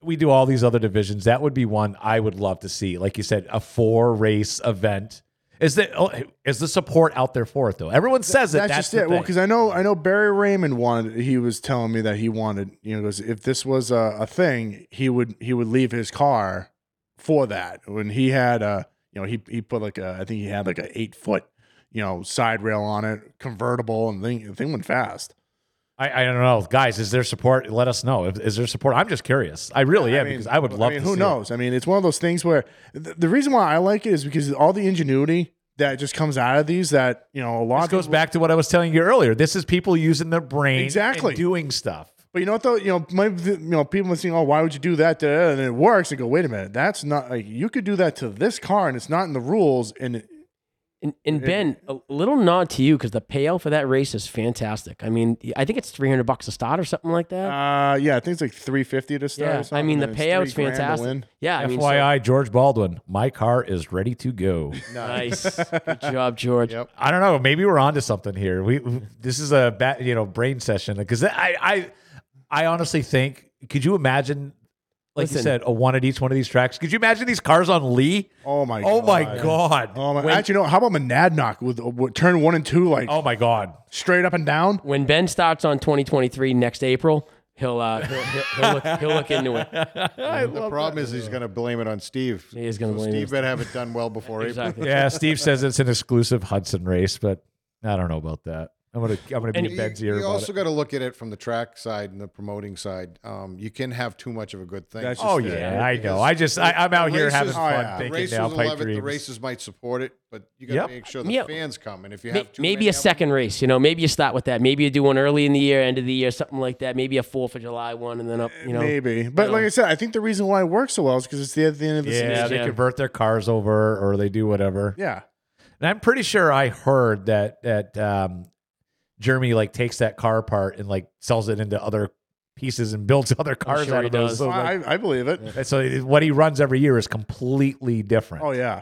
Speaker 6: we do all these other divisions. That would be one I would love to see. Like you said, a four race event. Is that oh, is the support out there for it though? Everyone says it.
Speaker 8: that's, just it. Well, because I know I know Barry Raymond wanted. He was telling me that he wanted. You know, goes if this was a, a thing, he would he would leave his car for that. When he had a, you know, he he put like a I think he had like a eight foot, you know, side rail on it, convertible, and thing the thing went fast.
Speaker 6: I, I don't know, guys. Is there support? Let us know. If- Is there support? I'm just curious. I really am because I would love.
Speaker 8: I mean,
Speaker 6: to
Speaker 8: who
Speaker 6: see it.
Speaker 8: knows? I mean, it's one of those things where the, the reason why I like it is because all the ingenuity that just comes out of these. That you know, a lot
Speaker 6: This
Speaker 8: of
Speaker 6: goes
Speaker 8: people-
Speaker 6: back to what I was telling you earlier. This is people using their brain and
Speaker 8: Exactly.
Speaker 6: doing stuff.
Speaker 8: But you know what though, you know, my, you know, people are saying, "Oh, why would you do that?" Da, da, da, And it works. And go, wait a minute, that's not like you could do that to this car, and it's not in the rules. And it,
Speaker 7: And, and Ben, a little nod to you because the payout for that race is fantastic. I mean, I think it's three hundred bucks a start or something like that.
Speaker 8: uh, yeah, I think it's like three fifty to start. or
Speaker 7: yeah, I
Speaker 8: something,
Speaker 7: mean the
Speaker 8: and it's three
Speaker 7: payout's
Speaker 8: grand to
Speaker 7: fantastic.
Speaker 8: win.
Speaker 7: Yeah, I mean, so-
Speaker 6: FYI, George Baldwin, my car is ready to go.
Speaker 7: nice, good job, George.
Speaker 9: Yep.
Speaker 6: I don't know. Maybe we're onto something here. We this is a bat, you know brain session because I I I honestly think could you imagine like you
Speaker 7: Listen.
Speaker 6: said a one at each one of these tracks? Could you imagine these cars on Lee?
Speaker 8: Oh my.
Speaker 6: Oh
Speaker 8: god.
Speaker 6: my god!
Speaker 8: Oh my.
Speaker 6: When-
Speaker 8: actually, no. How about Monadnock with, with turn one and two like
Speaker 6: oh my god!
Speaker 8: straight up and down?
Speaker 7: When Ben starts on twenty twenty three next April, he'll uh, he'll, he'll, he'll, look, he'll look into it.
Speaker 9: the problem is he's going to blame it on Steve.
Speaker 7: He is gonna
Speaker 9: So
Speaker 7: blame it on
Speaker 9: Steve better have it done well before
Speaker 7: Exactly.
Speaker 6: Yeah, Steve says it's an exclusive Hudson race, but I don't know about that. I'm gonna I'm gonna be
Speaker 7: And
Speaker 6: in
Speaker 9: April.
Speaker 6: Ben's
Speaker 9: you
Speaker 6: ear
Speaker 9: you
Speaker 6: about
Speaker 9: also
Speaker 6: it.
Speaker 9: got to look at it from the track side and the promoting side. Um, you can have too much of a good thing.
Speaker 8: That's just
Speaker 6: Oh
Speaker 8: it.
Speaker 6: yeah, I know. I just I, I'm out here
Speaker 9: races-
Speaker 6: having
Speaker 9: oh,
Speaker 6: fun
Speaker 8: yeah.
Speaker 6: thinking
Speaker 9: races
Speaker 6: now.
Speaker 9: will
Speaker 6: Pipe
Speaker 9: love it. The
Speaker 6: dreams.
Speaker 9: races might support it, but you got to
Speaker 6: Yep.
Speaker 9: make sure the
Speaker 7: Yeah.
Speaker 9: fans come. And if you
Speaker 7: May-
Speaker 9: have too
Speaker 7: maybe
Speaker 9: many
Speaker 7: a
Speaker 9: of them-
Speaker 7: second race. You know, maybe you start with that. Maybe you do one early in the year, end of the year, something like that. Maybe a Fourth of July one, and then up. You know,
Speaker 8: Maybe, but
Speaker 7: know.
Speaker 8: like I said, I think the reason why it works so well is because it's the, at the end of the
Speaker 6: Yeah,
Speaker 8: season.
Speaker 6: they
Speaker 7: Yeah.
Speaker 6: convert their cars over or they do whatever.
Speaker 8: Yeah,
Speaker 6: And I'm pretty sure I heard that that um, Jeremy like takes that car apart and like sells it into other pieces and builds other cars
Speaker 7: sure
Speaker 6: out
Speaker 7: he
Speaker 6: of those.
Speaker 7: does.
Speaker 6: So, like,
Speaker 8: I, I believe it.
Speaker 6: and so it- what he runs every year is completely different.
Speaker 8: Oh yeah,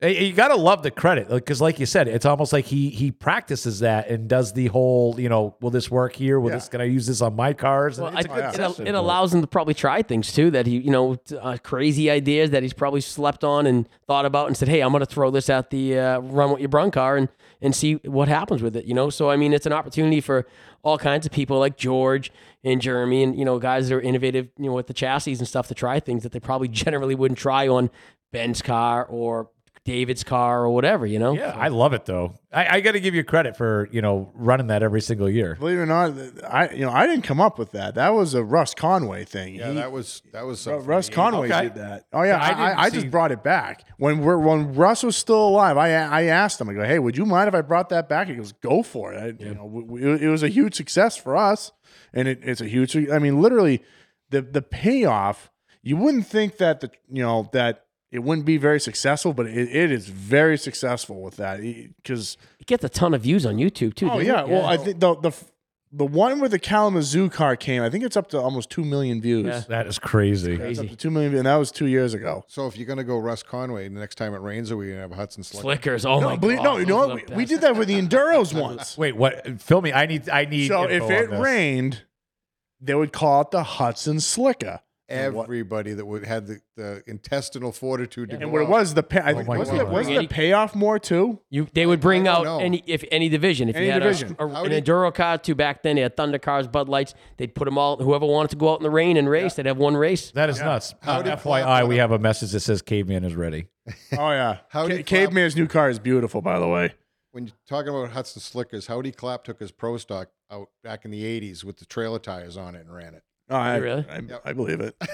Speaker 6: And- and You gotta love the credit because, like you said, it's almost like he he practices that and does the whole you know, will this work here? Will
Speaker 8: Yeah.
Speaker 6: this? Can I use this on my cars?
Speaker 7: Well,
Speaker 6: And
Speaker 7: I,
Speaker 6: it's
Speaker 7: think
Speaker 6: a good
Speaker 7: it,
Speaker 6: session.
Speaker 7: it allows him to probably try things too that he, you know, t- uh, crazy ideas that he's probably slept on and thought about and said, "Hey, I'm going to throw this at the uh, run with your brun car and and see what happens with it." You know, so I mean, it's an opportunity for all kinds of people like George and Jeremy and you know guys that are innovative, you know, with the chassis and stuff to try things that they probably generally wouldn't try on Ben's car or David's car or whatever. You know,
Speaker 6: Yeah, I love it though. I, I got to give you credit for you know running that every single year.
Speaker 8: believe it or not, I you know I didn't come up with that. That was a Russ Conway thing.
Speaker 9: Yeah,
Speaker 8: He-
Speaker 9: that was that was
Speaker 8: Ru-
Speaker 9: something.
Speaker 8: Russ Conway
Speaker 6: Okay.
Speaker 8: did that. Oh yeah,
Speaker 6: I
Speaker 8: I,
Speaker 6: didn't
Speaker 8: I, I
Speaker 6: see-
Speaker 8: just brought it back when we're when Russ was still alive. I I asked him. I go, hey, would you mind if I brought that back? He goes, go for it. I, You know, w- w- it was a huge success for us, and it, it's a huge. I mean, literally, the the payoff. You wouldn't think that the you know that it wouldn't be very successful, but it, it is very successful with that because.
Speaker 7: it gets a ton of views on YouTube too.
Speaker 8: Oh
Speaker 7: doesn't
Speaker 8: yeah.
Speaker 7: it?
Speaker 8: Well, I think the the f- the one where the Kalamazoo car came, I think it's up to almost two million views.
Speaker 7: Yeah.
Speaker 6: That is crazy.
Speaker 8: It's up
Speaker 7: crazy.
Speaker 8: to two million, and that was two years ago.
Speaker 9: So if you're going to go Russ Conway, the next time it rains, are we going to have Hudson Slick?
Speaker 7: Slickers. Oh
Speaker 8: No,
Speaker 7: my
Speaker 8: believe,
Speaker 7: god.
Speaker 8: no, you know
Speaker 7: those are
Speaker 8: what?
Speaker 7: the
Speaker 8: We, we
Speaker 7: best.
Speaker 8: did that with the Enduros once.
Speaker 6: Wait, what? Fill me. I need. I need.
Speaker 8: so
Speaker 6: info
Speaker 8: if it
Speaker 6: on this.
Speaker 8: rained, they would call it the Hudson Slicker.
Speaker 9: Everybody that would had the, the intestinal fortitude to
Speaker 8: And
Speaker 9: go
Speaker 8: what it
Speaker 9: out.
Speaker 8: was the pay, I
Speaker 6: Oh
Speaker 8: think,
Speaker 6: my
Speaker 8: wasn't, it,
Speaker 6: God.
Speaker 8: wasn't
Speaker 7: Any-
Speaker 8: the payoff more too?
Speaker 7: You, they would bring
Speaker 9: don't
Speaker 7: out
Speaker 9: know.
Speaker 7: any if any division. If
Speaker 8: Any
Speaker 7: you had a-
Speaker 8: division.
Speaker 7: A,
Speaker 9: How
Speaker 7: an
Speaker 9: do you-
Speaker 7: enduro car too back then, they had Thunder cars, Bud Lights. They'd put them all. Whoever wanted to go out in the rain and race, they'd have one race.
Speaker 6: That is nuts.
Speaker 9: How
Speaker 6: Uh,
Speaker 9: did Clark
Speaker 6: FYI,
Speaker 9: put
Speaker 6: we
Speaker 9: up-
Speaker 6: have a message that says caveman is ready.
Speaker 8: Oh yeah.
Speaker 9: How
Speaker 8: Ca-
Speaker 9: did Clap-
Speaker 8: Caveman's new car is beautiful, by the way.
Speaker 9: when you're talking about Hudson Slickers, Howdy Clapp took his pro stock out back in the '80s with the trailer tires on it and ran it.
Speaker 8: Oh, I,
Speaker 7: Really?
Speaker 8: I, I believe it. well,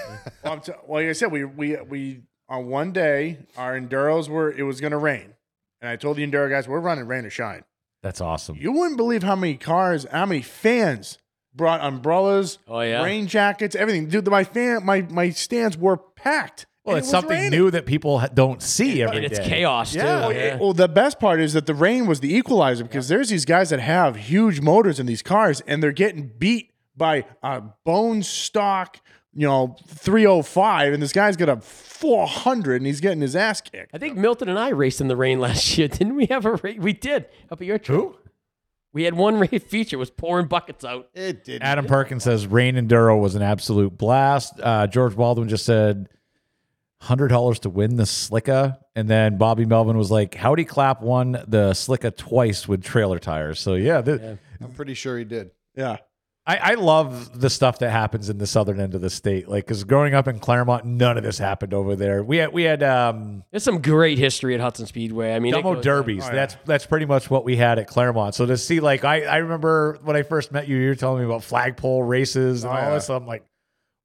Speaker 8: I'm t- well, like I said, we we we on one day our enduros were it was going to rain, and I told the enduro guys we're running rain or shine.
Speaker 6: That's awesome.
Speaker 8: You wouldn't believe how many cars, how many fans brought umbrellas,
Speaker 7: Oh, yeah.
Speaker 8: rain jackets, everything. Dude, my fan, my my stands were packed.
Speaker 6: well,
Speaker 8: and
Speaker 6: it's
Speaker 8: it was
Speaker 6: something
Speaker 8: raining.
Speaker 6: new that people ha- don't see every
Speaker 7: And
Speaker 6: day.
Speaker 7: it's chaos too.
Speaker 9: Oh,
Speaker 8: Yeah. Well,
Speaker 7: yeah.
Speaker 8: it- well, the best part is that the rain was the equalizer because there's these guys that have huge motors in these cars and they're getting beat by a bone stock, you know, 305, and this guy's got a 400 and he's getting his ass kicked.
Speaker 7: I think Milton and I raced in the rain last year. Didn't we have a race? We did up at your trip. We had one race feature was pouring buckets out.
Speaker 9: It did.
Speaker 6: Adam Perkins says rain enduro was an absolute blast. Uh, George Baldwin just said hundred dollars to win the Slicka, and then Bobby Melvin was like, "Howdy Clap won the Slicka twice with trailer tires." So yeah, the,
Speaker 9: I'm pretty sure he did.
Speaker 8: Yeah.
Speaker 6: I, I love the stuff that happens in the southern end of the state. Like, because growing up in Claremont, none of this happened over there. We had we had um,
Speaker 7: There's some great history at Hudson Speedway. I mean, it
Speaker 6: Dumbo
Speaker 7: goes-
Speaker 6: derbies.
Speaker 8: Oh, yeah.
Speaker 6: That's that's pretty much what we had at Claremont. So to see, like, I, I remember when I first met you, you were telling me about flagpole races and
Speaker 8: Oh,
Speaker 6: all
Speaker 8: yeah.
Speaker 6: this. I'm like,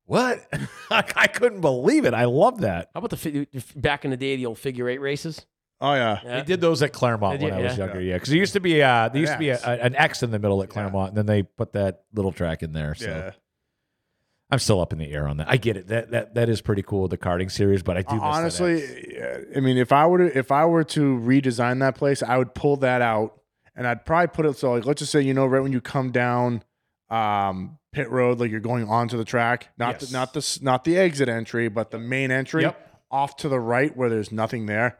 Speaker 6: what? I couldn't believe it. I love that.
Speaker 7: How about the fi- back in the day the old figure eight races?
Speaker 8: Oh, yeah.
Speaker 7: Yeah.
Speaker 6: They did those at Claremont
Speaker 7: They did,
Speaker 6: when I was
Speaker 7: yeah.
Speaker 6: younger, yeah. Because there used to be uh, there
Speaker 8: An
Speaker 6: used to be a,
Speaker 8: X.
Speaker 6: a- an X in the middle at Claremont, and then they put that little track in there. So
Speaker 8: Yeah.
Speaker 6: I'm still up in the air on that. I get it. That that that is pretty cool the karting series, but I do miss that
Speaker 8: Honestly,
Speaker 6: X.
Speaker 8: I mean, if I were to if I were to redesign that place, I would pull that out and I'd probably put it so like let's just say you know right when you come down um pit road like you're going onto the track, not
Speaker 6: Yes.
Speaker 8: the, not the s- not the exit entry, but the main entry
Speaker 6: Yep.
Speaker 8: off to the right where there's nothing there.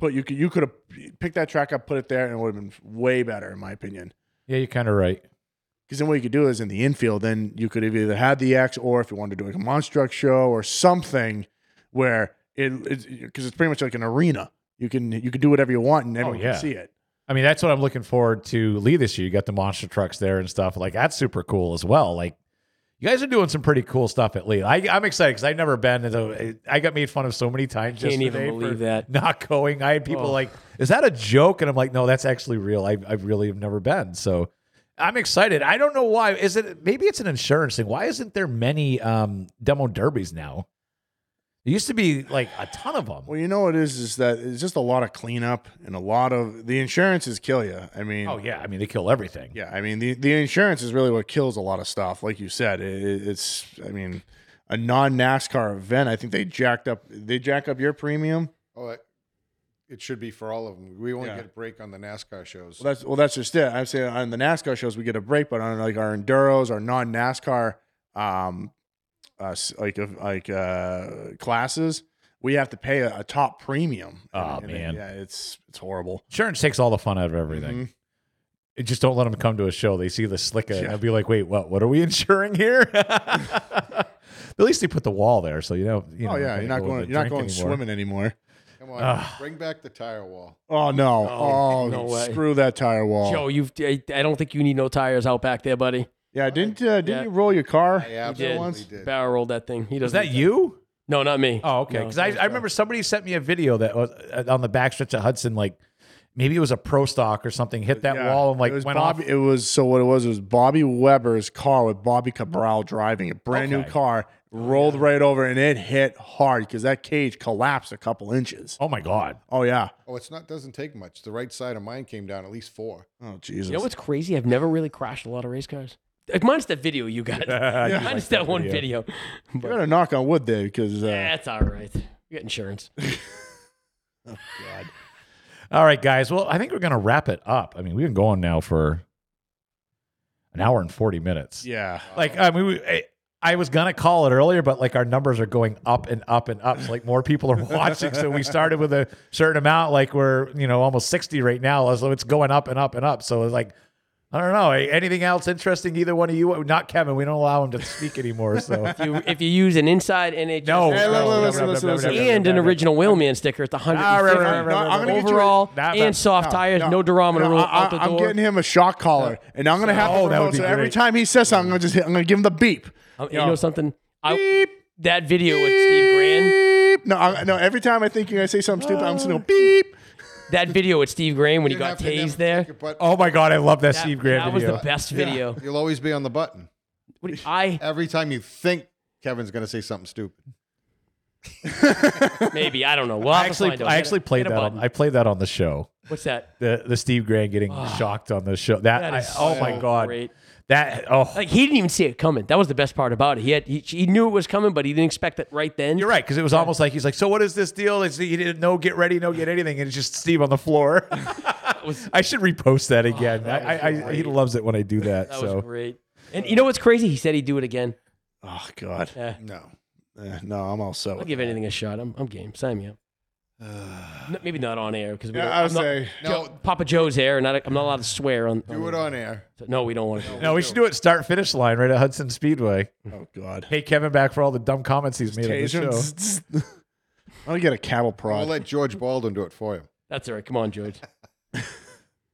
Speaker 8: But you could you could have picked that track up, put it there, and it would have been way better in my opinion.
Speaker 6: yeah, you're kind of right.
Speaker 8: Because then what you could do is in the infield, then you could have either had the X or if you wanted to do like a Monstruct show or something where it because it's, pretty much like an arena. You can you can do whatever you want and everyone
Speaker 6: Oh, yeah.
Speaker 8: can see it.
Speaker 6: I mean, that's what I'm looking forward to Lee this year. You got the monster trucks there and stuff. Like that's super cool as well. Like you guys are doing some pretty cool stuff at Lee. I, I'm excited because I've never been. And so I got made fun of so many times.
Speaker 7: Can't even
Speaker 6: yesterday for
Speaker 7: believe that.
Speaker 6: not going. I had people
Speaker 7: Oh.
Speaker 6: like, "Is that a joke?" And I'm like, "No, that's actually real. I I really have never been." So I'm excited. I don't know why. Is it maybe it's an insurance thing? Why isn't there many um, demo derbies now? There used to be like a ton of them.
Speaker 8: Well, you know what it is is that it's just a lot of cleanup and a lot of the insurances kill you. I mean,
Speaker 6: Oh yeah, I mean they kill everything.
Speaker 8: Yeah, I mean the the insurance is really what kills a lot of stuff. Like you said, it, it- it's I mean a non NASCAR event. I think they jacked up they jack up your premium.
Speaker 9: Oh, it, it should be for all of them. We won't
Speaker 8: Yeah.
Speaker 9: get a break on the NASCAR shows.
Speaker 8: Well, that's well, that's just it. I'm saying on the NASCAR shows we get a break, but on like our enduros, our non NASCAR, um, uh, s- like uh, like uh, classes, we have to pay a, a top premium.
Speaker 6: Aw,
Speaker 8: And- and it-
Speaker 6: man.
Speaker 8: yeah, it's it's horrible.
Speaker 6: Insurance takes all the fun out of everything.
Speaker 8: Mhm.
Speaker 6: It just don't let them come to a show. They see the slicka and
Speaker 8: Yeah.
Speaker 6: they'll be like, "Wait, what? What are we insuring here?" At least they put the wall there, so you know. You
Speaker 8: oh
Speaker 6: know,
Speaker 8: yeah,
Speaker 6: gotta
Speaker 8: you're not
Speaker 6: go with
Speaker 8: going
Speaker 6: the
Speaker 8: you're not
Speaker 6: drink
Speaker 8: going
Speaker 6: anymore.
Speaker 8: swimming anymore.
Speaker 9: Come on, bring back the tire wall.
Speaker 8: Oh no!
Speaker 7: Oh,
Speaker 8: Oh,
Speaker 7: no way.
Speaker 8: screw that tire wall.
Speaker 7: Joe, you've I, I don't think you need no tires out back there, buddy.
Speaker 8: yeah, didn't uh, didn't
Speaker 7: Yeah.
Speaker 8: you roll your car?
Speaker 9: I
Speaker 7: He did.
Speaker 9: absolutely did.
Speaker 7: Barrel rolled that thing. He
Speaker 6: Was
Speaker 7: doesn't.
Speaker 6: that you?
Speaker 7: No, not me.
Speaker 6: Oh, okay.
Speaker 7: No,
Speaker 6: Because I, I remember somebody sent me a video that was uh, on the backstretch at Hudson. Like maybe it was a pro stock or something. Hit that
Speaker 8: Yeah.
Speaker 6: wall and like
Speaker 8: it was
Speaker 6: went
Speaker 8: Bobby.
Speaker 6: off.
Speaker 8: It was so what it was it was Bobby Weber's car with Bobby Cabral driving a brand
Speaker 6: Okay. Oh,
Speaker 8: new car rolled right over and it hit hard because that cage collapsed a couple inches.
Speaker 6: Oh my god!
Speaker 8: Oh yeah.
Speaker 9: Oh, it's not. Doesn't take much. The right side of mine came down at least four.
Speaker 8: Oh Jesus.
Speaker 7: You know what's crazy? I've never really crashed a lot of race cars. Like, minus that video you got.
Speaker 6: Yeah.
Speaker 7: Minus that one video.
Speaker 8: you
Speaker 7: But
Speaker 8: gotta knock on wood there because uh,
Speaker 7: that's all right. You got insurance.
Speaker 6: All right, guys. Well, I think we're gonna wrap it up. I mean, we've been going now for an hour and forty minutes.
Speaker 8: yeah.
Speaker 6: like I mean, we, I, I was gonna call it earlier, but like our numbers are going up and up and up. So, like more people are watching, so we started with a certain amount. Like we're you know almost sixty right now, so it's going up and up and up. So it's like I don't know. Anything else interesting? Either one of you? Not Kevin. We don't allow him to speak anymore. So
Speaker 7: If you, if you use an inside NHS
Speaker 6: no.
Speaker 9: Hey,
Speaker 6: no,
Speaker 9: look, look,
Speaker 6: no,
Speaker 9: listen,
Speaker 6: no,
Speaker 9: listen,
Speaker 6: no, no,
Speaker 9: listen.
Speaker 6: no, no,
Speaker 7: and
Speaker 6: no,
Speaker 7: an
Speaker 6: no, no.
Speaker 7: original wheelman sticker at the
Speaker 6: Ah, right, right,
Speaker 7: 150
Speaker 6: right, right,
Speaker 8: I'm
Speaker 6: right,
Speaker 8: gonna
Speaker 6: right.
Speaker 8: get you a-
Speaker 7: overall
Speaker 6: Not bad.
Speaker 7: and soft tires, no, durometer
Speaker 8: No,
Speaker 7: rule
Speaker 8: I,
Speaker 7: out the
Speaker 8: am
Speaker 7: door.
Speaker 8: getting him a shock collar, and I'm gonna have
Speaker 6: Oh,
Speaker 8: to
Speaker 6: that
Speaker 8: remote,
Speaker 6: would be
Speaker 8: so every
Speaker 6: great.
Speaker 8: time he says something, I'm gonna just hit, I'm gonna give him the beep.
Speaker 7: Um, you know something? I, that video with Steve Graham.
Speaker 8: Beep. No, I, no. Every time I think you're gonna say something stupid, I'm just gonna go beep.
Speaker 7: That video with Steve Graham when he
Speaker 9: You
Speaker 7: got
Speaker 9: have to never
Speaker 7: tased
Speaker 9: take
Speaker 7: there.
Speaker 9: your butt-
Speaker 6: Oh my God, I love that,
Speaker 7: That,
Speaker 6: Steve Graham
Speaker 7: that was
Speaker 6: video.
Speaker 7: the best
Speaker 9: Yeah.
Speaker 7: video.
Speaker 9: You'll always be on the button.
Speaker 7: What do you- I
Speaker 9: Every time you think Kevin's going to say something stupid.
Speaker 7: maybe I don't know. Well,
Speaker 6: I actually, I actually played that. On, I played that on the show.
Speaker 7: What's that?
Speaker 6: The the Steve Graham getting shocked on the show. That,
Speaker 7: Ah. That
Speaker 6: I-
Speaker 7: is
Speaker 6: oh my
Speaker 7: so
Speaker 6: God.
Speaker 7: great.
Speaker 6: That oh.
Speaker 7: Like he didn't even see it coming. That was the best part about it. He had he, he knew it was coming, but he didn't expect it right then.
Speaker 6: You're right, because it was almost like he's like, "So what is this deal?" It's he didn't know, get ready, no, get anything, and it's just Steve on the floor. I should repost that again. I, I, I, he loves it when I do that.
Speaker 7: That
Speaker 6: so
Speaker 7: was great. And you know what's crazy? He said he'd do it again.
Speaker 8: Oh God,
Speaker 7: Yeah.
Speaker 8: no, Eh, no. I'm all set.
Speaker 7: I'll
Speaker 8: with
Speaker 7: give
Speaker 8: that.
Speaker 7: anything a shot. I'm, I'm game. Sign me up. No, maybe not on air because
Speaker 8: Yeah, I would say
Speaker 9: No,
Speaker 7: Papa Joe's air, and I, I'm not allowed to swear on.
Speaker 9: do it on air.
Speaker 7: No, we don't want to.
Speaker 6: no, we should do it start finish line right at Hudson Speedway.
Speaker 8: Oh God.
Speaker 6: Hey Kevin, back for all the dumb comments he's made on the
Speaker 8: Taser.
Speaker 6: show.
Speaker 8: I'm gonna get a cattle prod.
Speaker 9: We'll let George Baldwin do it for you.
Speaker 7: That's all right. Come on, George.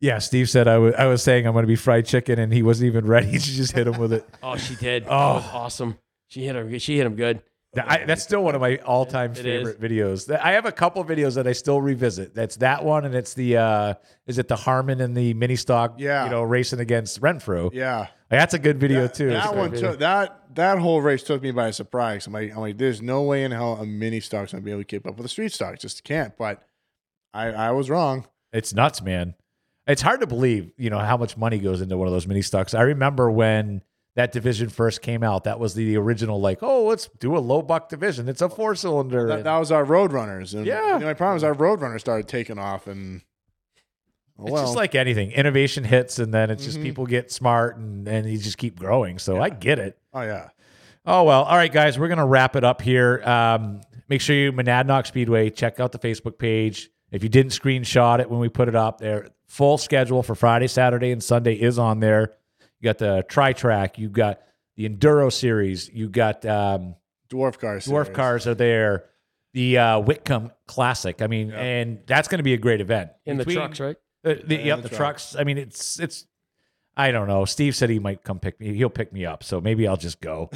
Speaker 6: Yeah, Steve said I was I was saying I'm going to be fried chicken, and he wasn't even ready. She just hit him with it.
Speaker 7: Oh, she did. oh, that was awesome. She hit her. She hit him good.
Speaker 6: That- I, that's still one of my all time
Speaker 7: It
Speaker 6: favorite videos. That- I have a couple videos that I still revisit. That's that one, and it's the uh, is it the Harmon and the mini stock?
Speaker 8: Yeah.
Speaker 6: you know, racing against Renfro.
Speaker 8: yeah.
Speaker 6: Like, that's a good video too.
Speaker 8: That one took that that whole race took me by surprise. I'm like, I'm like, there's no way in hell a mini stock's gonna be able to keep up with a street stock. Just can't. But I, I was wrong.
Speaker 6: It's nuts, man. It's hard to believe, you know, how much money goes into one of those mini stocks. I remember when that division first came out. That was the original, like, oh, let's do a low buck division. It's a four cylinder.
Speaker 8: That, that was our road runners. And
Speaker 6: Yeah.
Speaker 8: you know, my problem is our road runners started taking off, and oh,
Speaker 6: It's
Speaker 8: well,
Speaker 6: just like anything. Innovation hits, and then it's just people get smart, and and you just keep growing. So I get it.
Speaker 8: oh yeah,
Speaker 6: Oh well. All right, guys, we're gonna wrap it up here. Um, make sure you Monadnock Speedway. Check out the Facebook page. If you didn't screenshot it when we put it up, there full schedule for Friday, Saturday, and Sunday is on there. You got the tri track. You got the enduro series. You got um,
Speaker 8: dwarf cars.
Speaker 6: dwarf
Speaker 8: series.
Speaker 6: cars are there. The uh, Whitcomb Classic. I mean, and that's gonna be a great event.
Speaker 7: In the
Speaker 6: Between-
Speaker 7: trucks, right?
Speaker 6: uh, the, yep, the
Speaker 8: the
Speaker 6: trucks. I mean, it's it's. I don't know. Steve said he might come pick me. He'll pick me up, so maybe I'll just go.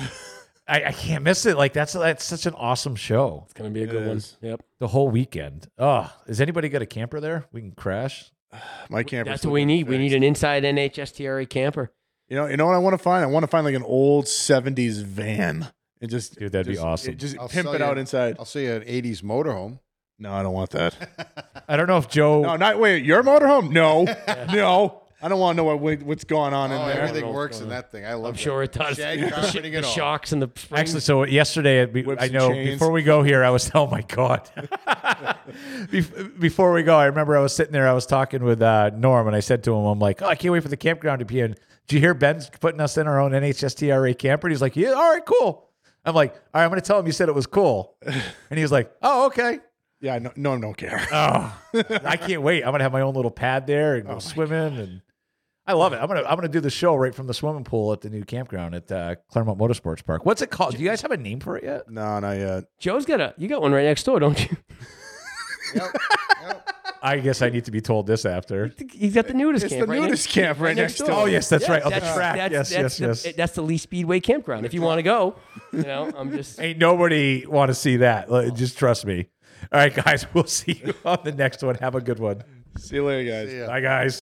Speaker 6: I, I can't miss it. Like that's that's such an awesome show.
Speaker 7: It's gonna be a good one.
Speaker 8: is.
Speaker 7: Yep.
Speaker 6: The whole weekend. Oh, has anybody got a camper there? We can crash.
Speaker 8: My camper.
Speaker 7: That's what we need. We need an inside NHSTRA camper.
Speaker 8: You know, you know what I want to find? I want to find like an old '70s van. And just
Speaker 6: Dude, that'd be
Speaker 8: just-
Speaker 6: awesome.
Speaker 8: Just
Speaker 9: I'll
Speaker 8: pimp
Speaker 9: sell
Speaker 8: it
Speaker 9: you-
Speaker 8: out inside.
Speaker 9: I'll see you at 80s motorhome.
Speaker 8: No, I don't want that.
Speaker 6: I don't know if Joe.
Speaker 8: No, not wait. Your motorhome? No, no. I don't want to know what what's going on in
Speaker 9: Oh,
Speaker 8: there.
Speaker 9: everything works in that thing. I love
Speaker 7: I'm sure it does.
Speaker 9: Shag
Speaker 7: the, sh-
Speaker 9: carpeting
Speaker 7: the
Speaker 9: it all.
Speaker 7: shocks and the springs.
Speaker 6: Actually, so yesterday, it be-
Speaker 8: Whips
Speaker 6: I
Speaker 8: and
Speaker 6: know
Speaker 8: chains.
Speaker 6: before we go here, I was, oh my God. Bef- before we go, I remember I was sitting there, I was talking with uh, Norm, and I said to him, I'm like, oh, I can't wait for the campground to be in. Do you hear Ben's putting us in our own NHSTRA camper? And he's like, yeah, all right, cool. I'm like, all right, I'm going to tell him you said it was cool. And he was like, oh, okay.
Speaker 8: Yeah, no, no, don't care.
Speaker 6: Oh, I can't wait. I'm going to have my own little pad there
Speaker 8: Oh
Speaker 6: and go swimming. And I love it. I'm going to I'm gonna do the show right from the swimming pool at the new campground at uh, Claremont Motorsports Park. What's it called? Do you guys have a name for it yet?
Speaker 8: no, not yet.
Speaker 7: Joe's got a. You got one right next door, don't you?
Speaker 9: Yep, yep.
Speaker 6: I guess I need to be told this after.
Speaker 7: He's got the nudist
Speaker 8: It's
Speaker 7: camp.
Speaker 8: the
Speaker 7: right next-
Speaker 8: nudist camp right next door.
Speaker 6: Oh yes, that's right. On the
Speaker 7: That's-
Speaker 6: track.
Speaker 7: that's-
Speaker 6: yes,
Speaker 7: that's
Speaker 6: yes,
Speaker 7: the,
Speaker 6: yes.
Speaker 7: That's the Lee Speedway campground. If you want to go, you know, I'm just.
Speaker 6: Ain't nobody want to see that. Like, Just trust me. All right, guys, we'll see you on the next one. Have a good one.
Speaker 8: See you later, guys.
Speaker 9: Yeah.
Speaker 6: Bye, guys.